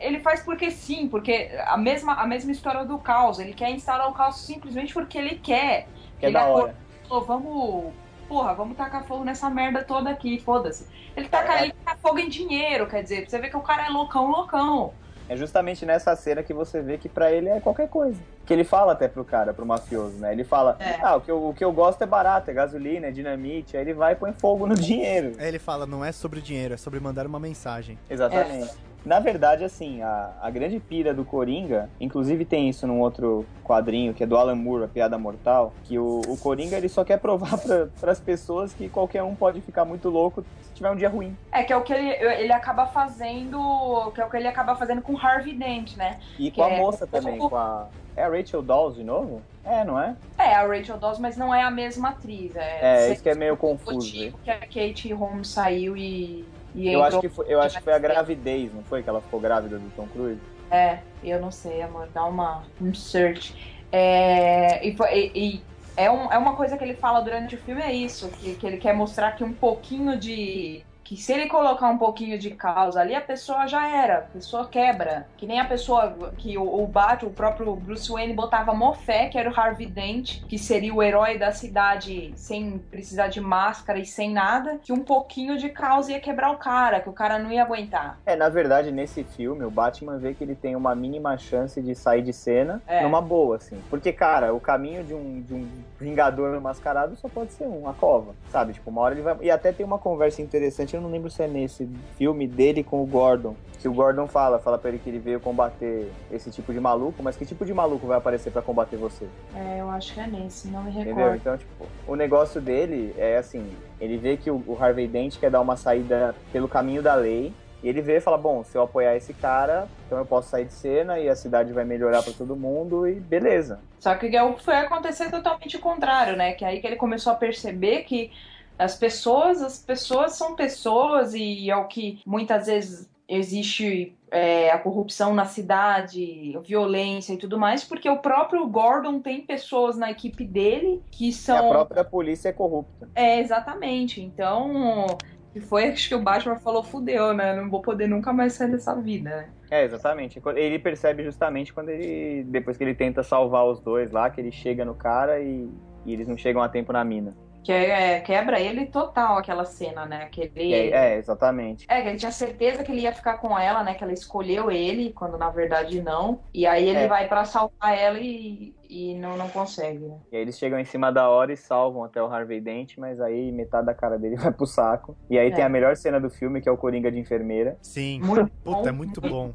[SPEAKER 4] Ele faz porque sim, porque a mesma, a mesma história do caos, ele quer instalar o caos simplesmente porque ele quer.
[SPEAKER 2] Que é
[SPEAKER 4] Ele
[SPEAKER 2] da hora.
[SPEAKER 4] Falou, vamos, porra, vamos tacar fogo nessa merda toda aqui, foda-se. Ele
[SPEAKER 2] É.
[SPEAKER 4] taca, ele taca fogo em dinheiro, quer dizer, pra você ver que o cara é loucão, loucão.
[SPEAKER 2] É justamente nessa cena que você vê que pra ele é qualquer coisa. Que ele fala até pro cara, pro mafioso, né? Ele fala,
[SPEAKER 4] É.
[SPEAKER 2] ah, o que, eu, o que eu gosto é barato, é gasolina, é dinamite. Aí ele vai e põe fogo no dinheiro.
[SPEAKER 3] Aí ele fala, não é sobre dinheiro, é sobre mandar uma mensagem.
[SPEAKER 2] Exatamente. É. Na verdade, assim, a, a grande pira do Coringa, inclusive tem isso num outro quadrinho, que é do Alan Moore, A Piada Mortal, que o, o Coringa ele só quer provar para as pessoas que qualquer um pode ficar muito louco se tiver um dia ruim.
[SPEAKER 4] É, que é o que ele, ele acaba fazendo. Que é o que ele acaba fazendo com Harvey Dent, né?
[SPEAKER 2] E
[SPEAKER 4] Que
[SPEAKER 2] com a
[SPEAKER 4] é-
[SPEAKER 2] moça também, com a. É a Rachel Dawes de novo? É, não é?
[SPEAKER 4] É, é a Rachel Dawes, mas não é a mesma atriz. É,
[SPEAKER 2] É, isso que é meio confuso. né?
[SPEAKER 4] motivo que a Kate Holmes saiu e, e
[SPEAKER 2] Eu
[SPEAKER 4] entrou.
[SPEAKER 2] acho, que foi, eu acho que foi a gravidez, não foi? Que ela ficou grávida do Tom Cruise?
[SPEAKER 4] É, eu não sei, amor, dá uma, um search. É, e, foi- e- e é, um- é uma coisa que ele fala durante o filme, é isso, que, que ele quer mostrar que um pouquinho de... Que se ele colocar um pouquinho de causa ali, a pessoa já era, a pessoa quebra. Que nem a pessoa que o, o Bat, o próprio Bruce Wayne botava mó fé, que era o Harvey Dent, que seria o herói da cidade sem precisar de máscara e sem nada, que um pouquinho de causa ia quebrar o cara, que o cara não ia aguentar.
[SPEAKER 2] É, na verdade, nesse filme, o Batman vê que ele tem uma mínima chance de sair de cena
[SPEAKER 4] É.
[SPEAKER 2] numa boa, assim. Porque, cara, o caminho de um, de um vingador mascarado só pode ser um, a cova, sabe? Tipo, uma hora ele vai... E até tem uma conversa interessante, eu não lembro se é nesse filme dele com o Gordon, que o Gordon fala, fala pra ele que ele veio combater esse tipo de maluco, mas que tipo de maluco vai aparecer pra combater você?
[SPEAKER 4] É, eu acho que é nesse, não me recordo.
[SPEAKER 2] Entendeu? Então, tipo, o negócio dele é assim, ele vê que o, o Harvey Dent quer dar uma saída pelo caminho da lei, e ele vê e fala, bom, se eu apoiar esse cara, então eu posso sair de cena e a cidade vai melhorar pra todo mundo e beleza.
[SPEAKER 4] Só que é o que foi acontecer totalmente o contrário, né? Que aí que ele começou a perceber que as pessoas, as pessoas são pessoas e é o que muitas vezes existe é, a corrupção na cidade, violência e tudo mais, porque o próprio Gordon tem pessoas na equipe dele que
[SPEAKER 2] E É a
[SPEAKER 4] são
[SPEAKER 2] própria polícia é corrupta.
[SPEAKER 4] é, exatamente. Então, que foi acho que o Batman falou, fudeu, né? Não vou poder nunca mais sair dessa vida, né?
[SPEAKER 2] É, exatamente. Ele percebe justamente quando ele. Depois que ele tenta salvar os dois lá, que ele chega no cara e, e eles não chegam a tempo na mina.
[SPEAKER 4] Que é, quebra ele total aquela cena, né? Aquele
[SPEAKER 2] E aí- é, exatamente.
[SPEAKER 4] É, que ele tinha certeza que ele ia ficar com ela, né? Que ela escolheu ele, quando na verdade não. E aí ele
[SPEAKER 2] É.
[SPEAKER 4] vai pra salvar ela e, e não, não consegue, né?
[SPEAKER 2] E aí eles chegam em cima da hora e salvam até o Harvey Dent, mas aí metade da cara dele vai pro saco. E aí
[SPEAKER 4] É.
[SPEAKER 2] tem a melhor cena do filme, que é o Coringa de Enfermeira.
[SPEAKER 3] Sim.
[SPEAKER 4] Muito
[SPEAKER 3] Puta, é muito bom.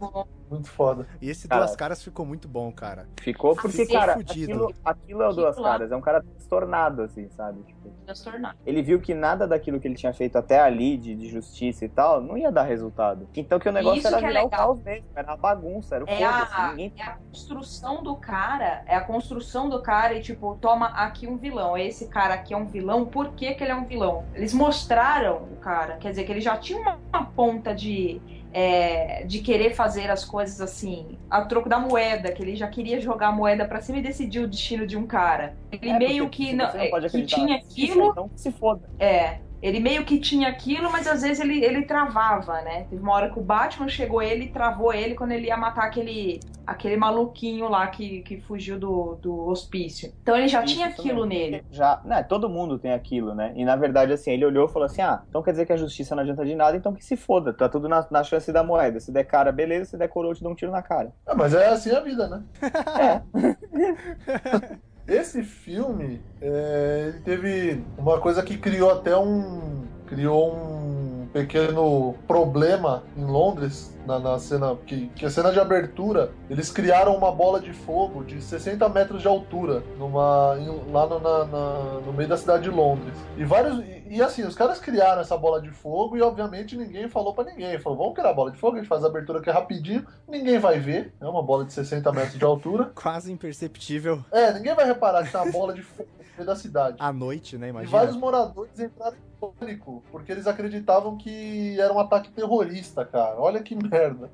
[SPEAKER 1] Muito foda.
[SPEAKER 3] E esse
[SPEAKER 2] Cara.
[SPEAKER 3] Duas Caras ficou muito bom, cara.
[SPEAKER 4] Ah,
[SPEAKER 2] Ficou porque,
[SPEAKER 4] Ficou
[SPEAKER 2] cara,
[SPEAKER 3] fudido.
[SPEAKER 2] aquilo, aquilo é o
[SPEAKER 4] Aquilo
[SPEAKER 2] Duas
[SPEAKER 4] é lá.
[SPEAKER 2] Caras. É um cara transtornado, assim, sabe? Tipo,
[SPEAKER 4] transtornado.
[SPEAKER 2] ele viu que nada daquilo que ele tinha feito até ali, de, de justiça e tal, não ia dar resultado. Então que o negócio
[SPEAKER 4] Isso
[SPEAKER 2] era
[SPEAKER 4] que é
[SPEAKER 2] virar o
[SPEAKER 4] legal.
[SPEAKER 2] caos mesmo, era uma bagunça, era o
[SPEAKER 4] É
[SPEAKER 2] foda-se.
[SPEAKER 4] a,
[SPEAKER 2] Ninguém...
[SPEAKER 4] é a construção do cara, é a construção do cara e tipo, toma aqui um vilão, esse cara aqui é um vilão, por que, que ele é um vilão? Eles mostraram o cara, quer dizer, que ele já tinha uma, uma ponta de, é, de querer fazer as coisas assim, a troco da moeda, que ele já queria jogar a moeda pra cima e decidir o destino de um cara. Ele
[SPEAKER 2] É,
[SPEAKER 4] meio
[SPEAKER 2] porque
[SPEAKER 4] que,
[SPEAKER 2] se
[SPEAKER 4] não,
[SPEAKER 2] você não pode
[SPEAKER 4] que
[SPEAKER 2] acreditar
[SPEAKER 4] tinha
[SPEAKER 2] na justiça,
[SPEAKER 4] aquilo,
[SPEAKER 2] Então se foda.
[SPEAKER 4] é. Ele meio que tinha aquilo, mas às vezes ele, ele travava, né? Teve uma hora que o Batman chegou ele e travou ele quando ele ia matar aquele, aquele maluquinho lá que, que fugiu do, do hospício. Então ele já
[SPEAKER 2] Isso,
[SPEAKER 4] tinha
[SPEAKER 2] isso
[SPEAKER 4] aquilo
[SPEAKER 2] mesmo.
[SPEAKER 4] nele.
[SPEAKER 2] já, né, todo mundo tem aquilo, né? E na verdade, assim, ele olhou e falou assim: ah, então quer dizer que a justiça não adianta de nada, então que se foda, tá tudo na, na chance da moeda. Se der cara, beleza, se der coroa, eu te dou um tiro na cara.
[SPEAKER 1] Ah, mas é assim a vida, né?
[SPEAKER 2] É.
[SPEAKER 1] Esse filme, é, ele teve uma coisa que criou até um. criou um pequeno problema em Londres, na, na cena. Que, que a cena de abertura, eles criaram uma bola de fogo de 60 metros de altura numa, em- lá no, na- na- no meio da cidade de Londres. E vários. E, e assim, os caras criaram essa bola de fogo e obviamente ninguém falou pra ninguém. Falou, vamos criar a bola de fogo, a gente faz a abertura que é rapidinho, ninguém vai ver. É uma bola de 60 metros de altura.
[SPEAKER 3] Quase imperceptível
[SPEAKER 1] É, ninguém vai reparar que tá uma bola de fogo no meio da cidade.
[SPEAKER 2] Ah,
[SPEAKER 3] à noite, né?
[SPEAKER 1] E
[SPEAKER 3] Imagina.
[SPEAKER 1] vários moradores entraram em pânico, porque eles acreditavam que era um ataque terrorista, cara. Olha que merda.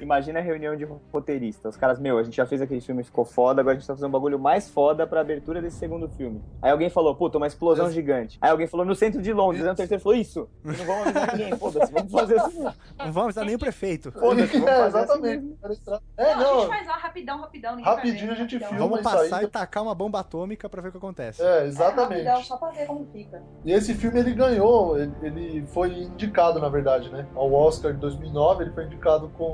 [SPEAKER 2] Imagina a reunião de roteirista. Os caras, meu, a gente já fez aquele filme, ficou foda, agora a gente tá fazendo um bagulho mais foda pra abertura desse segundo filme. Aí alguém falou, puta, uma explosão gigante. Aí alguém falou, no centro de Londres. Aí o terceiro falou, isso. E não vamos avisar ninguém, foda-se, vamos fazer assim.
[SPEAKER 3] Não vamos avisar nem o prefeito.
[SPEAKER 2] Foda-se, vamos
[SPEAKER 1] é,
[SPEAKER 2] fazer assim
[SPEAKER 1] exatamente.
[SPEAKER 2] mesmo.
[SPEAKER 1] Era estra- É,
[SPEAKER 4] Não, a gente
[SPEAKER 1] não.
[SPEAKER 4] faz lá rapidão, rapidão. ninguém vai
[SPEAKER 1] Rapidinho a
[SPEAKER 4] ver, Então, é,
[SPEAKER 1] gente
[SPEAKER 4] rapidão.
[SPEAKER 1] filma
[SPEAKER 3] Vamos
[SPEAKER 1] isso
[SPEAKER 3] passar
[SPEAKER 1] aí.
[SPEAKER 3] e tacar uma bomba atômica pra ver o que acontece.
[SPEAKER 1] É,
[SPEAKER 4] É, rapidão,
[SPEAKER 1] exatamente.
[SPEAKER 4] só pra ver como fica.
[SPEAKER 1] E esse filme ele ganhou, ele, ele foi indicado, na verdade, né? Ao Oscar de 2009, ele foi indicado com,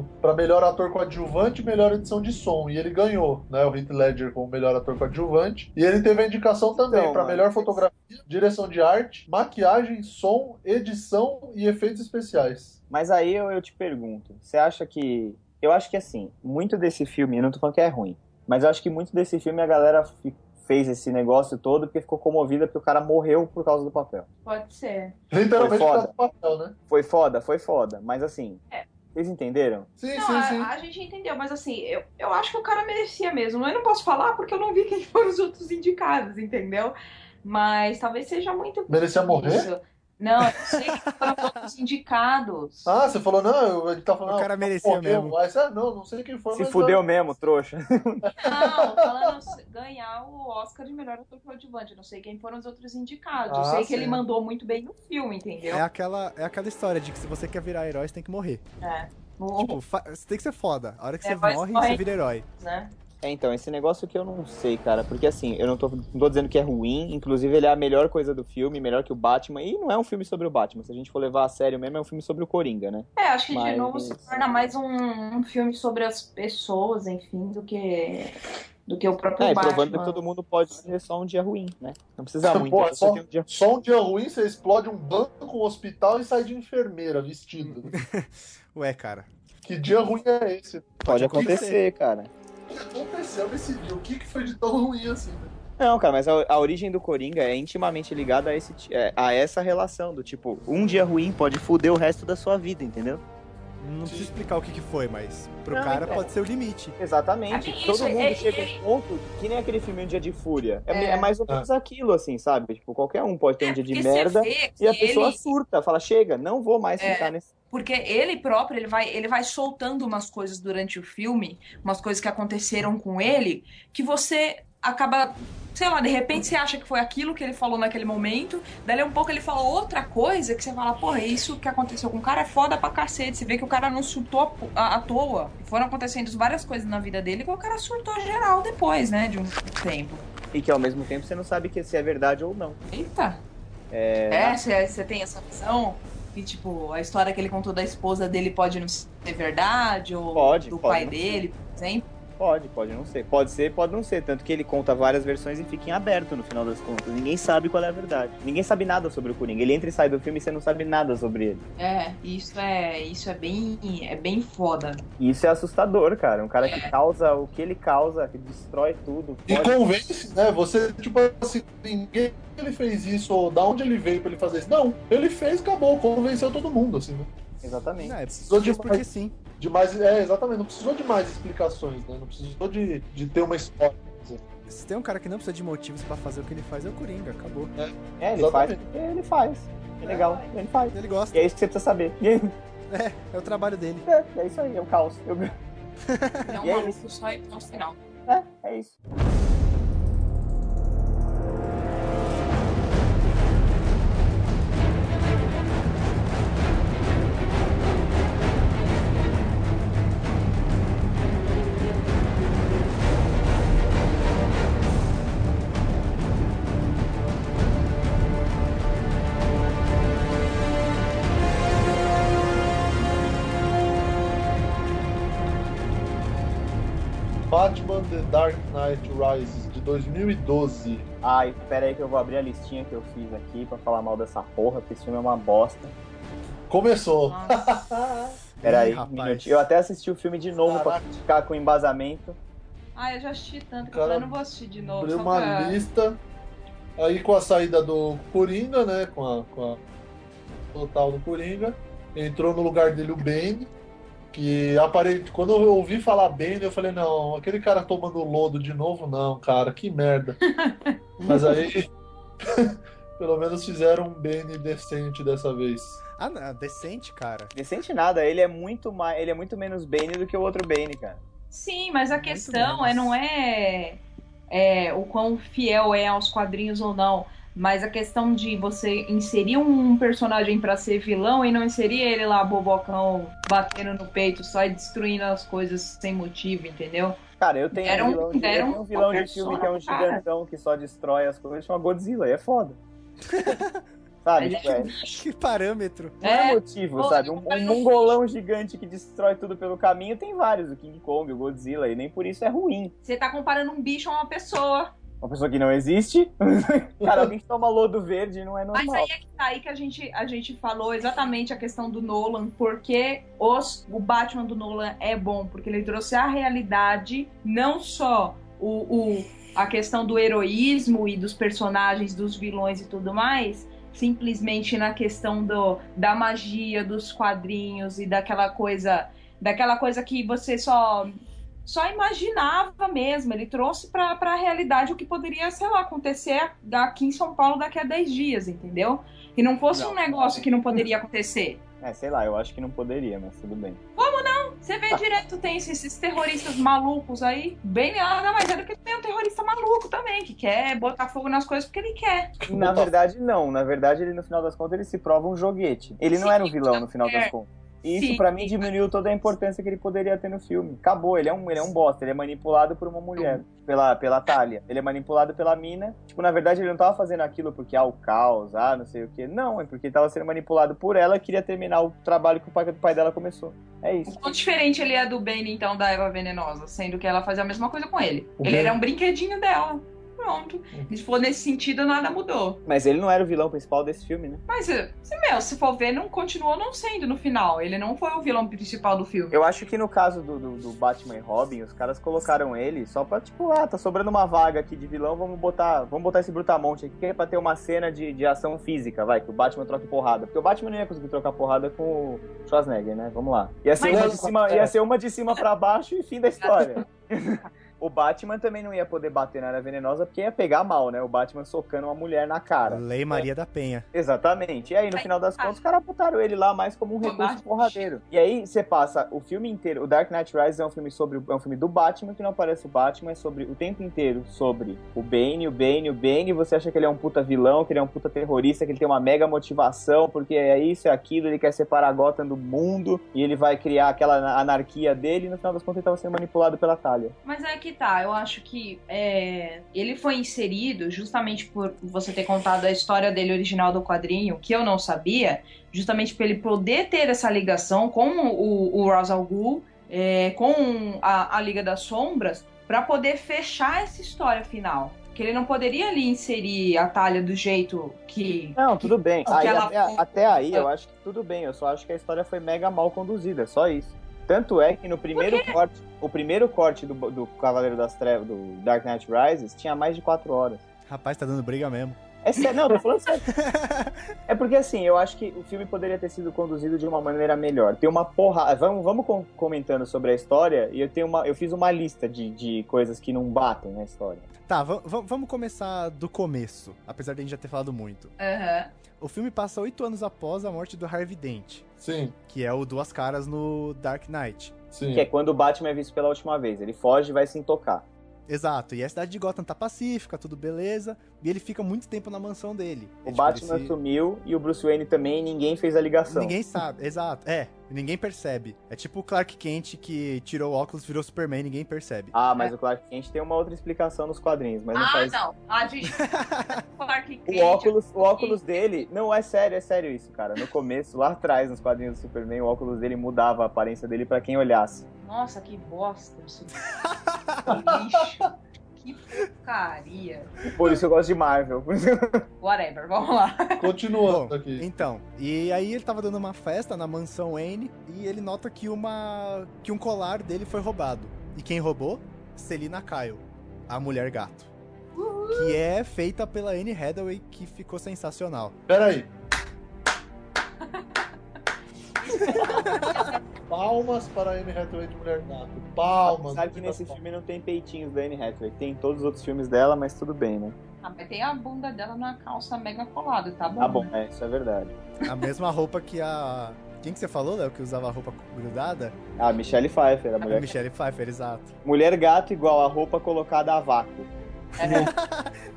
[SPEAKER 1] um, para melhor ator coadjuvante e melhor edição de som. E ele ganhou, né? O Heath Ledger como melhor ator coadjuvante. E ele teve a indicação também
[SPEAKER 2] Então,
[SPEAKER 1] para
[SPEAKER 2] mano,
[SPEAKER 1] melhor fotografia, direção de arte, maquiagem, som, edição e efeitos especiais.
[SPEAKER 2] Mas aí eu, eu te pergunto, você acha que. Eu acho que assim, muito desse filme, eu não tô falando que é ruim, mas eu acho que muito desse filme a galera fi- fez esse negócio todo porque ficou comovida porque o cara morreu por causa do papel.
[SPEAKER 4] Pode ser.
[SPEAKER 1] Literalmente
[SPEAKER 2] Foi
[SPEAKER 1] por
[SPEAKER 2] foda.
[SPEAKER 1] causa do papel, né?
[SPEAKER 2] Foi foda, foi foda, mas assim, Vocês entenderam?
[SPEAKER 1] Sim,
[SPEAKER 4] Não,
[SPEAKER 1] sim,
[SPEAKER 4] a,
[SPEAKER 1] sim.
[SPEAKER 4] a gente entendeu, mas assim, eu, eu acho que o cara merecia mesmo. Eu não posso falar porque eu não vi quem foram os outros indicados, entendeu? Mas talvez seja muito.
[SPEAKER 1] Merecia morrer?
[SPEAKER 4] Isso. Não, eu sei que foram os outros indicados.
[SPEAKER 1] Ah, você falou, não, eu- ele tá falando.
[SPEAKER 3] O cara merecia
[SPEAKER 1] morreu.
[SPEAKER 3] mesmo.
[SPEAKER 1] Aí você, ah, não, não sei quem foi,
[SPEAKER 2] Se
[SPEAKER 1] mas-
[SPEAKER 2] fudeu mesmo, trouxa.
[SPEAKER 4] Não, falando se- ganhar o Oscar de melhor ator coadjuvante. Eu Não sei quem foram os outros indicados. eu
[SPEAKER 1] Ah,
[SPEAKER 4] sei que
[SPEAKER 1] sim.
[SPEAKER 4] ele mandou muito bem no filme, entendeu?
[SPEAKER 3] É aquela, é aquela história de que se você quer virar herói, você tem que morrer.
[SPEAKER 4] No-
[SPEAKER 3] Tipo, fa- você tem que ser foda. A hora que você
[SPEAKER 4] Herói
[SPEAKER 3] morre,
[SPEAKER 4] morre.
[SPEAKER 3] você vira herói.
[SPEAKER 4] né?
[SPEAKER 2] É, então, esse negócio que eu não sei, cara, porque assim, eu não tô, não tô dizendo que é ruim, inclusive ele é a melhor coisa do filme, melhor que o Batman, e não é um filme sobre o Batman, se a gente for levar a sério mesmo, é um filme sobre o Coringa, né?
[SPEAKER 4] É, acho que
[SPEAKER 2] Mas-
[SPEAKER 4] de novo se torna mais um, um filme sobre as pessoas, enfim, do que do que o próprio
[SPEAKER 2] É, e
[SPEAKER 4] Batman.
[SPEAKER 2] provando que todo mundo pode ter só um dia ruim, né? Não precisa muito,
[SPEAKER 1] Pô,
[SPEAKER 2] é
[SPEAKER 1] só-
[SPEAKER 2] só ter um dia
[SPEAKER 1] Só um dia ruim, você explode um banco, um hospital e sai de enfermeira vestido.
[SPEAKER 3] Ué, cara.
[SPEAKER 1] que dia ruim é esse?
[SPEAKER 2] pode
[SPEAKER 3] pode
[SPEAKER 2] acontecer,
[SPEAKER 3] acontecer.
[SPEAKER 2] cara.
[SPEAKER 1] O que aconteceu nesse dia? O que, que foi de tão ruim assim? né?
[SPEAKER 2] Não, cara, mas a, a origem do Coringa é intimamente ligada a, esse, ti- é, a essa relação do tipo, um dia ruim pode fuder o resto da sua vida, entendeu?
[SPEAKER 3] Não preciso explicar o que, que foi, mas pro
[SPEAKER 2] Não,
[SPEAKER 3] cara
[SPEAKER 2] então.
[SPEAKER 3] pode ser o limite.
[SPEAKER 2] Exatamente.
[SPEAKER 4] É bem
[SPEAKER 2] Todo
[SPEAKER 4] isso,
[SPEAKER 2] mundo
[SPEAKER 4] é-
[SPEAKER 2] chega a
[SPEAKER 4] é-
[SPEAKER 2] um ponto que nem aquele filme Um Dia de Fúria. É,
[SPEAKER 4] É.
[SPEAKER 2] é mais ou menos aquilo, assim, sabe? Tipo, qualquer um pode ter um dia de merda
[SPEAKER 4] vê que
[SPEAKER 2] e a pessoa
[SPEAKER 4] ele,
[SPEAKER 2] surta, fala, chega, não vou mais
[SPEAKER 4] É.
[SPEAKER 2] ficar nesse.
[SPEAKER 4] porque ele próprio, ele vai, ele vai soltando umas coisas durante o filme, umas coisas que aconteceram com ele, que você acaba, sei lá, de repente você acha que foi aquilo que ele falou naquele momento, dali a um pouco ele fala outra coisa que você fala, porra, isso que aconteceu com o cara é foda pra cacete. Você vê que o cara não surtou à po- à, à toa. Foram acontecendo várias coisas na vida dele que o cara surtou geral depois, né, de um tempo.
[SPEAKER 2] E que ao mesmo tempo você não sabe que se é verdade ou não.
[SPEAKER 4] Eita! É, você tem essa visão? Que, tipo, a história que ele contou da esposa dele pode não ser verdade? Ou
[SPEAKER 2] Pode,
[SPEAKER 4] do
[SPEAKER 2] pode
[SPEAKER 4] pai
[SPEAKER 2] não ser.
[SPEAKER 4] dele, por exemplo?
[SPEAKER 2] Pode, pode não ser. Pode ser, pode não ser. Tanto que ele conta várias versões e fica em aberto no final das contas. Ninguém sabe qual é a verdade. Ninguém sabe nada sobre o Coringa. Ele entra e sai do filme e você não sabe nada sobre ele.
[SPEAKER 4] É, isso é, isso é bem, é bem foda.
[SPEAKER 2] E isso é assustador, cara. Um cara que causa o que ele causa, que destrói tudo.
[SPEAKER 1] E
[SPEAKER 2] pode-
[SPEAKER 1] convence, né? Você, tipo assim, ninguém ele fez isso, ou da onde ele veio pra ele fazer isso. Não, ele fez, acabou, convenceu todo mundo, assim, né?
[SPEAKER 2] Exatamente.
[SPEAKER 3] Não, é
[SPEAKER 1] Precisou de
[SPEAKER 3] fez porque sim.
[SPEAKER 1] De mais, é, exatamente, não precisou de mais explicações, né? Não precisou de, de ter uma história.
[SPEAKER 3] Se tem um cara que não precisa de motivos pra fazer o que ele faz, é o Coringa, acabou.
[SPEAKER 2] É, ele
[SPEAKER 1] Exatamente.
[SPEAKER 2] faz porque ele faz. É legal, ele faz.
[SPEAKER 3] Ele
[SPEAKER 2] E
[SPEAKER 3] gosta,
[SPEAKER 2] é isso que você precisa saber. E é-
[SPEAKER 3] é o trabalho dele.
[SPEAKER 2] é, é isso aí, é o caos. Eu-
[SPEAKER 4] É um
[SPEAKER 2] E é
[SPEAKER 4] maluco só e ponto final.
[SPEAKER 2] É, é isso.
[SPEAKER 1] Batman The Dark Knight Rises, de 2012.
[SPEAKER 2] Ai, pera aí que eu vou abrir a listinha que eu fiz aqui pra falar mal dessa porra, porque esse filme é uma bosta.
[SPEAKER 1] Começou.
[SPEAKER 4] Nossa,
[SPEAKER 2] Pera
[SPEAKER 3] Ih,
[SPEAKER 2] aí, um
[SPEAKER 3] rapaz.
[SPEAKER 2] minutinho. Eu até assisti o filme de novo pra
[SPEAKER 1] Caraca.
[SPEAKER 2] ficar com embasamento.
[SPEAKER 4] Ah, eu já assisti tanto que eu
[SPEAKER 1] Cara,
[SPEAKER 4] falei, eu não vou assistir de novo.
[SPEAKER 1] Abriu
[SPEAKER 4] Só
[SPEAKER 1] uma
[SPEAKER 4] pra...
[SPEAKER 1] lista. Aí com a saída do Coringa, né? Com a, com a total do Coringa. Entrou no lugar dele o Bane. Que aparente, quando eu ouvi falar Bane, eu falei, não, aquele cara tomando lodo de novo, não, cara, que merda. Mas aí, pelo menos fizeram um Bane decente dessa vez.
[SPEAKER 3] Ah, não, decente, cara.
[SPEAKER 2] Decente nada, ele é muito mais. Ele é muito menos Bane do que o outro Bane, cara.
[SPEAKER 4] Sim, mas a
[SPEAKER 3] Muito
[SPEAKER 4] questão
[SPEAKER 3] menos.
[SPEAKER 4] é não é, é o quão fiel é aos quadrinhos ou não, mas a questão de você inserir um personagem pra ser vilão e não inserir ele lá bobocão batendo no peito só e destruindo as coisas sem motivo, entendeu?
[SPEAKER 2] Cara, eu tenho
[SPEAKER 4] Era um-
[SPEAKER 2] um vilão, de, eu
[SPEAKER 4] era
[SPEAKER 2] tenho um
[SPEAKER 4] um
[SPEAKER 2] vilão de
[SPEAKER 4] persona,
[SPEAKER 2] filme que é um
[SPEAKER 4] cara.
[SPEAKER 2] gigantão que só destrói as coisas, chama Godzilla, e é foda. Sabe?
[SPEAKER 4] Ele é
[SPEAKER 2] tipo, é-
[SPEAKER 3] Que parâmetro.
[SPEAKER 2] Não é,
[SPEAKER 4] É.
[SPEAKER 2] motivo,
[SPEAKER 4] Pô,
[SPEAKER 2] sabe? Um,
[SPEAKER 4] eu
[SPEAKER 2] um
[SPEAKER 4] falei no
[SPEAKER 2] mongolão gigante que destrói tudo pelo caminho tem vários. O King Kong, o Godzilla, e nem por isso é ruim.
[SPEAKER 4] Você tá comparando um bicho a uma pessoa,
[SPEAKER 2] Uma pessoa que não existe. Cara, alguém que toma lodo verde não é normal.
[SPEAKER 4] mas aí é que tá aí que a gente, a gente falou exatamente a questão do Nolan, porque os, o Batman do Nolan é bom, porque ele trouxe a realidade, não só o, o- a questão do heroísmo e dos personagens, dos vilões e tudo mais, simplesmente na questão do, da magia dos quadrinhos e daquela coisa, daquela coisa que você só só imaginava mesmo. Ele trouxe para a realidade o que poderia, sei lá, acontecer aqui em São Paulo daqui a 10 dias, entendeu? Que não fosse
[SPEAKER 2] Não,
[SPEAKER 4] um negócio
[SPEAKER 2] não.
[SPEAKER 4] que não poderia acontecer.
[SPEAKER 2] É, sei lá, eu acho que não poderia, mas tudo bem.
[SPEAKER 4] Você vê direto, tem esses, esses terroristas malucos aí, bem nada mais é do que tem um terrorista maluco também, que quer botar fogo nas coisas porque ele quer.
[SPEAKER 1] Tá,
[SPEAKER 2] Na verdade, não. Na verdade, ele no final das contas ele se prova um joguete. Ele não
[SPEAKER 4] Sim,
[SPEAKER 2] era um vilão no final das
[SPEAKER 4] é.
[SPEAKER 2] contas. E isso
[SPEAKER 4] Sim.
[SPEAKER 2] pra mim diminuiu toda a importância que ele poderia ter no filme. Acabou, ele é um, ele é um bosta, ele é manipulado por uma mulher, pela pela Talia. Ele é manipulado pela mina. Tipo, na verdade, ele não tava fazendo aquilo porque ah, o caos, ah, não sei o quê. Não, é porque ele tava sendo manipulado por ela e queria terminar o trabalho que o pai, o pai dela começou. É isso.
[SPEAKER 4] O quão diferente ele é do Bane, então, da Eva Venenosa, sendo que ela fazia a mesma coisa com ele.
[SPEAKER 1] O
[SPEAKER 4] Ele
[SPEAKER 1] Bane-
[SPEAKER 4] era um brinquedinho dela. Pronto. Se for nesse sentido, nada mudou.
[SPEAKER 2] Mas ele não era o vilão principal desse filme, né?
[SPEAKER 4] Mas, eh, se, meu, se for ver, não continuou não sendo no final. Ele não foi o vilão principal do filme.
[SPEAKER 2] Eu acho que no caso do, do, do Batman e Robin, os caras colocaram ele só pra, tipo, ah, tá sobrando uma vaga aqui de vilão, vamos botar, vamos botar esse brutamonte aqui, que é pra ter uma cena de, de ação física, vai, que o Batman troca porrada. Porque o Batman não ia conseguir trocar porrada com o Schwarzenegger, né? Vamos lá. Ia ser,
[SPEAKER 4] Mas-
[SPEAKER 2] uma de, cima, ia ser uma de cima pra baixo e fim da história. O Batman também não ia poder bater na Era Venenosa porque ia pegar mal, né? O Batman socando uma mulher na cara. é.
[SPEAKER 3] Lei Maria da Penha.
[SPEAKER 2] Exatamente. E aí, no
[SPEAKER 9] Aí,
[SPEAKER 2] final das
[SPEAKER 9] ah.
[SPEAKER 2] contas, os caras botaram ele lá mais como um
[SPEAKER 4] Foi
[SPEAKER 2] recurso
[SPEAKER 4] baixo.
[SPEAKER 2] porradeiro. E aí, você passa o filme inteiro. O Dark Knight Rises é um filme sobre o- é um filme do Batman, que não aparece o Batman, é sobre o tempo inteiro sobre o Bane, o Bane, o Bane. e Você acha que ele é um puta vilão, que ele é um puta terrorista, que ele tem uma mega motivação, porque é isso, é aquilo, ele quer separar a Gotham do mundo, e ele vai criar aquela ana- anarquia dele, e no final das contas ele tava sendo manipulado pela Talia.
[SPEAKER 9] Mas é que tá, eu acho que é, ele foi inserido justamente por você ter contado a história dele original do quadrinho, que eu não sabia, justamente pra ele poder ter essa ligação com o, o Ra's al Ghul, é, com a, a Liga das Sombras, pra poder fechar essa história final. Que ele não poderia ali inserir a talha do jeito que.
[SPEAKER 2] Não, tudo bem.
[SPEAKER 9] Porque
[SPEAKER 2] Aí,
[SPEAKER 9] ela-
[SPEAKER 2] até, até aí eu acho que tudo bem. Eu só acho que a história foi mega mal conduzida, só isso. Tanto é que no primeiro corte, o primeiro corte do, do Cavaleiro das Trevas, do Dark Knight Rises, tinha mais de quatro horas.
[SPEAKER 3] Rapaz, tá dando briga mesmo.
[SPEAKER 2] É sério, não, eu tô falando sério. É porque assim, eu acho que o filme poderia ter sido conduzido de uma maneira melhor. Tem uma porra. Vamos, vamos com- comentando sobre a história e eu tenho uma, eu fiz uma lista de, de coisas que não batem na história.
[SPEAKER 3] Tá, va- va- vamos começar do começo, apesar de a gente já ter falado muito.
[SPEAKER 4] Aham.
[SPEAKER 3] O filme passa oito anos após a morte do Harvey Dent,
[SPEAKER 1] Sim,
[SPEAKER 3] que é o Duas Caras no Dark Knight.
[SPEAKER 1] sim.
[SPEAKER 2] Que é quando o Batman é visto pela última vez. Ele foge e vai se intocar.
[SPEAKER 3] Exato, e a cidade de Gotham tá pacífica, tudo beleza, e ele fica muito tempo na mansão dele.
[SPEAKER 2] O
[SPEAKER 3] É, tipo,
[SPEAKER 2] Batman
[SPEAKER 3] ele se-
[SPEAKER 2] sumiu e o Bruce Wayne também, e ninguém fez a ligação.
[SPEAKER 3] Ninguém sabe, exato, é, ninguém percebe. É tipo o Clark Kent que tirou o óculos, virou Superman, ninguém percebe.
[SPEAKER 2] Ah, mas o Clark Kent tem uma outra explicação nos quadrinhos, mas não
[SPEAKER 4] Ah,
[SPEAKER 2] faz.
[SPEAKER 4] não. A gente. Clark
[SPEAKER 2] O
[SPEAKER 4] Kent,
[SPEAKER 2] óculos, o óculos dele. Não, é sério, é sério isso, cara. No começo, lá atrás, nos quadrinhos do Superman, o óculos dele mudava a aparência dele pra quem olhasse.
[SPEAKER 9] Nossa, que bosta isso. Que lixo. Que porcaria.
[SPEAKER 2] Por isso que eu gosto de Marvel. Por isso que eu-
[SPEAKER 9] Whatever, vamos lá.
[SPEAKER 2] é-
[SPEAKER 1] Continuando
[SPEAKER 3] Bom,
[SPEAKER 1] aqui.
[SPEAKER 3] Então, e aí ele tava dando uma festa na mansão Wayne e ele nota que uma que um colar dele foi roubado. E quem roubou? Selina Kyle, a mulher gato. Que é feita pela Anne Hathaway, que ficou sensacional.
[SPEAKER 1] Peraí. Palmas para a Anne Hathaway de Mulher Gato. Palmas.
[SPEAKER 2] Sabe que nesse filme não tem peitinhos da Anne Hathaway. Tem em todos os outros filmes dela, mas tudo bem, né?
[SPEAKER 4] Ah, mas tem a bunda dela numa calça mega colada, tá bom?
[SPEAKER 2] Tá bom, é, isso é verdade.
[SPEAKER 3] A mesma roupa que a. Quem que você falou, Léo, que usava a roupa grudada?
[SPEAKER 2] Ah, Michelle Pfeiffer, a
[SPEAKER 3] A
[SPEAKER 2] mulher.
[SPEAKER 3] Michelle Pfeiffer, exato.
[SPEAKER 2] Mulher gato igual a roupa colocada a vácuo.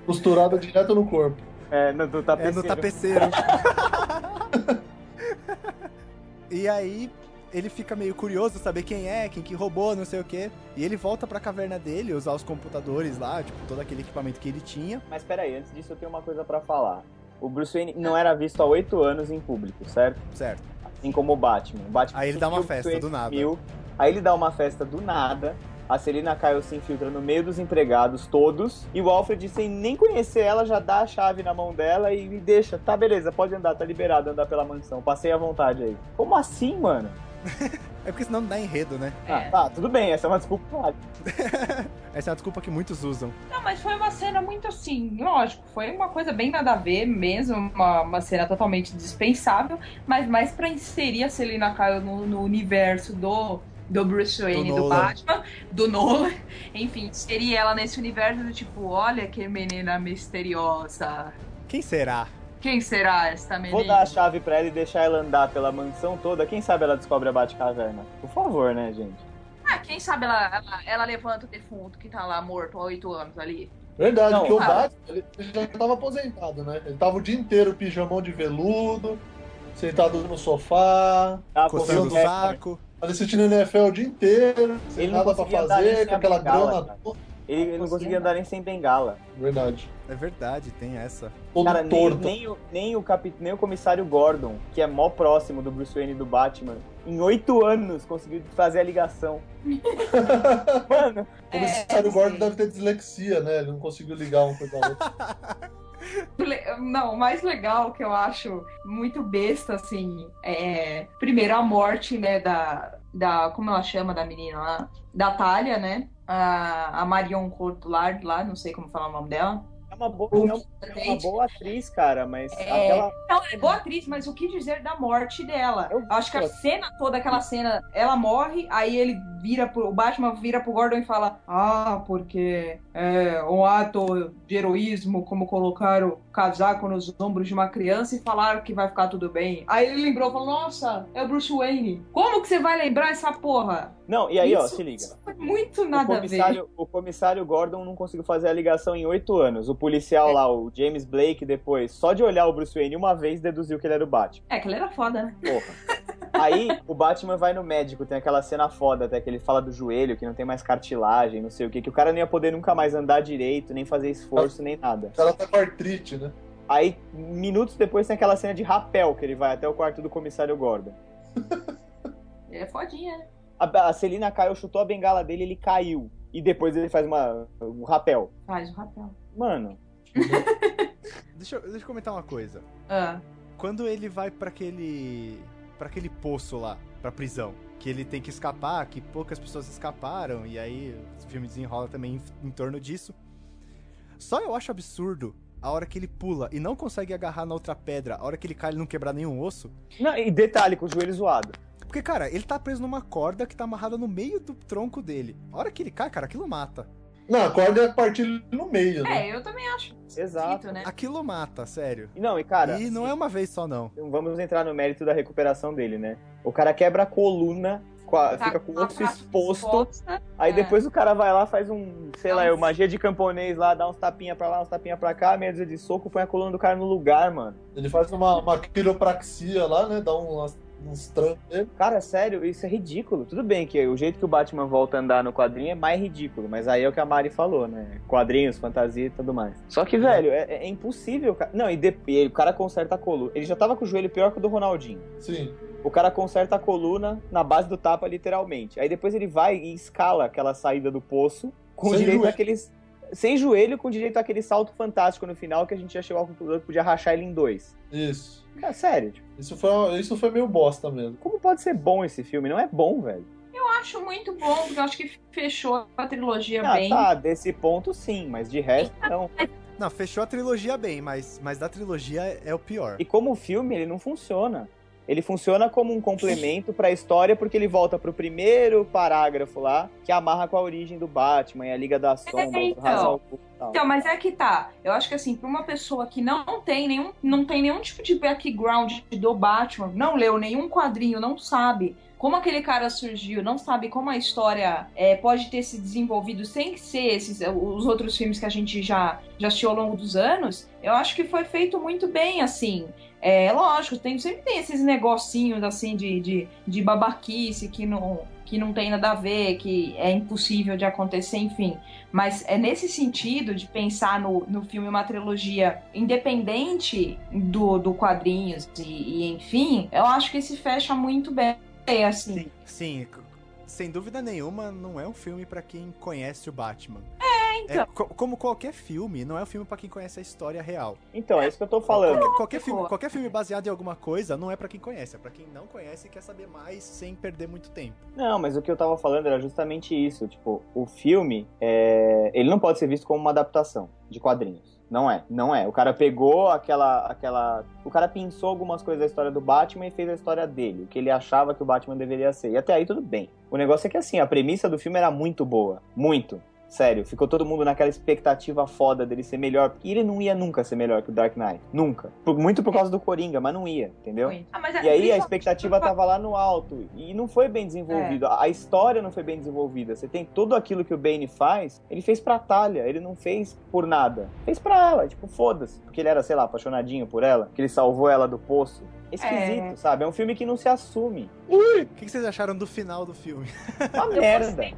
[SPEAKER 1] Costurada direto no corpo.
[SPEAKER 2] É, no, do
[SPEAKER 3] É no
[SPEAKER 2] tapeceiro.
[SPEAKER 3] tapeceiro. e aí ele fica meio curioso saber quem é, quem que roubou, não sei o quê. E ele volta pra caverna dele, usar os computadores lá, tipo, todo aquele equipamento que ele tinha.
[SPEAKER 2] Mas peraí, antes disso eu tenho uma coisa pra falar. O Bruce Wayne não era visto há oito anos em público, certo?
[SPEAKER 3] Certo.
[SPEAKER 2] Assim como o Batman. O Batman
[SPEAKER 3] Aí ele dá uma
[SPEAKER 2] sumiu, o
[SPEAKER 3] festa
[SPEAKER 2] Bruce
[SPEAKER 3] do nada.
[SPEAKER 2] sumiu, aí ele dá uma festa do nada. A Selina Kyle se infiltra no meio dos empregados todos. E o Alfred, sem nem conhecer ela, já dá a chave na mão dela e e deixa. Tá, beleza, pode andar, tá liberado andar pela mansão. Passei à vontade aí. Como assim, mano? tá,
[SPEAKER 3] É porque senão não dá enredo, né?
[SPEAKER 2] Ah, tá, tudo bem, essa é uma desculpa. válida.
[SPEAKER 3] Essa é a desculpa que muitos usam.
[SPEAKER 4] Não, mas foi uma cena muito assim, lógico, foi uma coisa bem nada a ver mesmo, uma, uma cena totalmente dispensável, mas mais pra inserir a Selina Kyle no, no universo do, do Bruce Wayne, do,
[SPEAKER 3] Nolan.
[SPEAKER 4] Batman, do Nolan, enfim, inserir ela nesse universo do tipo, olha que menina misteriosa,
[SPEAKER 3] Quem será?
[SPEAKER 4] quem será esta menina?
[SPEAKER 2] Vou dar a chave pra ela e deixar ela andar pela mansão toda. Quem sabe ela descobre a Batcaverna? Por favor, né, gente?
[SPEAKER 4] Ah, quem sabe ela, ela, ela levanta o defunto que tá lá morto há oito anos ali.
[SPEAKER 1] Verdade,
[SPEAKER 2] Não,
[SPEAKER 1] porque o
[SPEAKER 2] cara.
[SPEAKER 1] Batman ele ele já tava aposentado, né? Ele tava o dia inteiro pijamão de veludo, sentado no sofá,
[SPEAKER 2] Tá
[SPEAKER 3] Coçando o
[SPEAKER 1] correndo,
[SPEAKER 3] saco.
[SPEAKER 1] assistindo NFL o dia inteiro, sem
[SPEAKER 2] Ele não
[SPEAKER 1] nada pra
[SPEAKER 2] conseguia andar nem
[SPEAKER 1] fazer,
[SPEAKER 2] sem
[SPEAKER 1] com
[SPEAKER 2] a
[SPEAKER 1] aquela
[SPEAKER 2] bengala,
[SPEAKER 1] grama
[SPEAKER 2] cara.
[SPEAKER 1] toda.
[SPEAKER 2] Ele, ele não conseguia andar nem sem bengala.
[SPEAKER 1] Verdade.
[SPEAKER 3] É verdade, tem essa.
[SPEAKER 1] Todo
[SPEAKER 2] Cara, nem,
[SPEAKER 1] torto.
[SPEAKER 2] nem o, nem, o capi- nem o comissário Gordon, que é mó próximo do Bruce Wayne e do Batman, em oito anos conseguiu fazer a ligação. Mano,
[SPEAKER 1] O
[SPEAKER 4] É,
[SPEAKER 1] comissário
[SPEAKER 2] assim.
[SPEAKER 1] Gordon deve ter dislexia, né? Ele não conseguiu ligar um coisa da outra.
[SPEAKER 4] Le- é, Não, o mais legal que eu acho muito besta, assim, é. Primeiro, a morte, né, da. da como ela chama da menina lá? Da Thalia, né? A, a Marion Cotillard lá, não sei como falar o nome dela.
[SPEAKER 2] é uma boa, é uma- é uma boa atriz, cara, mas aquela.
[SPEAKER 4] Não, é boa atriz, mas o que dizer da morte dela?
[SPEAKER 2] Eu-
[SPEAKER 4] acho que a cena toda, aquela cena, ela morre, aí ele vira pro. O Batman vira pro Gordon e fala: Ah, porque é um ato de heroísmo, como colocar o casaco nos ombros de uma criança e falar que vai ficar tudo bem. Aí ele lembrou, falou: Nossa, é o Bruce Wayne. Como que você vai lembrar essa porra?
[SPEAKER 2] Não, e aí, ó,
[SPEAKER 4] Isso-
[SPEAKER 2] se liga.
[SPEAKER 4] Isso foi muito
[SPEAKER 2] O
[SPEAKER 4] nada a ver.
[SPEAKER 2] comissário, o comissário Gordon não conseguiu fazer a ligação em oito anos. O
[SPEAKER 4] É.
[SPEAKER 2] policial lá, o James Blake, depois, só de olhar o Bruce Wayne uma vez, deduziu que ele era o Batman.
[SPEAKER 4] É, que ele era foda, né?
[SPEAKER 2] Porra. Aí o Batman vai no médico, tem aquela cena foda até que ele fala do joelho, que não tem mais cartilagem, não sei o que, que o cara não ia poder nunca mais andar direito, nem fazer esforço, nem nada.
[SPEAKER 1] O cara tá com artrite, né?
[SPEAKER 2] Aí, minutos depois, tem aquela cena de rapel, que ele vai até o quarto do comissário Gordon.
[SPEAKER 4] Ele é fodinha, né?
[SPEAKER 2] A, a Celina caiu, chutou a bengala dele, ele caiu. E depois ele faz uma, um rapel.
[SPEAKER 4] Faz o rapel.
[SPEAKER 2] Mano,
[SPEAKER 3] Deixa eu, deixa eu comentar uma coisa.
[SPEAKER 4] Ah,
[SPEAKER 3] Quando ele vai pra aquele. para aquele poço lá, pra prisão, que ele tem que escapar, que poucas pessoas escaparam, e aí o filme desenrola também em, em torno disso. Só eu acho absurdo a hora que ele pula e não consegue agarrar na outra pedra, a hora que ele cai e não quebrar nenhum osso.
[SPEAKER 2] Não, e detalhe, com o joelho zoado.
[SPEAKER 3] Porque, cara, ele tá preso numa corda que tá amarrada no meio do tronco dele. A hora que ele cai, cara, aquilo mata.
[SPEAKER 1] Não, a corda é partir no meio, né?
[SPEAKER 4] é, eu também acho.
[SPEAKER 2] Exato.
[SPEAKER 4] esquisito, né?
[SPEAKER 3] Aquilo mata, sério.
[SPEAKER 2] E não, e cara,
[SPEAKER 3] e não é uma vez só, não.
[SPEAKER 2] não vamos entrar no mérito da recuperação dele, né? O cara quebra a coluna, com a-
[SPEAKER 4] Tá
[SPEAKER 2] fica com o osso
[SPEAKER 4] a-
[SPEAKER 2] exposto, aí
[SPEAKER 4] é.
[SPEAKER 2] depois o cara vai lá, faz um, sei
[SPEAKER 4] Dá
[SPEAKER 2] lá,
[SPEAKER 4] uns-
[SPEAKER 2] magia de camponês lá, dá uns tapinha pra lá, uns tapinha pra cá, meia dúzia de soco, põe a coluna do cara no lugar, mano.
[SPEAKER 1] Ele faz uma, uma quiropraxia lá, né? Dá umas, uns trancos nele.
[SPEAKER 2] Cara, sério, isso é ridículo. Tudo bem que o jeito que o Batman volta a andar no quadrinho é mais ridículo, mas aí é o que a Mari falou, né? Quadrinhos, fantasia e tudo mais. Só
[SPEAKER 4] Uhum.
[SPEAKER 2] que, velho, é, é impossível, cara. Não, e, de- e aí o cara conserta a coluna. Ele já tava com o joelho pior que o do Ronaldinho.
[SPEAKER 1] Sim.
[SPEAKER 2] O cara conserta a coluna na base do tapa, literalmente. Aí depois ele vai e escala aquela saída do poço com
[SPEAKER 1] Sem
[SPEAKER 2] direito
[SPEAKER 1] joelho.
[SPEAKER 2] àqueles. Sem joelho, com direito àquele salto fantástico no final que a gente já chegou à conclusão que podia rachar ele em dois.
[SPEAKER 1] Isso.
[SPEAKER 2] Cara, sério, tipo,
[SPEAKER 1] Isso foi, isso foi meio bosta mesmo.
[SPEAKER 2] como pode ser bom esse filme? Não é bom, velho.
[SPEAKER 4] Eu acho muito bom, porque eu acho que fechou a trilogia
[SPEAKER 2] Ah,
[SPEAKER 4] bem.
[SPEAKER 2] tá, desse ponto sim, mas de resto não.
[SPEAKER 3] Não, fechou a trilogia bem, mas, mas da trilogia é o pior.
[SPEAKER 2] E como filme, ele não funciona. Ele funciona como um complemento pra história, porque ele volta pro primeiro parágrafo lá, que amarra com a origem do Batman e a Liga da Sombra,
[SPEAKER 4] então.
[SPEAKER 2] do Hazal Gul e tal.
[SPEAKER 4] Então, mas é que tá. Eu acho que assim, pra uma pessoa que não tem nenhum, não tem nenhum tipo de background do Batman, não leu nenhum quadrinho, não sabe como aquele cara surgiu, não sabe como a história é, pode ter se desenvolvido sem ser esses é, os outros filmes que a gente já, já assistiu ao longo dos anos, eu acho que foi feito muito bem, assim. É lógico, tem, sempre tem esses negocinhos assim de, de, de babaquice que não, que não tem nada a ver, que é impossível de acontecer, enfim. Mas é nesse sentido de pensar no, no filme uma trilogia independente do, do quadrinhos e, e enfim, eu acho que se fecha muito bem, assim.
[SPEAKER 3] Sim, c- sem dúvida nenhuma, não é um filme pra quem conhece o Batman.
[SPEAKER 4] É,
[SPEAKER 3] É, co- como qualquer filme, não é um filme pra quem conhece a história real.
[SPEAKER 2] Então, é isso que eu tô falando.
[SPEAKER 3] Qualquer, qualquer
[SPEAKER 10] que
[SPEAKER 3] filme,
[SPEAKER 10] boa.
[SPEAKER 3] qualquer filme baseado em alguma coisa não é pra quem conhece, é pra quem não conhece e quer saber mais sem perder muito tempo.
[SPEAKER 2] Não, mas o que eu tava falando era justamente isso. Tipo, o filme, é, ele não pode ser visto como uma adaptação de quadrinhos. Não é, não é. O cara pegou aquela, aquela... O cara pensou algumas coisas da história do Batman e fez a história dele. O que ele achava que o Batman deveria ser. E até aí tudo bem. O negócio é que, assim, a premissa do filme era muito boa. Muito. Sério, ficou todo mundo naquela expectativa foda dele ser melhor. E ele não ia nunca ser melhor que o Dark Knight. Nunca. Por- muito por causa do Coringa, mas não ia, entendeu?
[SPEAKER 4] Ah, mas
[SPEAKER 2] E aí a
[SPEAKER 4] principalmente-
[SPEAKER 2] expectativa tá tava lá no alto e não foi bem
[SPEAKER 4] É.
[SPEAKER 2] desenvolvido. A a história não foi bem desenvolvida. Você tem tudo aquilo que o Bane faz, ele fez pra Talia, ele não fez por nada. Fez pra ela, tipo, foda-se. Porque ele era, sei lá, apaixonadinho por ela, que ele salvou ela do poço. Esquisito, sabe? É um filme que não se assume.
[SPEAKER 3] O que que vocês acharam do final do filme?
[SPEAKER 2] Uma
[SPEAKER 4] Eu
[SPEAKER 2] merda.
[SPEAKER 4] gostei.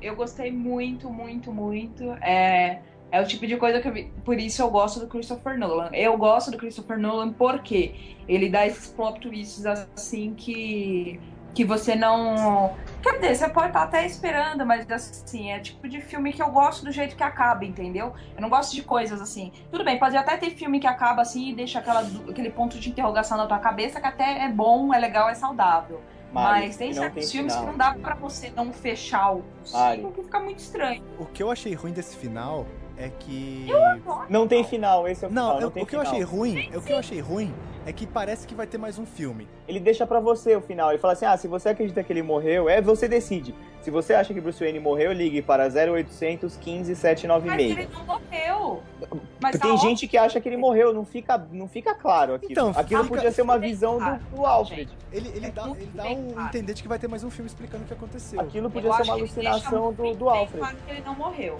[SPEAKER 4] Eu gostei muito, muito, muito. É, é o tipo de coisa que eu vi. Por isso eu gosto do Christopher Nolan. Eu gosto do Christopher Nolan porque ele dá esses plot twists assim que. Que você não. Quer dizer, você pode estar até esperando, mas assim, é tipo de filme que eu gosto do jeito que acaba, entendeu? Eu não gosto de coisas assim. Tudo bem, pode até ter filme que acaba assim e deixa aquela, du- aquele ponto de interrogação na tua cabeça, que até é bom, é legal, é saudável.
[SPEAKER 2] Mário,
[SPEAKER 4] Mas tem
[SPEAKER 2] que não
[SPEAKER 4] certos filmes
[SPEAKER 2] final.
[SPEAKER 4] que não dá pra você não fechar o
[SPEAKER 2] Mari.
[SPEAKER 4] ciclo, que fica muito estranho.
[SPEAKER 3] O que eu achei ruim desse final é que.
[SPEAKER 2] Não tem final, esse é o final.
[SPEAKER 3] Não, eu-
[SPEAKER 2] tem
[SPEAKER 3] o que eu
[SPEAKER 2] final.
[SPEAKER 3] achei ruim, o que eu achei ruim é que parece que vai ter mais um filme.
[SPEAKER 2] Ele deixa pra você o final. Ele fala assim: ah, se você acredita que ele morreu, é você decide. Se você acha que Bruce Wayne morreu, ligue para 0800 15
[SPEAKER 4] Mas
[SPEAKER 2] 796.
[SPEAKER 4] ele não morreu. Mas
[SPEAKER 2] Tem
[SPEAKER 4] a
[SPEAKER 2] gente que acha que ele morreu, não fica, não fica claro aquilo.
[SPEAKER 3] Então,
[SPEAKER 2] aquilo
[SPEAKER 3] fica-
[SPEAKER 2] podia ser uma visão do, do Alfred.
[SPEAKER 3] Ele, ele
[SPEAKER 4] É
[SPEAKER 3] dá,
[SPEAKER 4] muito
[SPEAKER 3] ele dá
[SPEAKER 4] bem
[SPEAKER 3] um
[SPEAKER 4] claro.
[SPEAKER 3] entender de que vai ter mais um filme explicando o que aconteceu.
[SPEAKER 2] Aquilo
[SPEAKER 4] Eu
[SPEAKER 2] podia ser
[SPEAKER 4] acho
[SPEAKER 2] uma
[SPEAKER 4] que ele
[SPEAKER 2] alucinação
[SPEAKER 4] deixa
[SPEAKER 2] do,
[SPEAKER 4] muito
[SPEAKER 2] do
[SPEAKER 4] bem
[SPEAKER 2] Alfred.
[SPEAKER 4] claro que ele não morreu.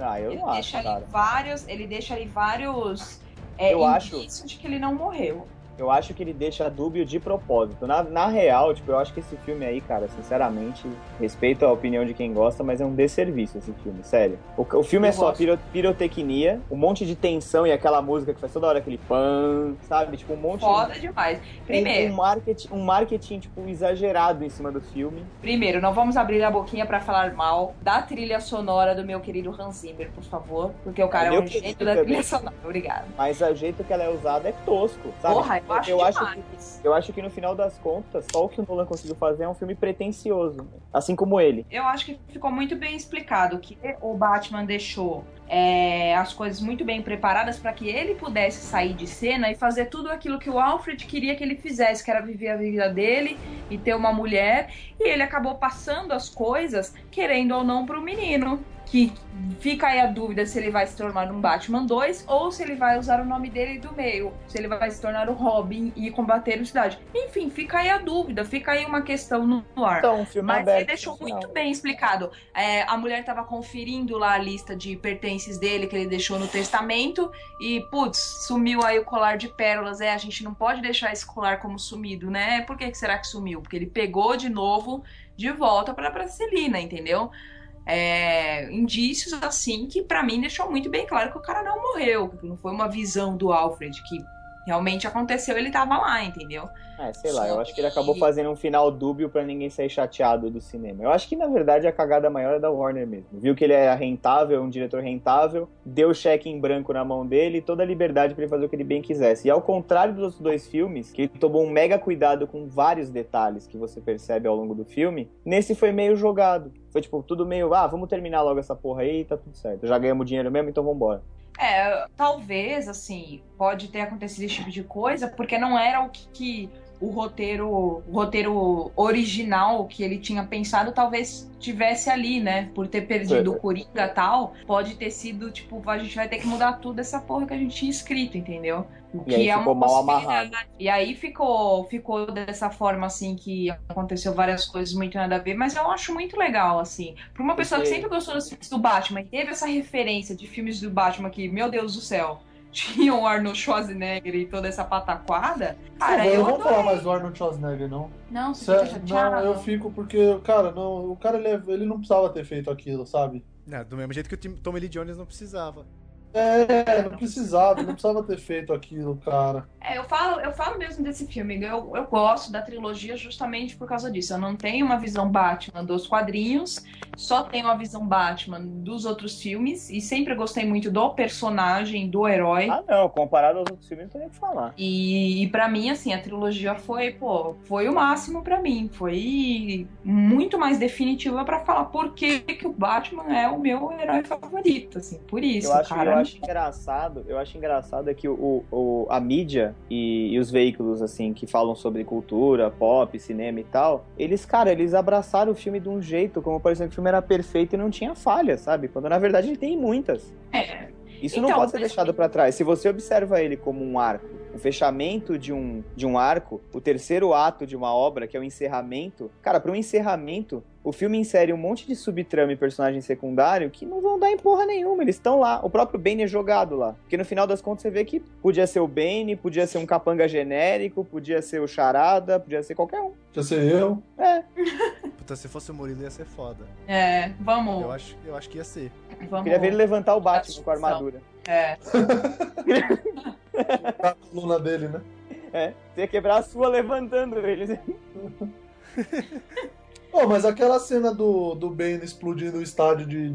[SPEAKER 2] Ah, eu
[SPEAKER 4] ele
[SPEAKER 2] não acho,
[SPEAKER 4] deixa ali
[SPEAKER 2] cara.
[SPEAKER 4] vários. Ele deixa ali vários. É,
[SPEAKER 2] Eu acho-
[SPEAKER 4] indícios de que ele não morreu.
[SPEAKER 2] Eu acho que ele deixa dúbio de propósito. Na, na real, tipo, eu acho que esse filme aí, cara, sinceramente, respeito a opinião de quem gosta, mas é um desserviço esse filme, sério. O, o filme
[SPEAKER 4] Eu
[SPEAKER 2] é só
[SPEAKER 4] gosto.
[SPEAKER 2] piro- pirotecnia, um monte de tensão e aquela música que faz toda hora aquele pan, sabe? Tipo, um monte
[SPEAKER 4] Foda demais.
[SPEAKER 2] tem
[SPEAKER 4] Primeiro,
[SPEAKER 2] Um marketing, um marketing, tipo, exagerado em cima do filme.
[SPEAKER 4] primeiro, não vamos abrir a boquinha pra falar mal da trilha sonora do meu querido Hans Zimmer, por favor. Porque o cara é,
[SPEAKER 2] Meu
[SPEAKER 4] um gênio
[SPEAKER 2] querido
[SPEAKER 4] da
[SPEAKER 2] também.
[SPEAKER 4] trilha sonora. Obrigada.
[SPEAKER 2] Mas o jeito que ela é usada é tosco, sabe?
[SPEAKER 4] Porra, eu acho
[SPEAKER 2] eu acho
[SPEAKER 4] demais.
[SPEAKER 2] Eu acho que no final das contas, só o que o Nolan conseguiu fazer é um filme pretencioso, assim como ele.
[SPEAKER 4] eu acho que ficou muito bem explicado que o Batman deixou é, as coisas muito bem preparadas para que ele pudesse sair de cena e fazer tudo aquilo que o Alfred queria que ele fizesse, que era viver a vida dele e ter uma mulher. E ele acabou passando as coisas, querendo ou não, para o menino. Que fica aí a dúvida se ele vai se tornar um Batman 2 ou se ele vai usar o nome dele do meio, se ele vai se tornar o Robin e combater a cidade. Enfim, fica aí a dúvida, fica aí uma questão no no ar.
[SPEAKER 2] Então, um filme
[SPEAKER 4] Mas
[SPEAKER 2] aberto.
[SPEAKER 4] ele deixou
[SPEAKER 2] no final.
[SPEAKER 4] muito bem explicado. É, a mulher tava conferindo lá a lista de pertences dele que ele deixou no testamento e, putz, sumiu aí o colar de pérolas. É, a gente não pode deixar esse colar como sumido, né? Por que, que será que sumiu? Porque ele pegou de novo, de volta pra Brasilina, entendeu? É, indícios assim que pra mim deixou muito bem claro que o cara não morreu, que não foi uma visão do Alfred que realmente aconteceu, ele tava lá, entendeu?
[SPEAKER 2] É, sei lá, eu
[SPEAKER 4] Só
[SPEAKER 2] acho que ele acabou
[SPEAKER 4] que-
[SPEAKER 2] fazendo um final dúbio pra ninguém sair chateado do cinema. Eu acho que, na verdade, a cagada maior é da Warner mesmo. Viu que ele é rentável, um diretor rentável, deu cheque em branco na mão dele, toda a liberdade pra ele fazer o que ele bem quisesse. E ao contrário dos outros dois filmes, que ele tomou um mega cuidado com vários detalhes que você percebe ao longo do filme, nesse foi meio jogado. Foi tipo, tudo meio, ah, vamos terminar logo essa porra aí, tá tudo certo. Já ganhamos dinheiro mesmo, então vambora.
[SPEAKER 4] É, talvez, assim, pode ter acontecido esse tipo de coisa, porque não era o que, que o roteiro, o roteiro original que ele tinha pensado, talvez tivesse ali, né? Por ter perdido
[SPEAKER 2] É.
[SPEAKER 4] o Coringa e tal, pode ter sido, tipo, a gente vai ter que mudar tudo essa porra que a gente tinha escrito, entendeu? O é um
[SPEAKER 2] E aí ficou mal amarrado.
[SPEAKER 4] E aí ficou, ficou dessa forma, assim, que aconteceu várias coisas muito nada a ver, mas eu acho muito legal, assim. Pra uma pessoa que
[SPEAKER 2] Porque-
[SPEAKER 4] sempre gostou dos filmes do Batman e teve essa referência de filmes do Batman que, meu Deus do céu, tinham o Arnold Schwarzenegger e toda essa pataquada, cara,
[SPEAKER 1] eu,
[SPEAKER 4] eu
[SPEAKER 1] não vou falar
[SPEAKER 4] adorei.
[SPEAKER 1] mais do Arnold Schwarzenegger, não.
[SPEAKER 4] Não, você
[SPEAKER 1] Sério,
[SPEAKER 4] fica
[SPEAKER 1] não, eu
[SPEAKER 4] chateado. né?
[SPEAKER 1] fico porque, cara, não, o cara ele, é- ele não precisava ter feito aquilo, sabe?
[SPEAKER 3] Não, do mesmo jeito que o Tim- Tommy Lee Jones não precisava.
[SPEAKER 1] É, não precisava, não precisava ter feito aquilo, cara.
[SPEAKER 4] É, eu falo, eu falo mesmo desse filme. Eu, eu gosto da trilogia justamente por causa disso. Eu não tenho uma visão Batman dos quadrinhos, só tenho a visão Batman dos outros filmes. E sempre gostei muito do personagem, do herói.
[SPEAKER 2] Ah, não, comparado aos outros filmes, não tem nem o que falar.
[SPEAKER 4] E, e para mim, assim, a trilogia foi, pô, foi o máximo pra mim. Foi muito mais definitiva pra falar por que, que o Batman é o meu herói favorito, assim, por isso,
[SPEAKER 2] Eu acho,
[SPEAKER 4] cara.
[SPEAKER 2] eu acho engraçado, eu acho engraçado é que o, o- a mídia e, e os veículos, assim, que falam sobre cultura, pop, cinema e tal, eles, cara, eles abraçaram o filme de um jeito, como parecendo que o filme era perfeito e não tinha falhas, sabe? Quando na verdade ele tem muitas.
[SPEAKER 4] É.
[SPEAKER 2] Isso não
[SPEAKER 4] Então,
[SPEAKER 2] pode ser
[SPEAKER 4] mas-
[SPEAKER 2] deixado pra trás. Se você observa ele como um arco, o fechamento de um, de um arco, o terceiro ato de uma obra, que é o encerramento, cara, para um encerramento, o filme insere um monte de subtrama e personagem secundário que não vão dar em porra nenhuma. Eles estão lá. O próprio Bane é jogado lá. Porque no final das contas você vê que podia ser o Bane, podia ser um capanga genérico, podia ser o Charada, podia ser qualquer um.
[SPEAKER 1] Deixa eu ser eu.
[SPEAKER 3] Puta, se fosse o Murilo ia ser foda.
[SPEAKER 4] É,
[SPEAKER 3] Eu
[SPEAKER 4] vamos,
[SPEAKER 3] acho, eu acho que ia ser.
[SPEAKER 4] vamos.
[SPEAKER 2] Queria ver ele levantar o Batman com a armadura.
[SPEAKER 4] É.
[SPEAKER 1] A coluna dele, né?
[SPEAKER 2] É. Você ia quebrar a sua levantando ele.
[SPEAKER 1] Pô, mas aquela cena do, do Bane explodindo o estádio de,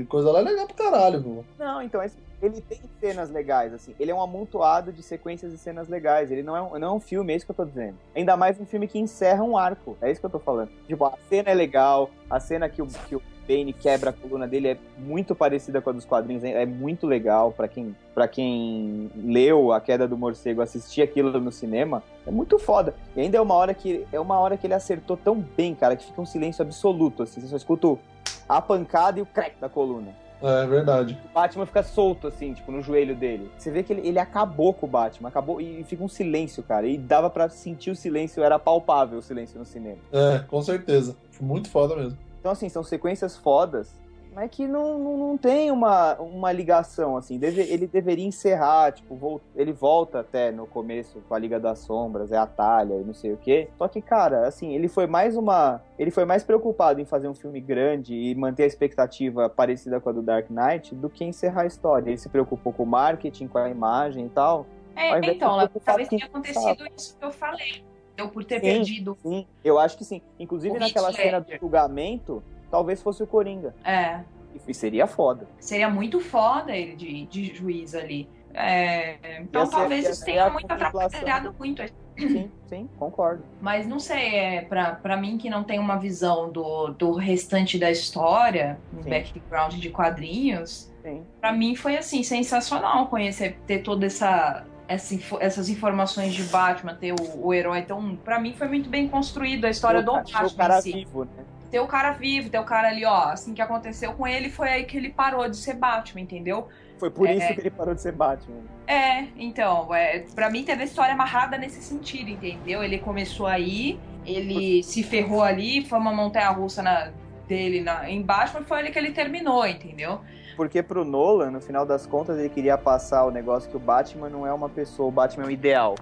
[SPEAKER 1] de coisa lá é legal pra caralho, meu.
[SPEAKER 2] Não, então, esse- ele tem cenas legais, assim. Ele é um amontoado de sequências e cenas legais. Ele não é, um, não é um filme, é isso que eu tô dizendo. Ainda mais um filme que encerra um arco. É isso que eu tô falando. Tipo, a cena é legal, a cena que o, que o Bane quebra a coluna dele é muito parecida com a dos quadrinhos. É é muito legal pra quem, pra quem leu A Queda do Morcego, assistir aquilo no cinema. É muito foda. E ainda é uma hora que é uma hora que ele acertou tão bem, cara, que fica um silêncio absoluto, assim. Você só escuta o- a pancada e o crack da coluna.
[SPEAKER 1] É verdade.
[SPEAKER 2] O Batman fica solto, assim, tipo, no joelho dele. Você vê que ele, ele acabou com o Batman, acabou e fica um silêncio, cara. E dava pra sentir o silêncio, era palpável o silêncio no cinema.
[SPEAKER 1] É, com certeza. Muito foda mesmo.
[SPEAKER 2] Então, assim, são sequências fodas, mas que não, não, não tem uma, uma ligação, assim. Deve- ele deveria encerrar, tipo, vol- ele volta até no começo com a Liga das Sombras, é a Talha e não sei o quê. Só que, cara, assim, ele foi mais uma... Ele foi mais preocupado em fazer um filme grande e manter a expectativa parecida com a do Dark Knight do que encerrar a história. Ele se preocupou com o marketing, com a imagem e tal. Ao
[SPEAKER 4] É,
[SPEAKER 2] invés de
[SPEAKER 4] então,
[SPEAKER 2] se
[SPEAKER 4] Léo,
[SPEAKER 2] preocupar
[SPEAKER 4] talvez
[SPEAKER 2] com
[SPEAKER 4] tenha acontecido isso que eu falei. Eu por ter
[SPEAKER 2] Sim.
[SPEAKER 4] perdido.
[SPEAKER 2] Sim, eu acho que sim. Inclusive
[SPEAKER 4] O
[SPEAKER 2] naquela
[SPEAKER 4] Heath
[SPEAKER 2] cena do
[SPEAKER 4] Ledger.
[SPEAKER 2] julgamento, talvez fosse o Coringa.
[SPEAKER 4] É.
[SPEAKER 2] E- E seria foda.
[SPEAKER 4] Seria muito foda ele de, de juiz ali. É, então
[SPEAKER 2] Ia ser- assim,
[SPEAKER 4] talvez
[SPEAKER 2] ia
[SPEAKER 4] isso
[SPEAKER 2] ser
[SPEAKER 4] tenha
[SPEAKER 2] a
[SPEAKER 4] muito
[SPEAKER 2] contemplação.
[SPEAKER 4] atrapalhado muito.
[SPEAKER 2] Sim, sim, concordo.
[SPEAKER 4] Mas não sei, é, pra, pra mim que não tem uma visão do, do restante da história, um
[SPEAKER 2] Sim.
[SPEAKER 4] background de quadrinhos,
[SPEAKER 2] Sim.
[SPEAKER 4] Pra mim foi assim sensacional conhecer ter toda essa, essa info- essas informações de Batman, ter o, o herói tão, Pra mim foi muito bem construído a história
[SPEAKER 2] Ter
[SPEAKER 4] do
[SPEAKER 2] o ca-
[SPEAKER 4] Batman
[SPEAKER 2] ter o cara
[SPEAKER 4] é em si.
[SPEAKER 2] vivo, né?
[SPEAKER 4] Ter o cara vivo, ter o cara ali, ó, assim que aconteceu com ele, foi aí que ele parou de ser Batman, entendeu?
[SPEAKER 2] Foi por
[SPEAKER 4] É.
[SPEAKER 2] isso que ele parou de ser Batman.
[SPEAKER 4] É, então, é, para mim teve a história amarrada nesse sentido, entendeu? Ele começou aí, ele se ferrou ali, foi uma montanha russa na- dele na, em Batman, foi ali que ele terminou, entendeu?
[SPEAKER 2] Porque pro Nolan, no final das contas, ele queria passar o negócio que o Batman não é uma pessoa, o Batman é um ideal.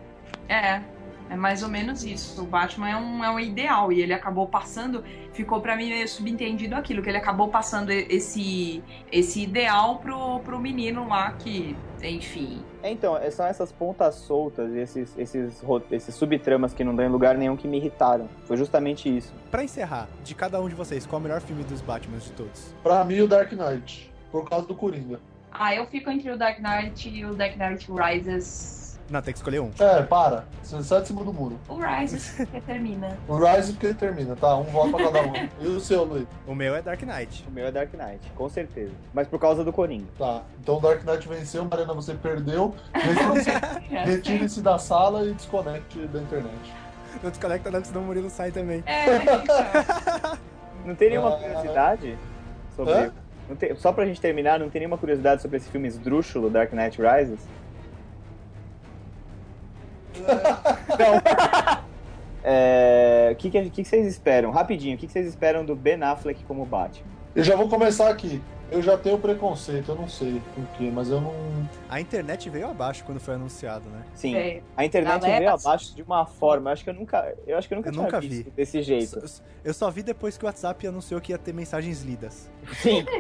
[SPEAKER 4] É, é mais ou menos isso. O Batman é um, é um ideal e ele acabou passando, ficou pra mim meio subentendido aquilo, que ele acabou passando e- esse, esse ideal pro, pro menino lá que, enfim.
[SPEAKER 2] É, Então, é- são essas pontas soltas, esses, esses, ro- esses subtramas que não dão em lugar nenhum que me irritaram. Foi justamente isso.
[SPEAKER 3] Pra encerrar, de cada um de vocês, qual é o melhor filme dos Batman de todos?
[SPEAKER 1] Pra mim, o Dark Knight. Por causa do Coringa.
[SPEAKER 4] Ah, eu fico entre o Dark Knight e o Dark Knight Rises.
[SPEAKER 3] Não, tem que escolher um.
[SPEAKER 1] É, para. Você sai de cima do muro.
[SPEAKER 4] O Rises que termina.
[SPEAKER 1] O Rise porque ele termina, tá? Um voto pra cada um. E o seu, Luiz?
[SPEAKER 3] O meu é Dark Knight.
[SPEAKER 2] O meu é Dark Knight, com certeza. Mas por causa do Coringa.
[SPEAKER 1] Tá. Então o Dark Knight venceu, Marina, você perdeu. Retire-se- Retire-se da sala e desconecte da internet.
[SPEAKER 3] Não desconecta não, que senão o Murilo sai também.
[SPEAKER 4] É, então.
[SPEAKER 2] Não tem nenhuma
[SPEAKER 1] Ah.
[SPEAKER 2] curiosidade sobre.
[SPEAKER 1] Hã?
[SPEAKER 2] Não tem- só pra gente terminar, não tem nenhuma curiosidade sobre esse filme esdrúxulo, Dark Knight Rises? Não. É, O que, que, o que que vocês esperam? Rapidinho, o que, que vocês esperam do Ben Affleck como Batman?
[SPEAKER 1] Eu já vou começar aqui. Eu já tenho preconceito, eu não sei porquê, mas eu não.
[SPEAKER 3] A internet veio abaixo quando foi anunciado, né?
[SPEAKER 2] Sim,
[SPEAKER 4] É.
[SPEAKER 2] a internet
[SPEAKER 4] Galera,
[SPEAKER 2] veio abaixo de uma forma. Eu acho que eu nunca, eu acho que eu nunca
[SPEAKER 3] Eu
[SPEAKER 2] tinha
[SPEAKER 3] nunca
[SPEAKER 2] visto
[SPEAKER 3] vi.
[SPEAKER 2] desse jeito.
[SPEAKER 3] Eu só vi depois que o WhatsApp anunciou que ia ter mensagens lidas.
[SPEAKER 2] Sim.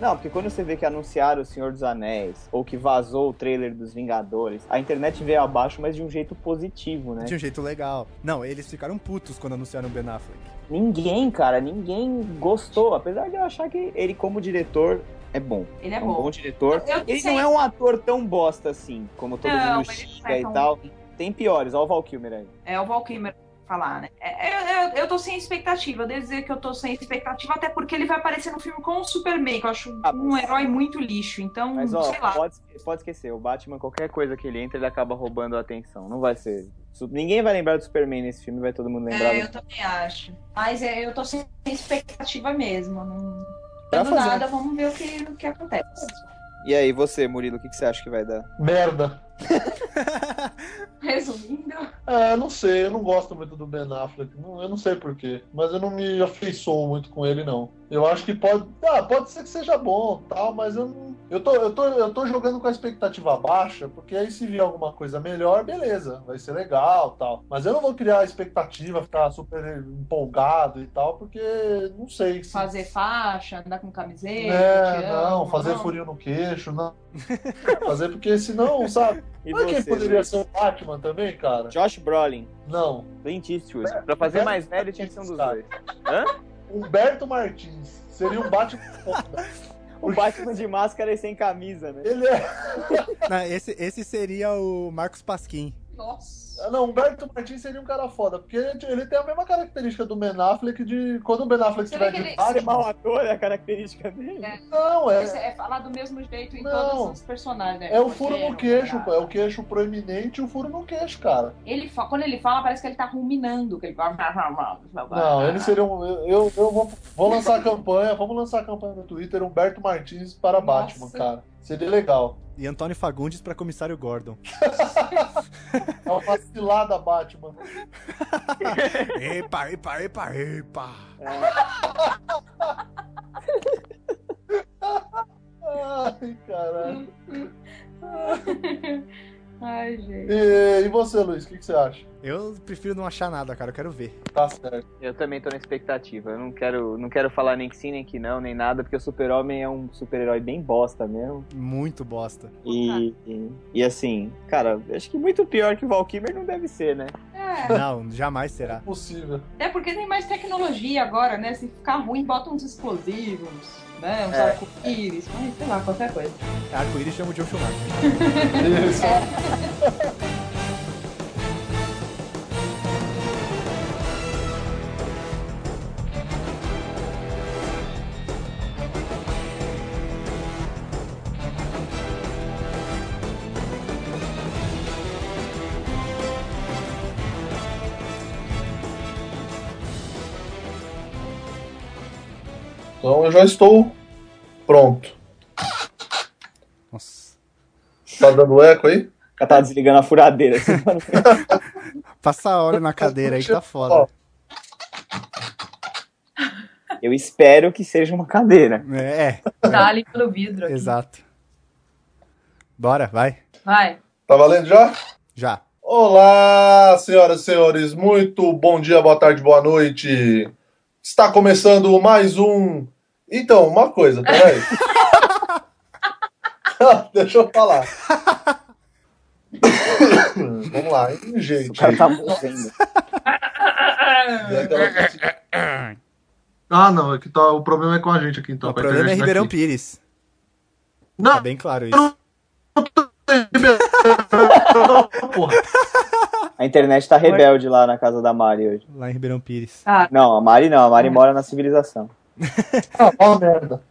[SPEAKER 2] Não, porque quando você vê que anunciaram o Senhor dos Anéis, ou que vazou o trailer dos Vingadores, a internet veio abaixo, mas de um jeito positivo, né?
[SPEAKER 3] De um jeito legal. Não, eles ficaram putos quando anunciaram o Ben Affleck.
[SPEAKER 2] Ninguém, cara, ninguém gostou, apesar de eu achar que ele, como diretor, é bom.
[SPEAKER 4] Ele é
[SPEAKER 2] um
[SPEAKER 4] bom.
[SPEAKER 2] bom diretor.
[SPEAKER 4] Eu
[SPEAKER 2] Ele
[SPEAKER 4] sei.
[SPEAKER 2] não é um ator tão bosta assim, como todo
[SPEAKER 4] Não,
[SPEAKER 2] mundo
[SPEAKER 4] mas ele não
[SPEAKER 2] xinga
[SPEAKER 4] é
[SPEAKER 2] e
[SPEAKER 4] tão
[SPEAKER 2] tal. Tem piores, ó o Val Kilmer aí.
[SPEAKER 4] É o Valkymer falar, né? É, é, eu, eu tô sem expectativa. Eu devo dizer que eu tô sem expectativa, até porque ele vai aparecer no filme com o Superman, que eu acho
[SPEAKER 2] Ah,
[SPEAKER 4] um
[SPEAKER 2] mas-
[SPEAKER 4] herói muito lixo. Então,
[SPEAKER 2] Mas ó,
[SPEAKER 4] sei lá.
[SPEAKER 2] pode, pode esquecer, o Batman, qualquer coisa que ele entra, ele acaba roubando a atenção. Não vai ser. su- Ninguém vai lembrar do Superman nesse filme, vai todo mundo lembrar.
[SPEAKER 4] É,
[SPEAKER 2] do-
[SPEAKER 4] eu também acho. Mas é, eu tô sem expectativa mesmo. Não
[SPEAKER 2] Pra
[SPEAKER 4] dando
[SPEAKER 2] fazer.
[SPEAKER 4] nada, vamos ver o que, o que acontece.
[SPEAKER 2] E aí, você, Murilo, o que, que você acha que vai dar?
[SPEAKER 1] Merda.
[SPEAKER 4] Resumindo,
[SPEAKER 1] É, eu não sei, eu não gosto muito do Ben Affleck, não- eu não sei porquê, mas eu não me afeiçoo muito com ele, não. Eu acho que pode, ah, pode ser que seja bom, tal, mas eu não, eu tô, eu tô, eu tô jogando com a expectativa baixa, porque aí se vir alguma coisa melhor, beleza, vai ser legal, tal. Mas eu não vou criar expectativa, ficar super empolgado e tal, porque não sei se
[SPEAKER 4] fazer faixa, andar com camiseta.
[SPEAKER 1] é,
[SPEAKER 4] te
[SPEAKER 1] não,
[SPEAKER 4] amo,
[SPEAKER 1] fazer furinho no queixo, não. fazer porque senão, sabe?
[SPEAKER 2] E
[SPEAKER 1] Sabe quem
[SPEAKER 2] você,
[SPEAKER 1] poderia
[SPEAKER 2] Luiz?
[SPEAKER 1] ser o Batman também, cara?
[SPEAKER 2] Josh Brolin,
[SPEAKER 1] Não.
[SPEAKER 2] Clint Eastwood. Pra fazer mais velho, tinha que ser um dos
[SPEAKER 1] Tá.
[SPEAKER 2] dois.
[SPEAKER 1] Humberto Martins. Seria um Batman foda.
[SPEAKER 2] O Um Batman de máscara e sem camisa, né?
[SPEAKER 1] Ele é.
[SPEAKER 3] Não, esse, esse seria o Marcos Pasquim.
[SPEAKER 4] Nossa.
[SPEAKER 1] Ah, Não, Humberto Martins seria um cara foda. Porque ele, ele tem a mesma característica do Ben Affleck de. Quando o Ben Affleck
[SPEAKER 4] Será
[SPEAKER 1] estiver
[SPEAKER 4] que
[SPEAKER 1] de
[SPEAKER 4] ele-
[SPEAKER 2] Ser
[SPEAKER 1] Batman.
[SPEAKER 2] mau ator é a característica dele.
[SPEAKER 4] É.
[SPEAKER 1] Não, é.
[SPEAKER 4] É falar do mesmo jeito em
[SPEAKER 1] Não.
[SPEAKER 4] todos os personagens. né?
[SPEAKER 1] É o furo no
[SPEAKER 4] Roteiro,
[SPEAKER 1] queixo,
[SPEAKER 4] cara.
[SPEAKER 1] pô. É o queixo proeminente e o furo no queixo, cara.
[SPEAKER 4] Ele fa- Quando ele fala, parece que ele tá ruminando. Que ele... Não,
[SPEAKER 1] Não, ele seria um. Eu, eu- eu vou, vou lançar a campanha. Vamos lançar a campanha no Twitter. Humberto Martins para
[SPEAKER 4] Nossa.
[SPEAKER 1] Batman, cara. Seria legal.
[SPEAKER 3] E Antônio Fagundes pra comissário Gordon.
[SPEAKER 1] É uma vacilada Batman.
[SPEAKER 3] Epa, epa, epa, epa.
[SPEAKER 1] Ai, caralho.
[SPEAKER 4] Ai, gente.
[SPEAKER 1] E, e você, Luiz, o que, que você acha?
[SPEAKER 3] Eu prefiro não achar nada, cara. Eu quero ver.
[SPEAKER 1] Tá certo.
[SPEAKER 2] Eu também tô na expectativa. Eu não quero, não quero falar nem que sim, nem que não, nem nada, porque o Super-Homem é um super-herói bem bosta mesmo.
[SPEAKER 3] Muito bosta.
[SPEAKER 2] E, e, e assim, cara, eu acho que muito pior que o Valkymer não deve ser, né?
[SPEAKER 4] É,
[SPEAKER 3] Não, jamais será.
[SPEAKER 1] é Possível.
[SPEAKER 4] até porque tem mais tecnologia agora, né? Se ficar ruim, bota uns explosivos, né? Uns
[SPEAKER 2] É.
[SPEAKER 4] arco-íris, mas sei lá, qualquer coisa.
[SPEAKER 3] É Arco-íris chama o John Schumacher.
[SPEAKER 1] Isso. Então eu já estou pronto.
[SPEAKER 3] Nossa.
[SPEAKER 1] Tá dando eco aí?
[SPEAKER 2] Ela tá desligando a furadeira. assim, mano.
[SPEAKER 3] Passa a hora na cadeira aí que tá foda.
[SPEAKER 2] eu espero que seja uma cadeira.
[SPEAKER 3] É,
[SPEAKER 11] Tá ali pelo vidro.
[SPEAKER 3] é
[SPEAKER 11] aqui.
[SPEAKER 3] exato. Bora, vai.
[SPEAKER 11] Vai.
[SPEAKER 1] Tá valendo já?
[SPEAKER 3] Já.
[SPEAKER 1] Olá, senhoras e senhores, muito bom dia, boa tarde, boa noite. Está começando mais um. Então, uma coisa, peraí. Deixa eu falar. Vamos lá, um jeito.
[SPEAKER 2] O cara tá morrendo.
[SPEAKER 1] Ah, não, é que tá, o problema é com a gente aqui então.
[SPEAKER 3] o problema é Ribeirão Pires. Tá
[SPEAKER 1] Não,
[SPEAKER 3] bem claro isso.
[SPEAKER 1] porra.
[SPEAKER 2] A internet tá rebelde lá na casa da Mari hoje.
[SPEAKER 3] Lá em Ribeirão
[SPEAKER 11] Ah,
[SPEAKER 3] Pires.
[SPEAKER 1] Tá
[SPEAKER 2] Não, a Mari não, a Mari mora na civilização.
[SPEAKER 1] Ah, uma merda.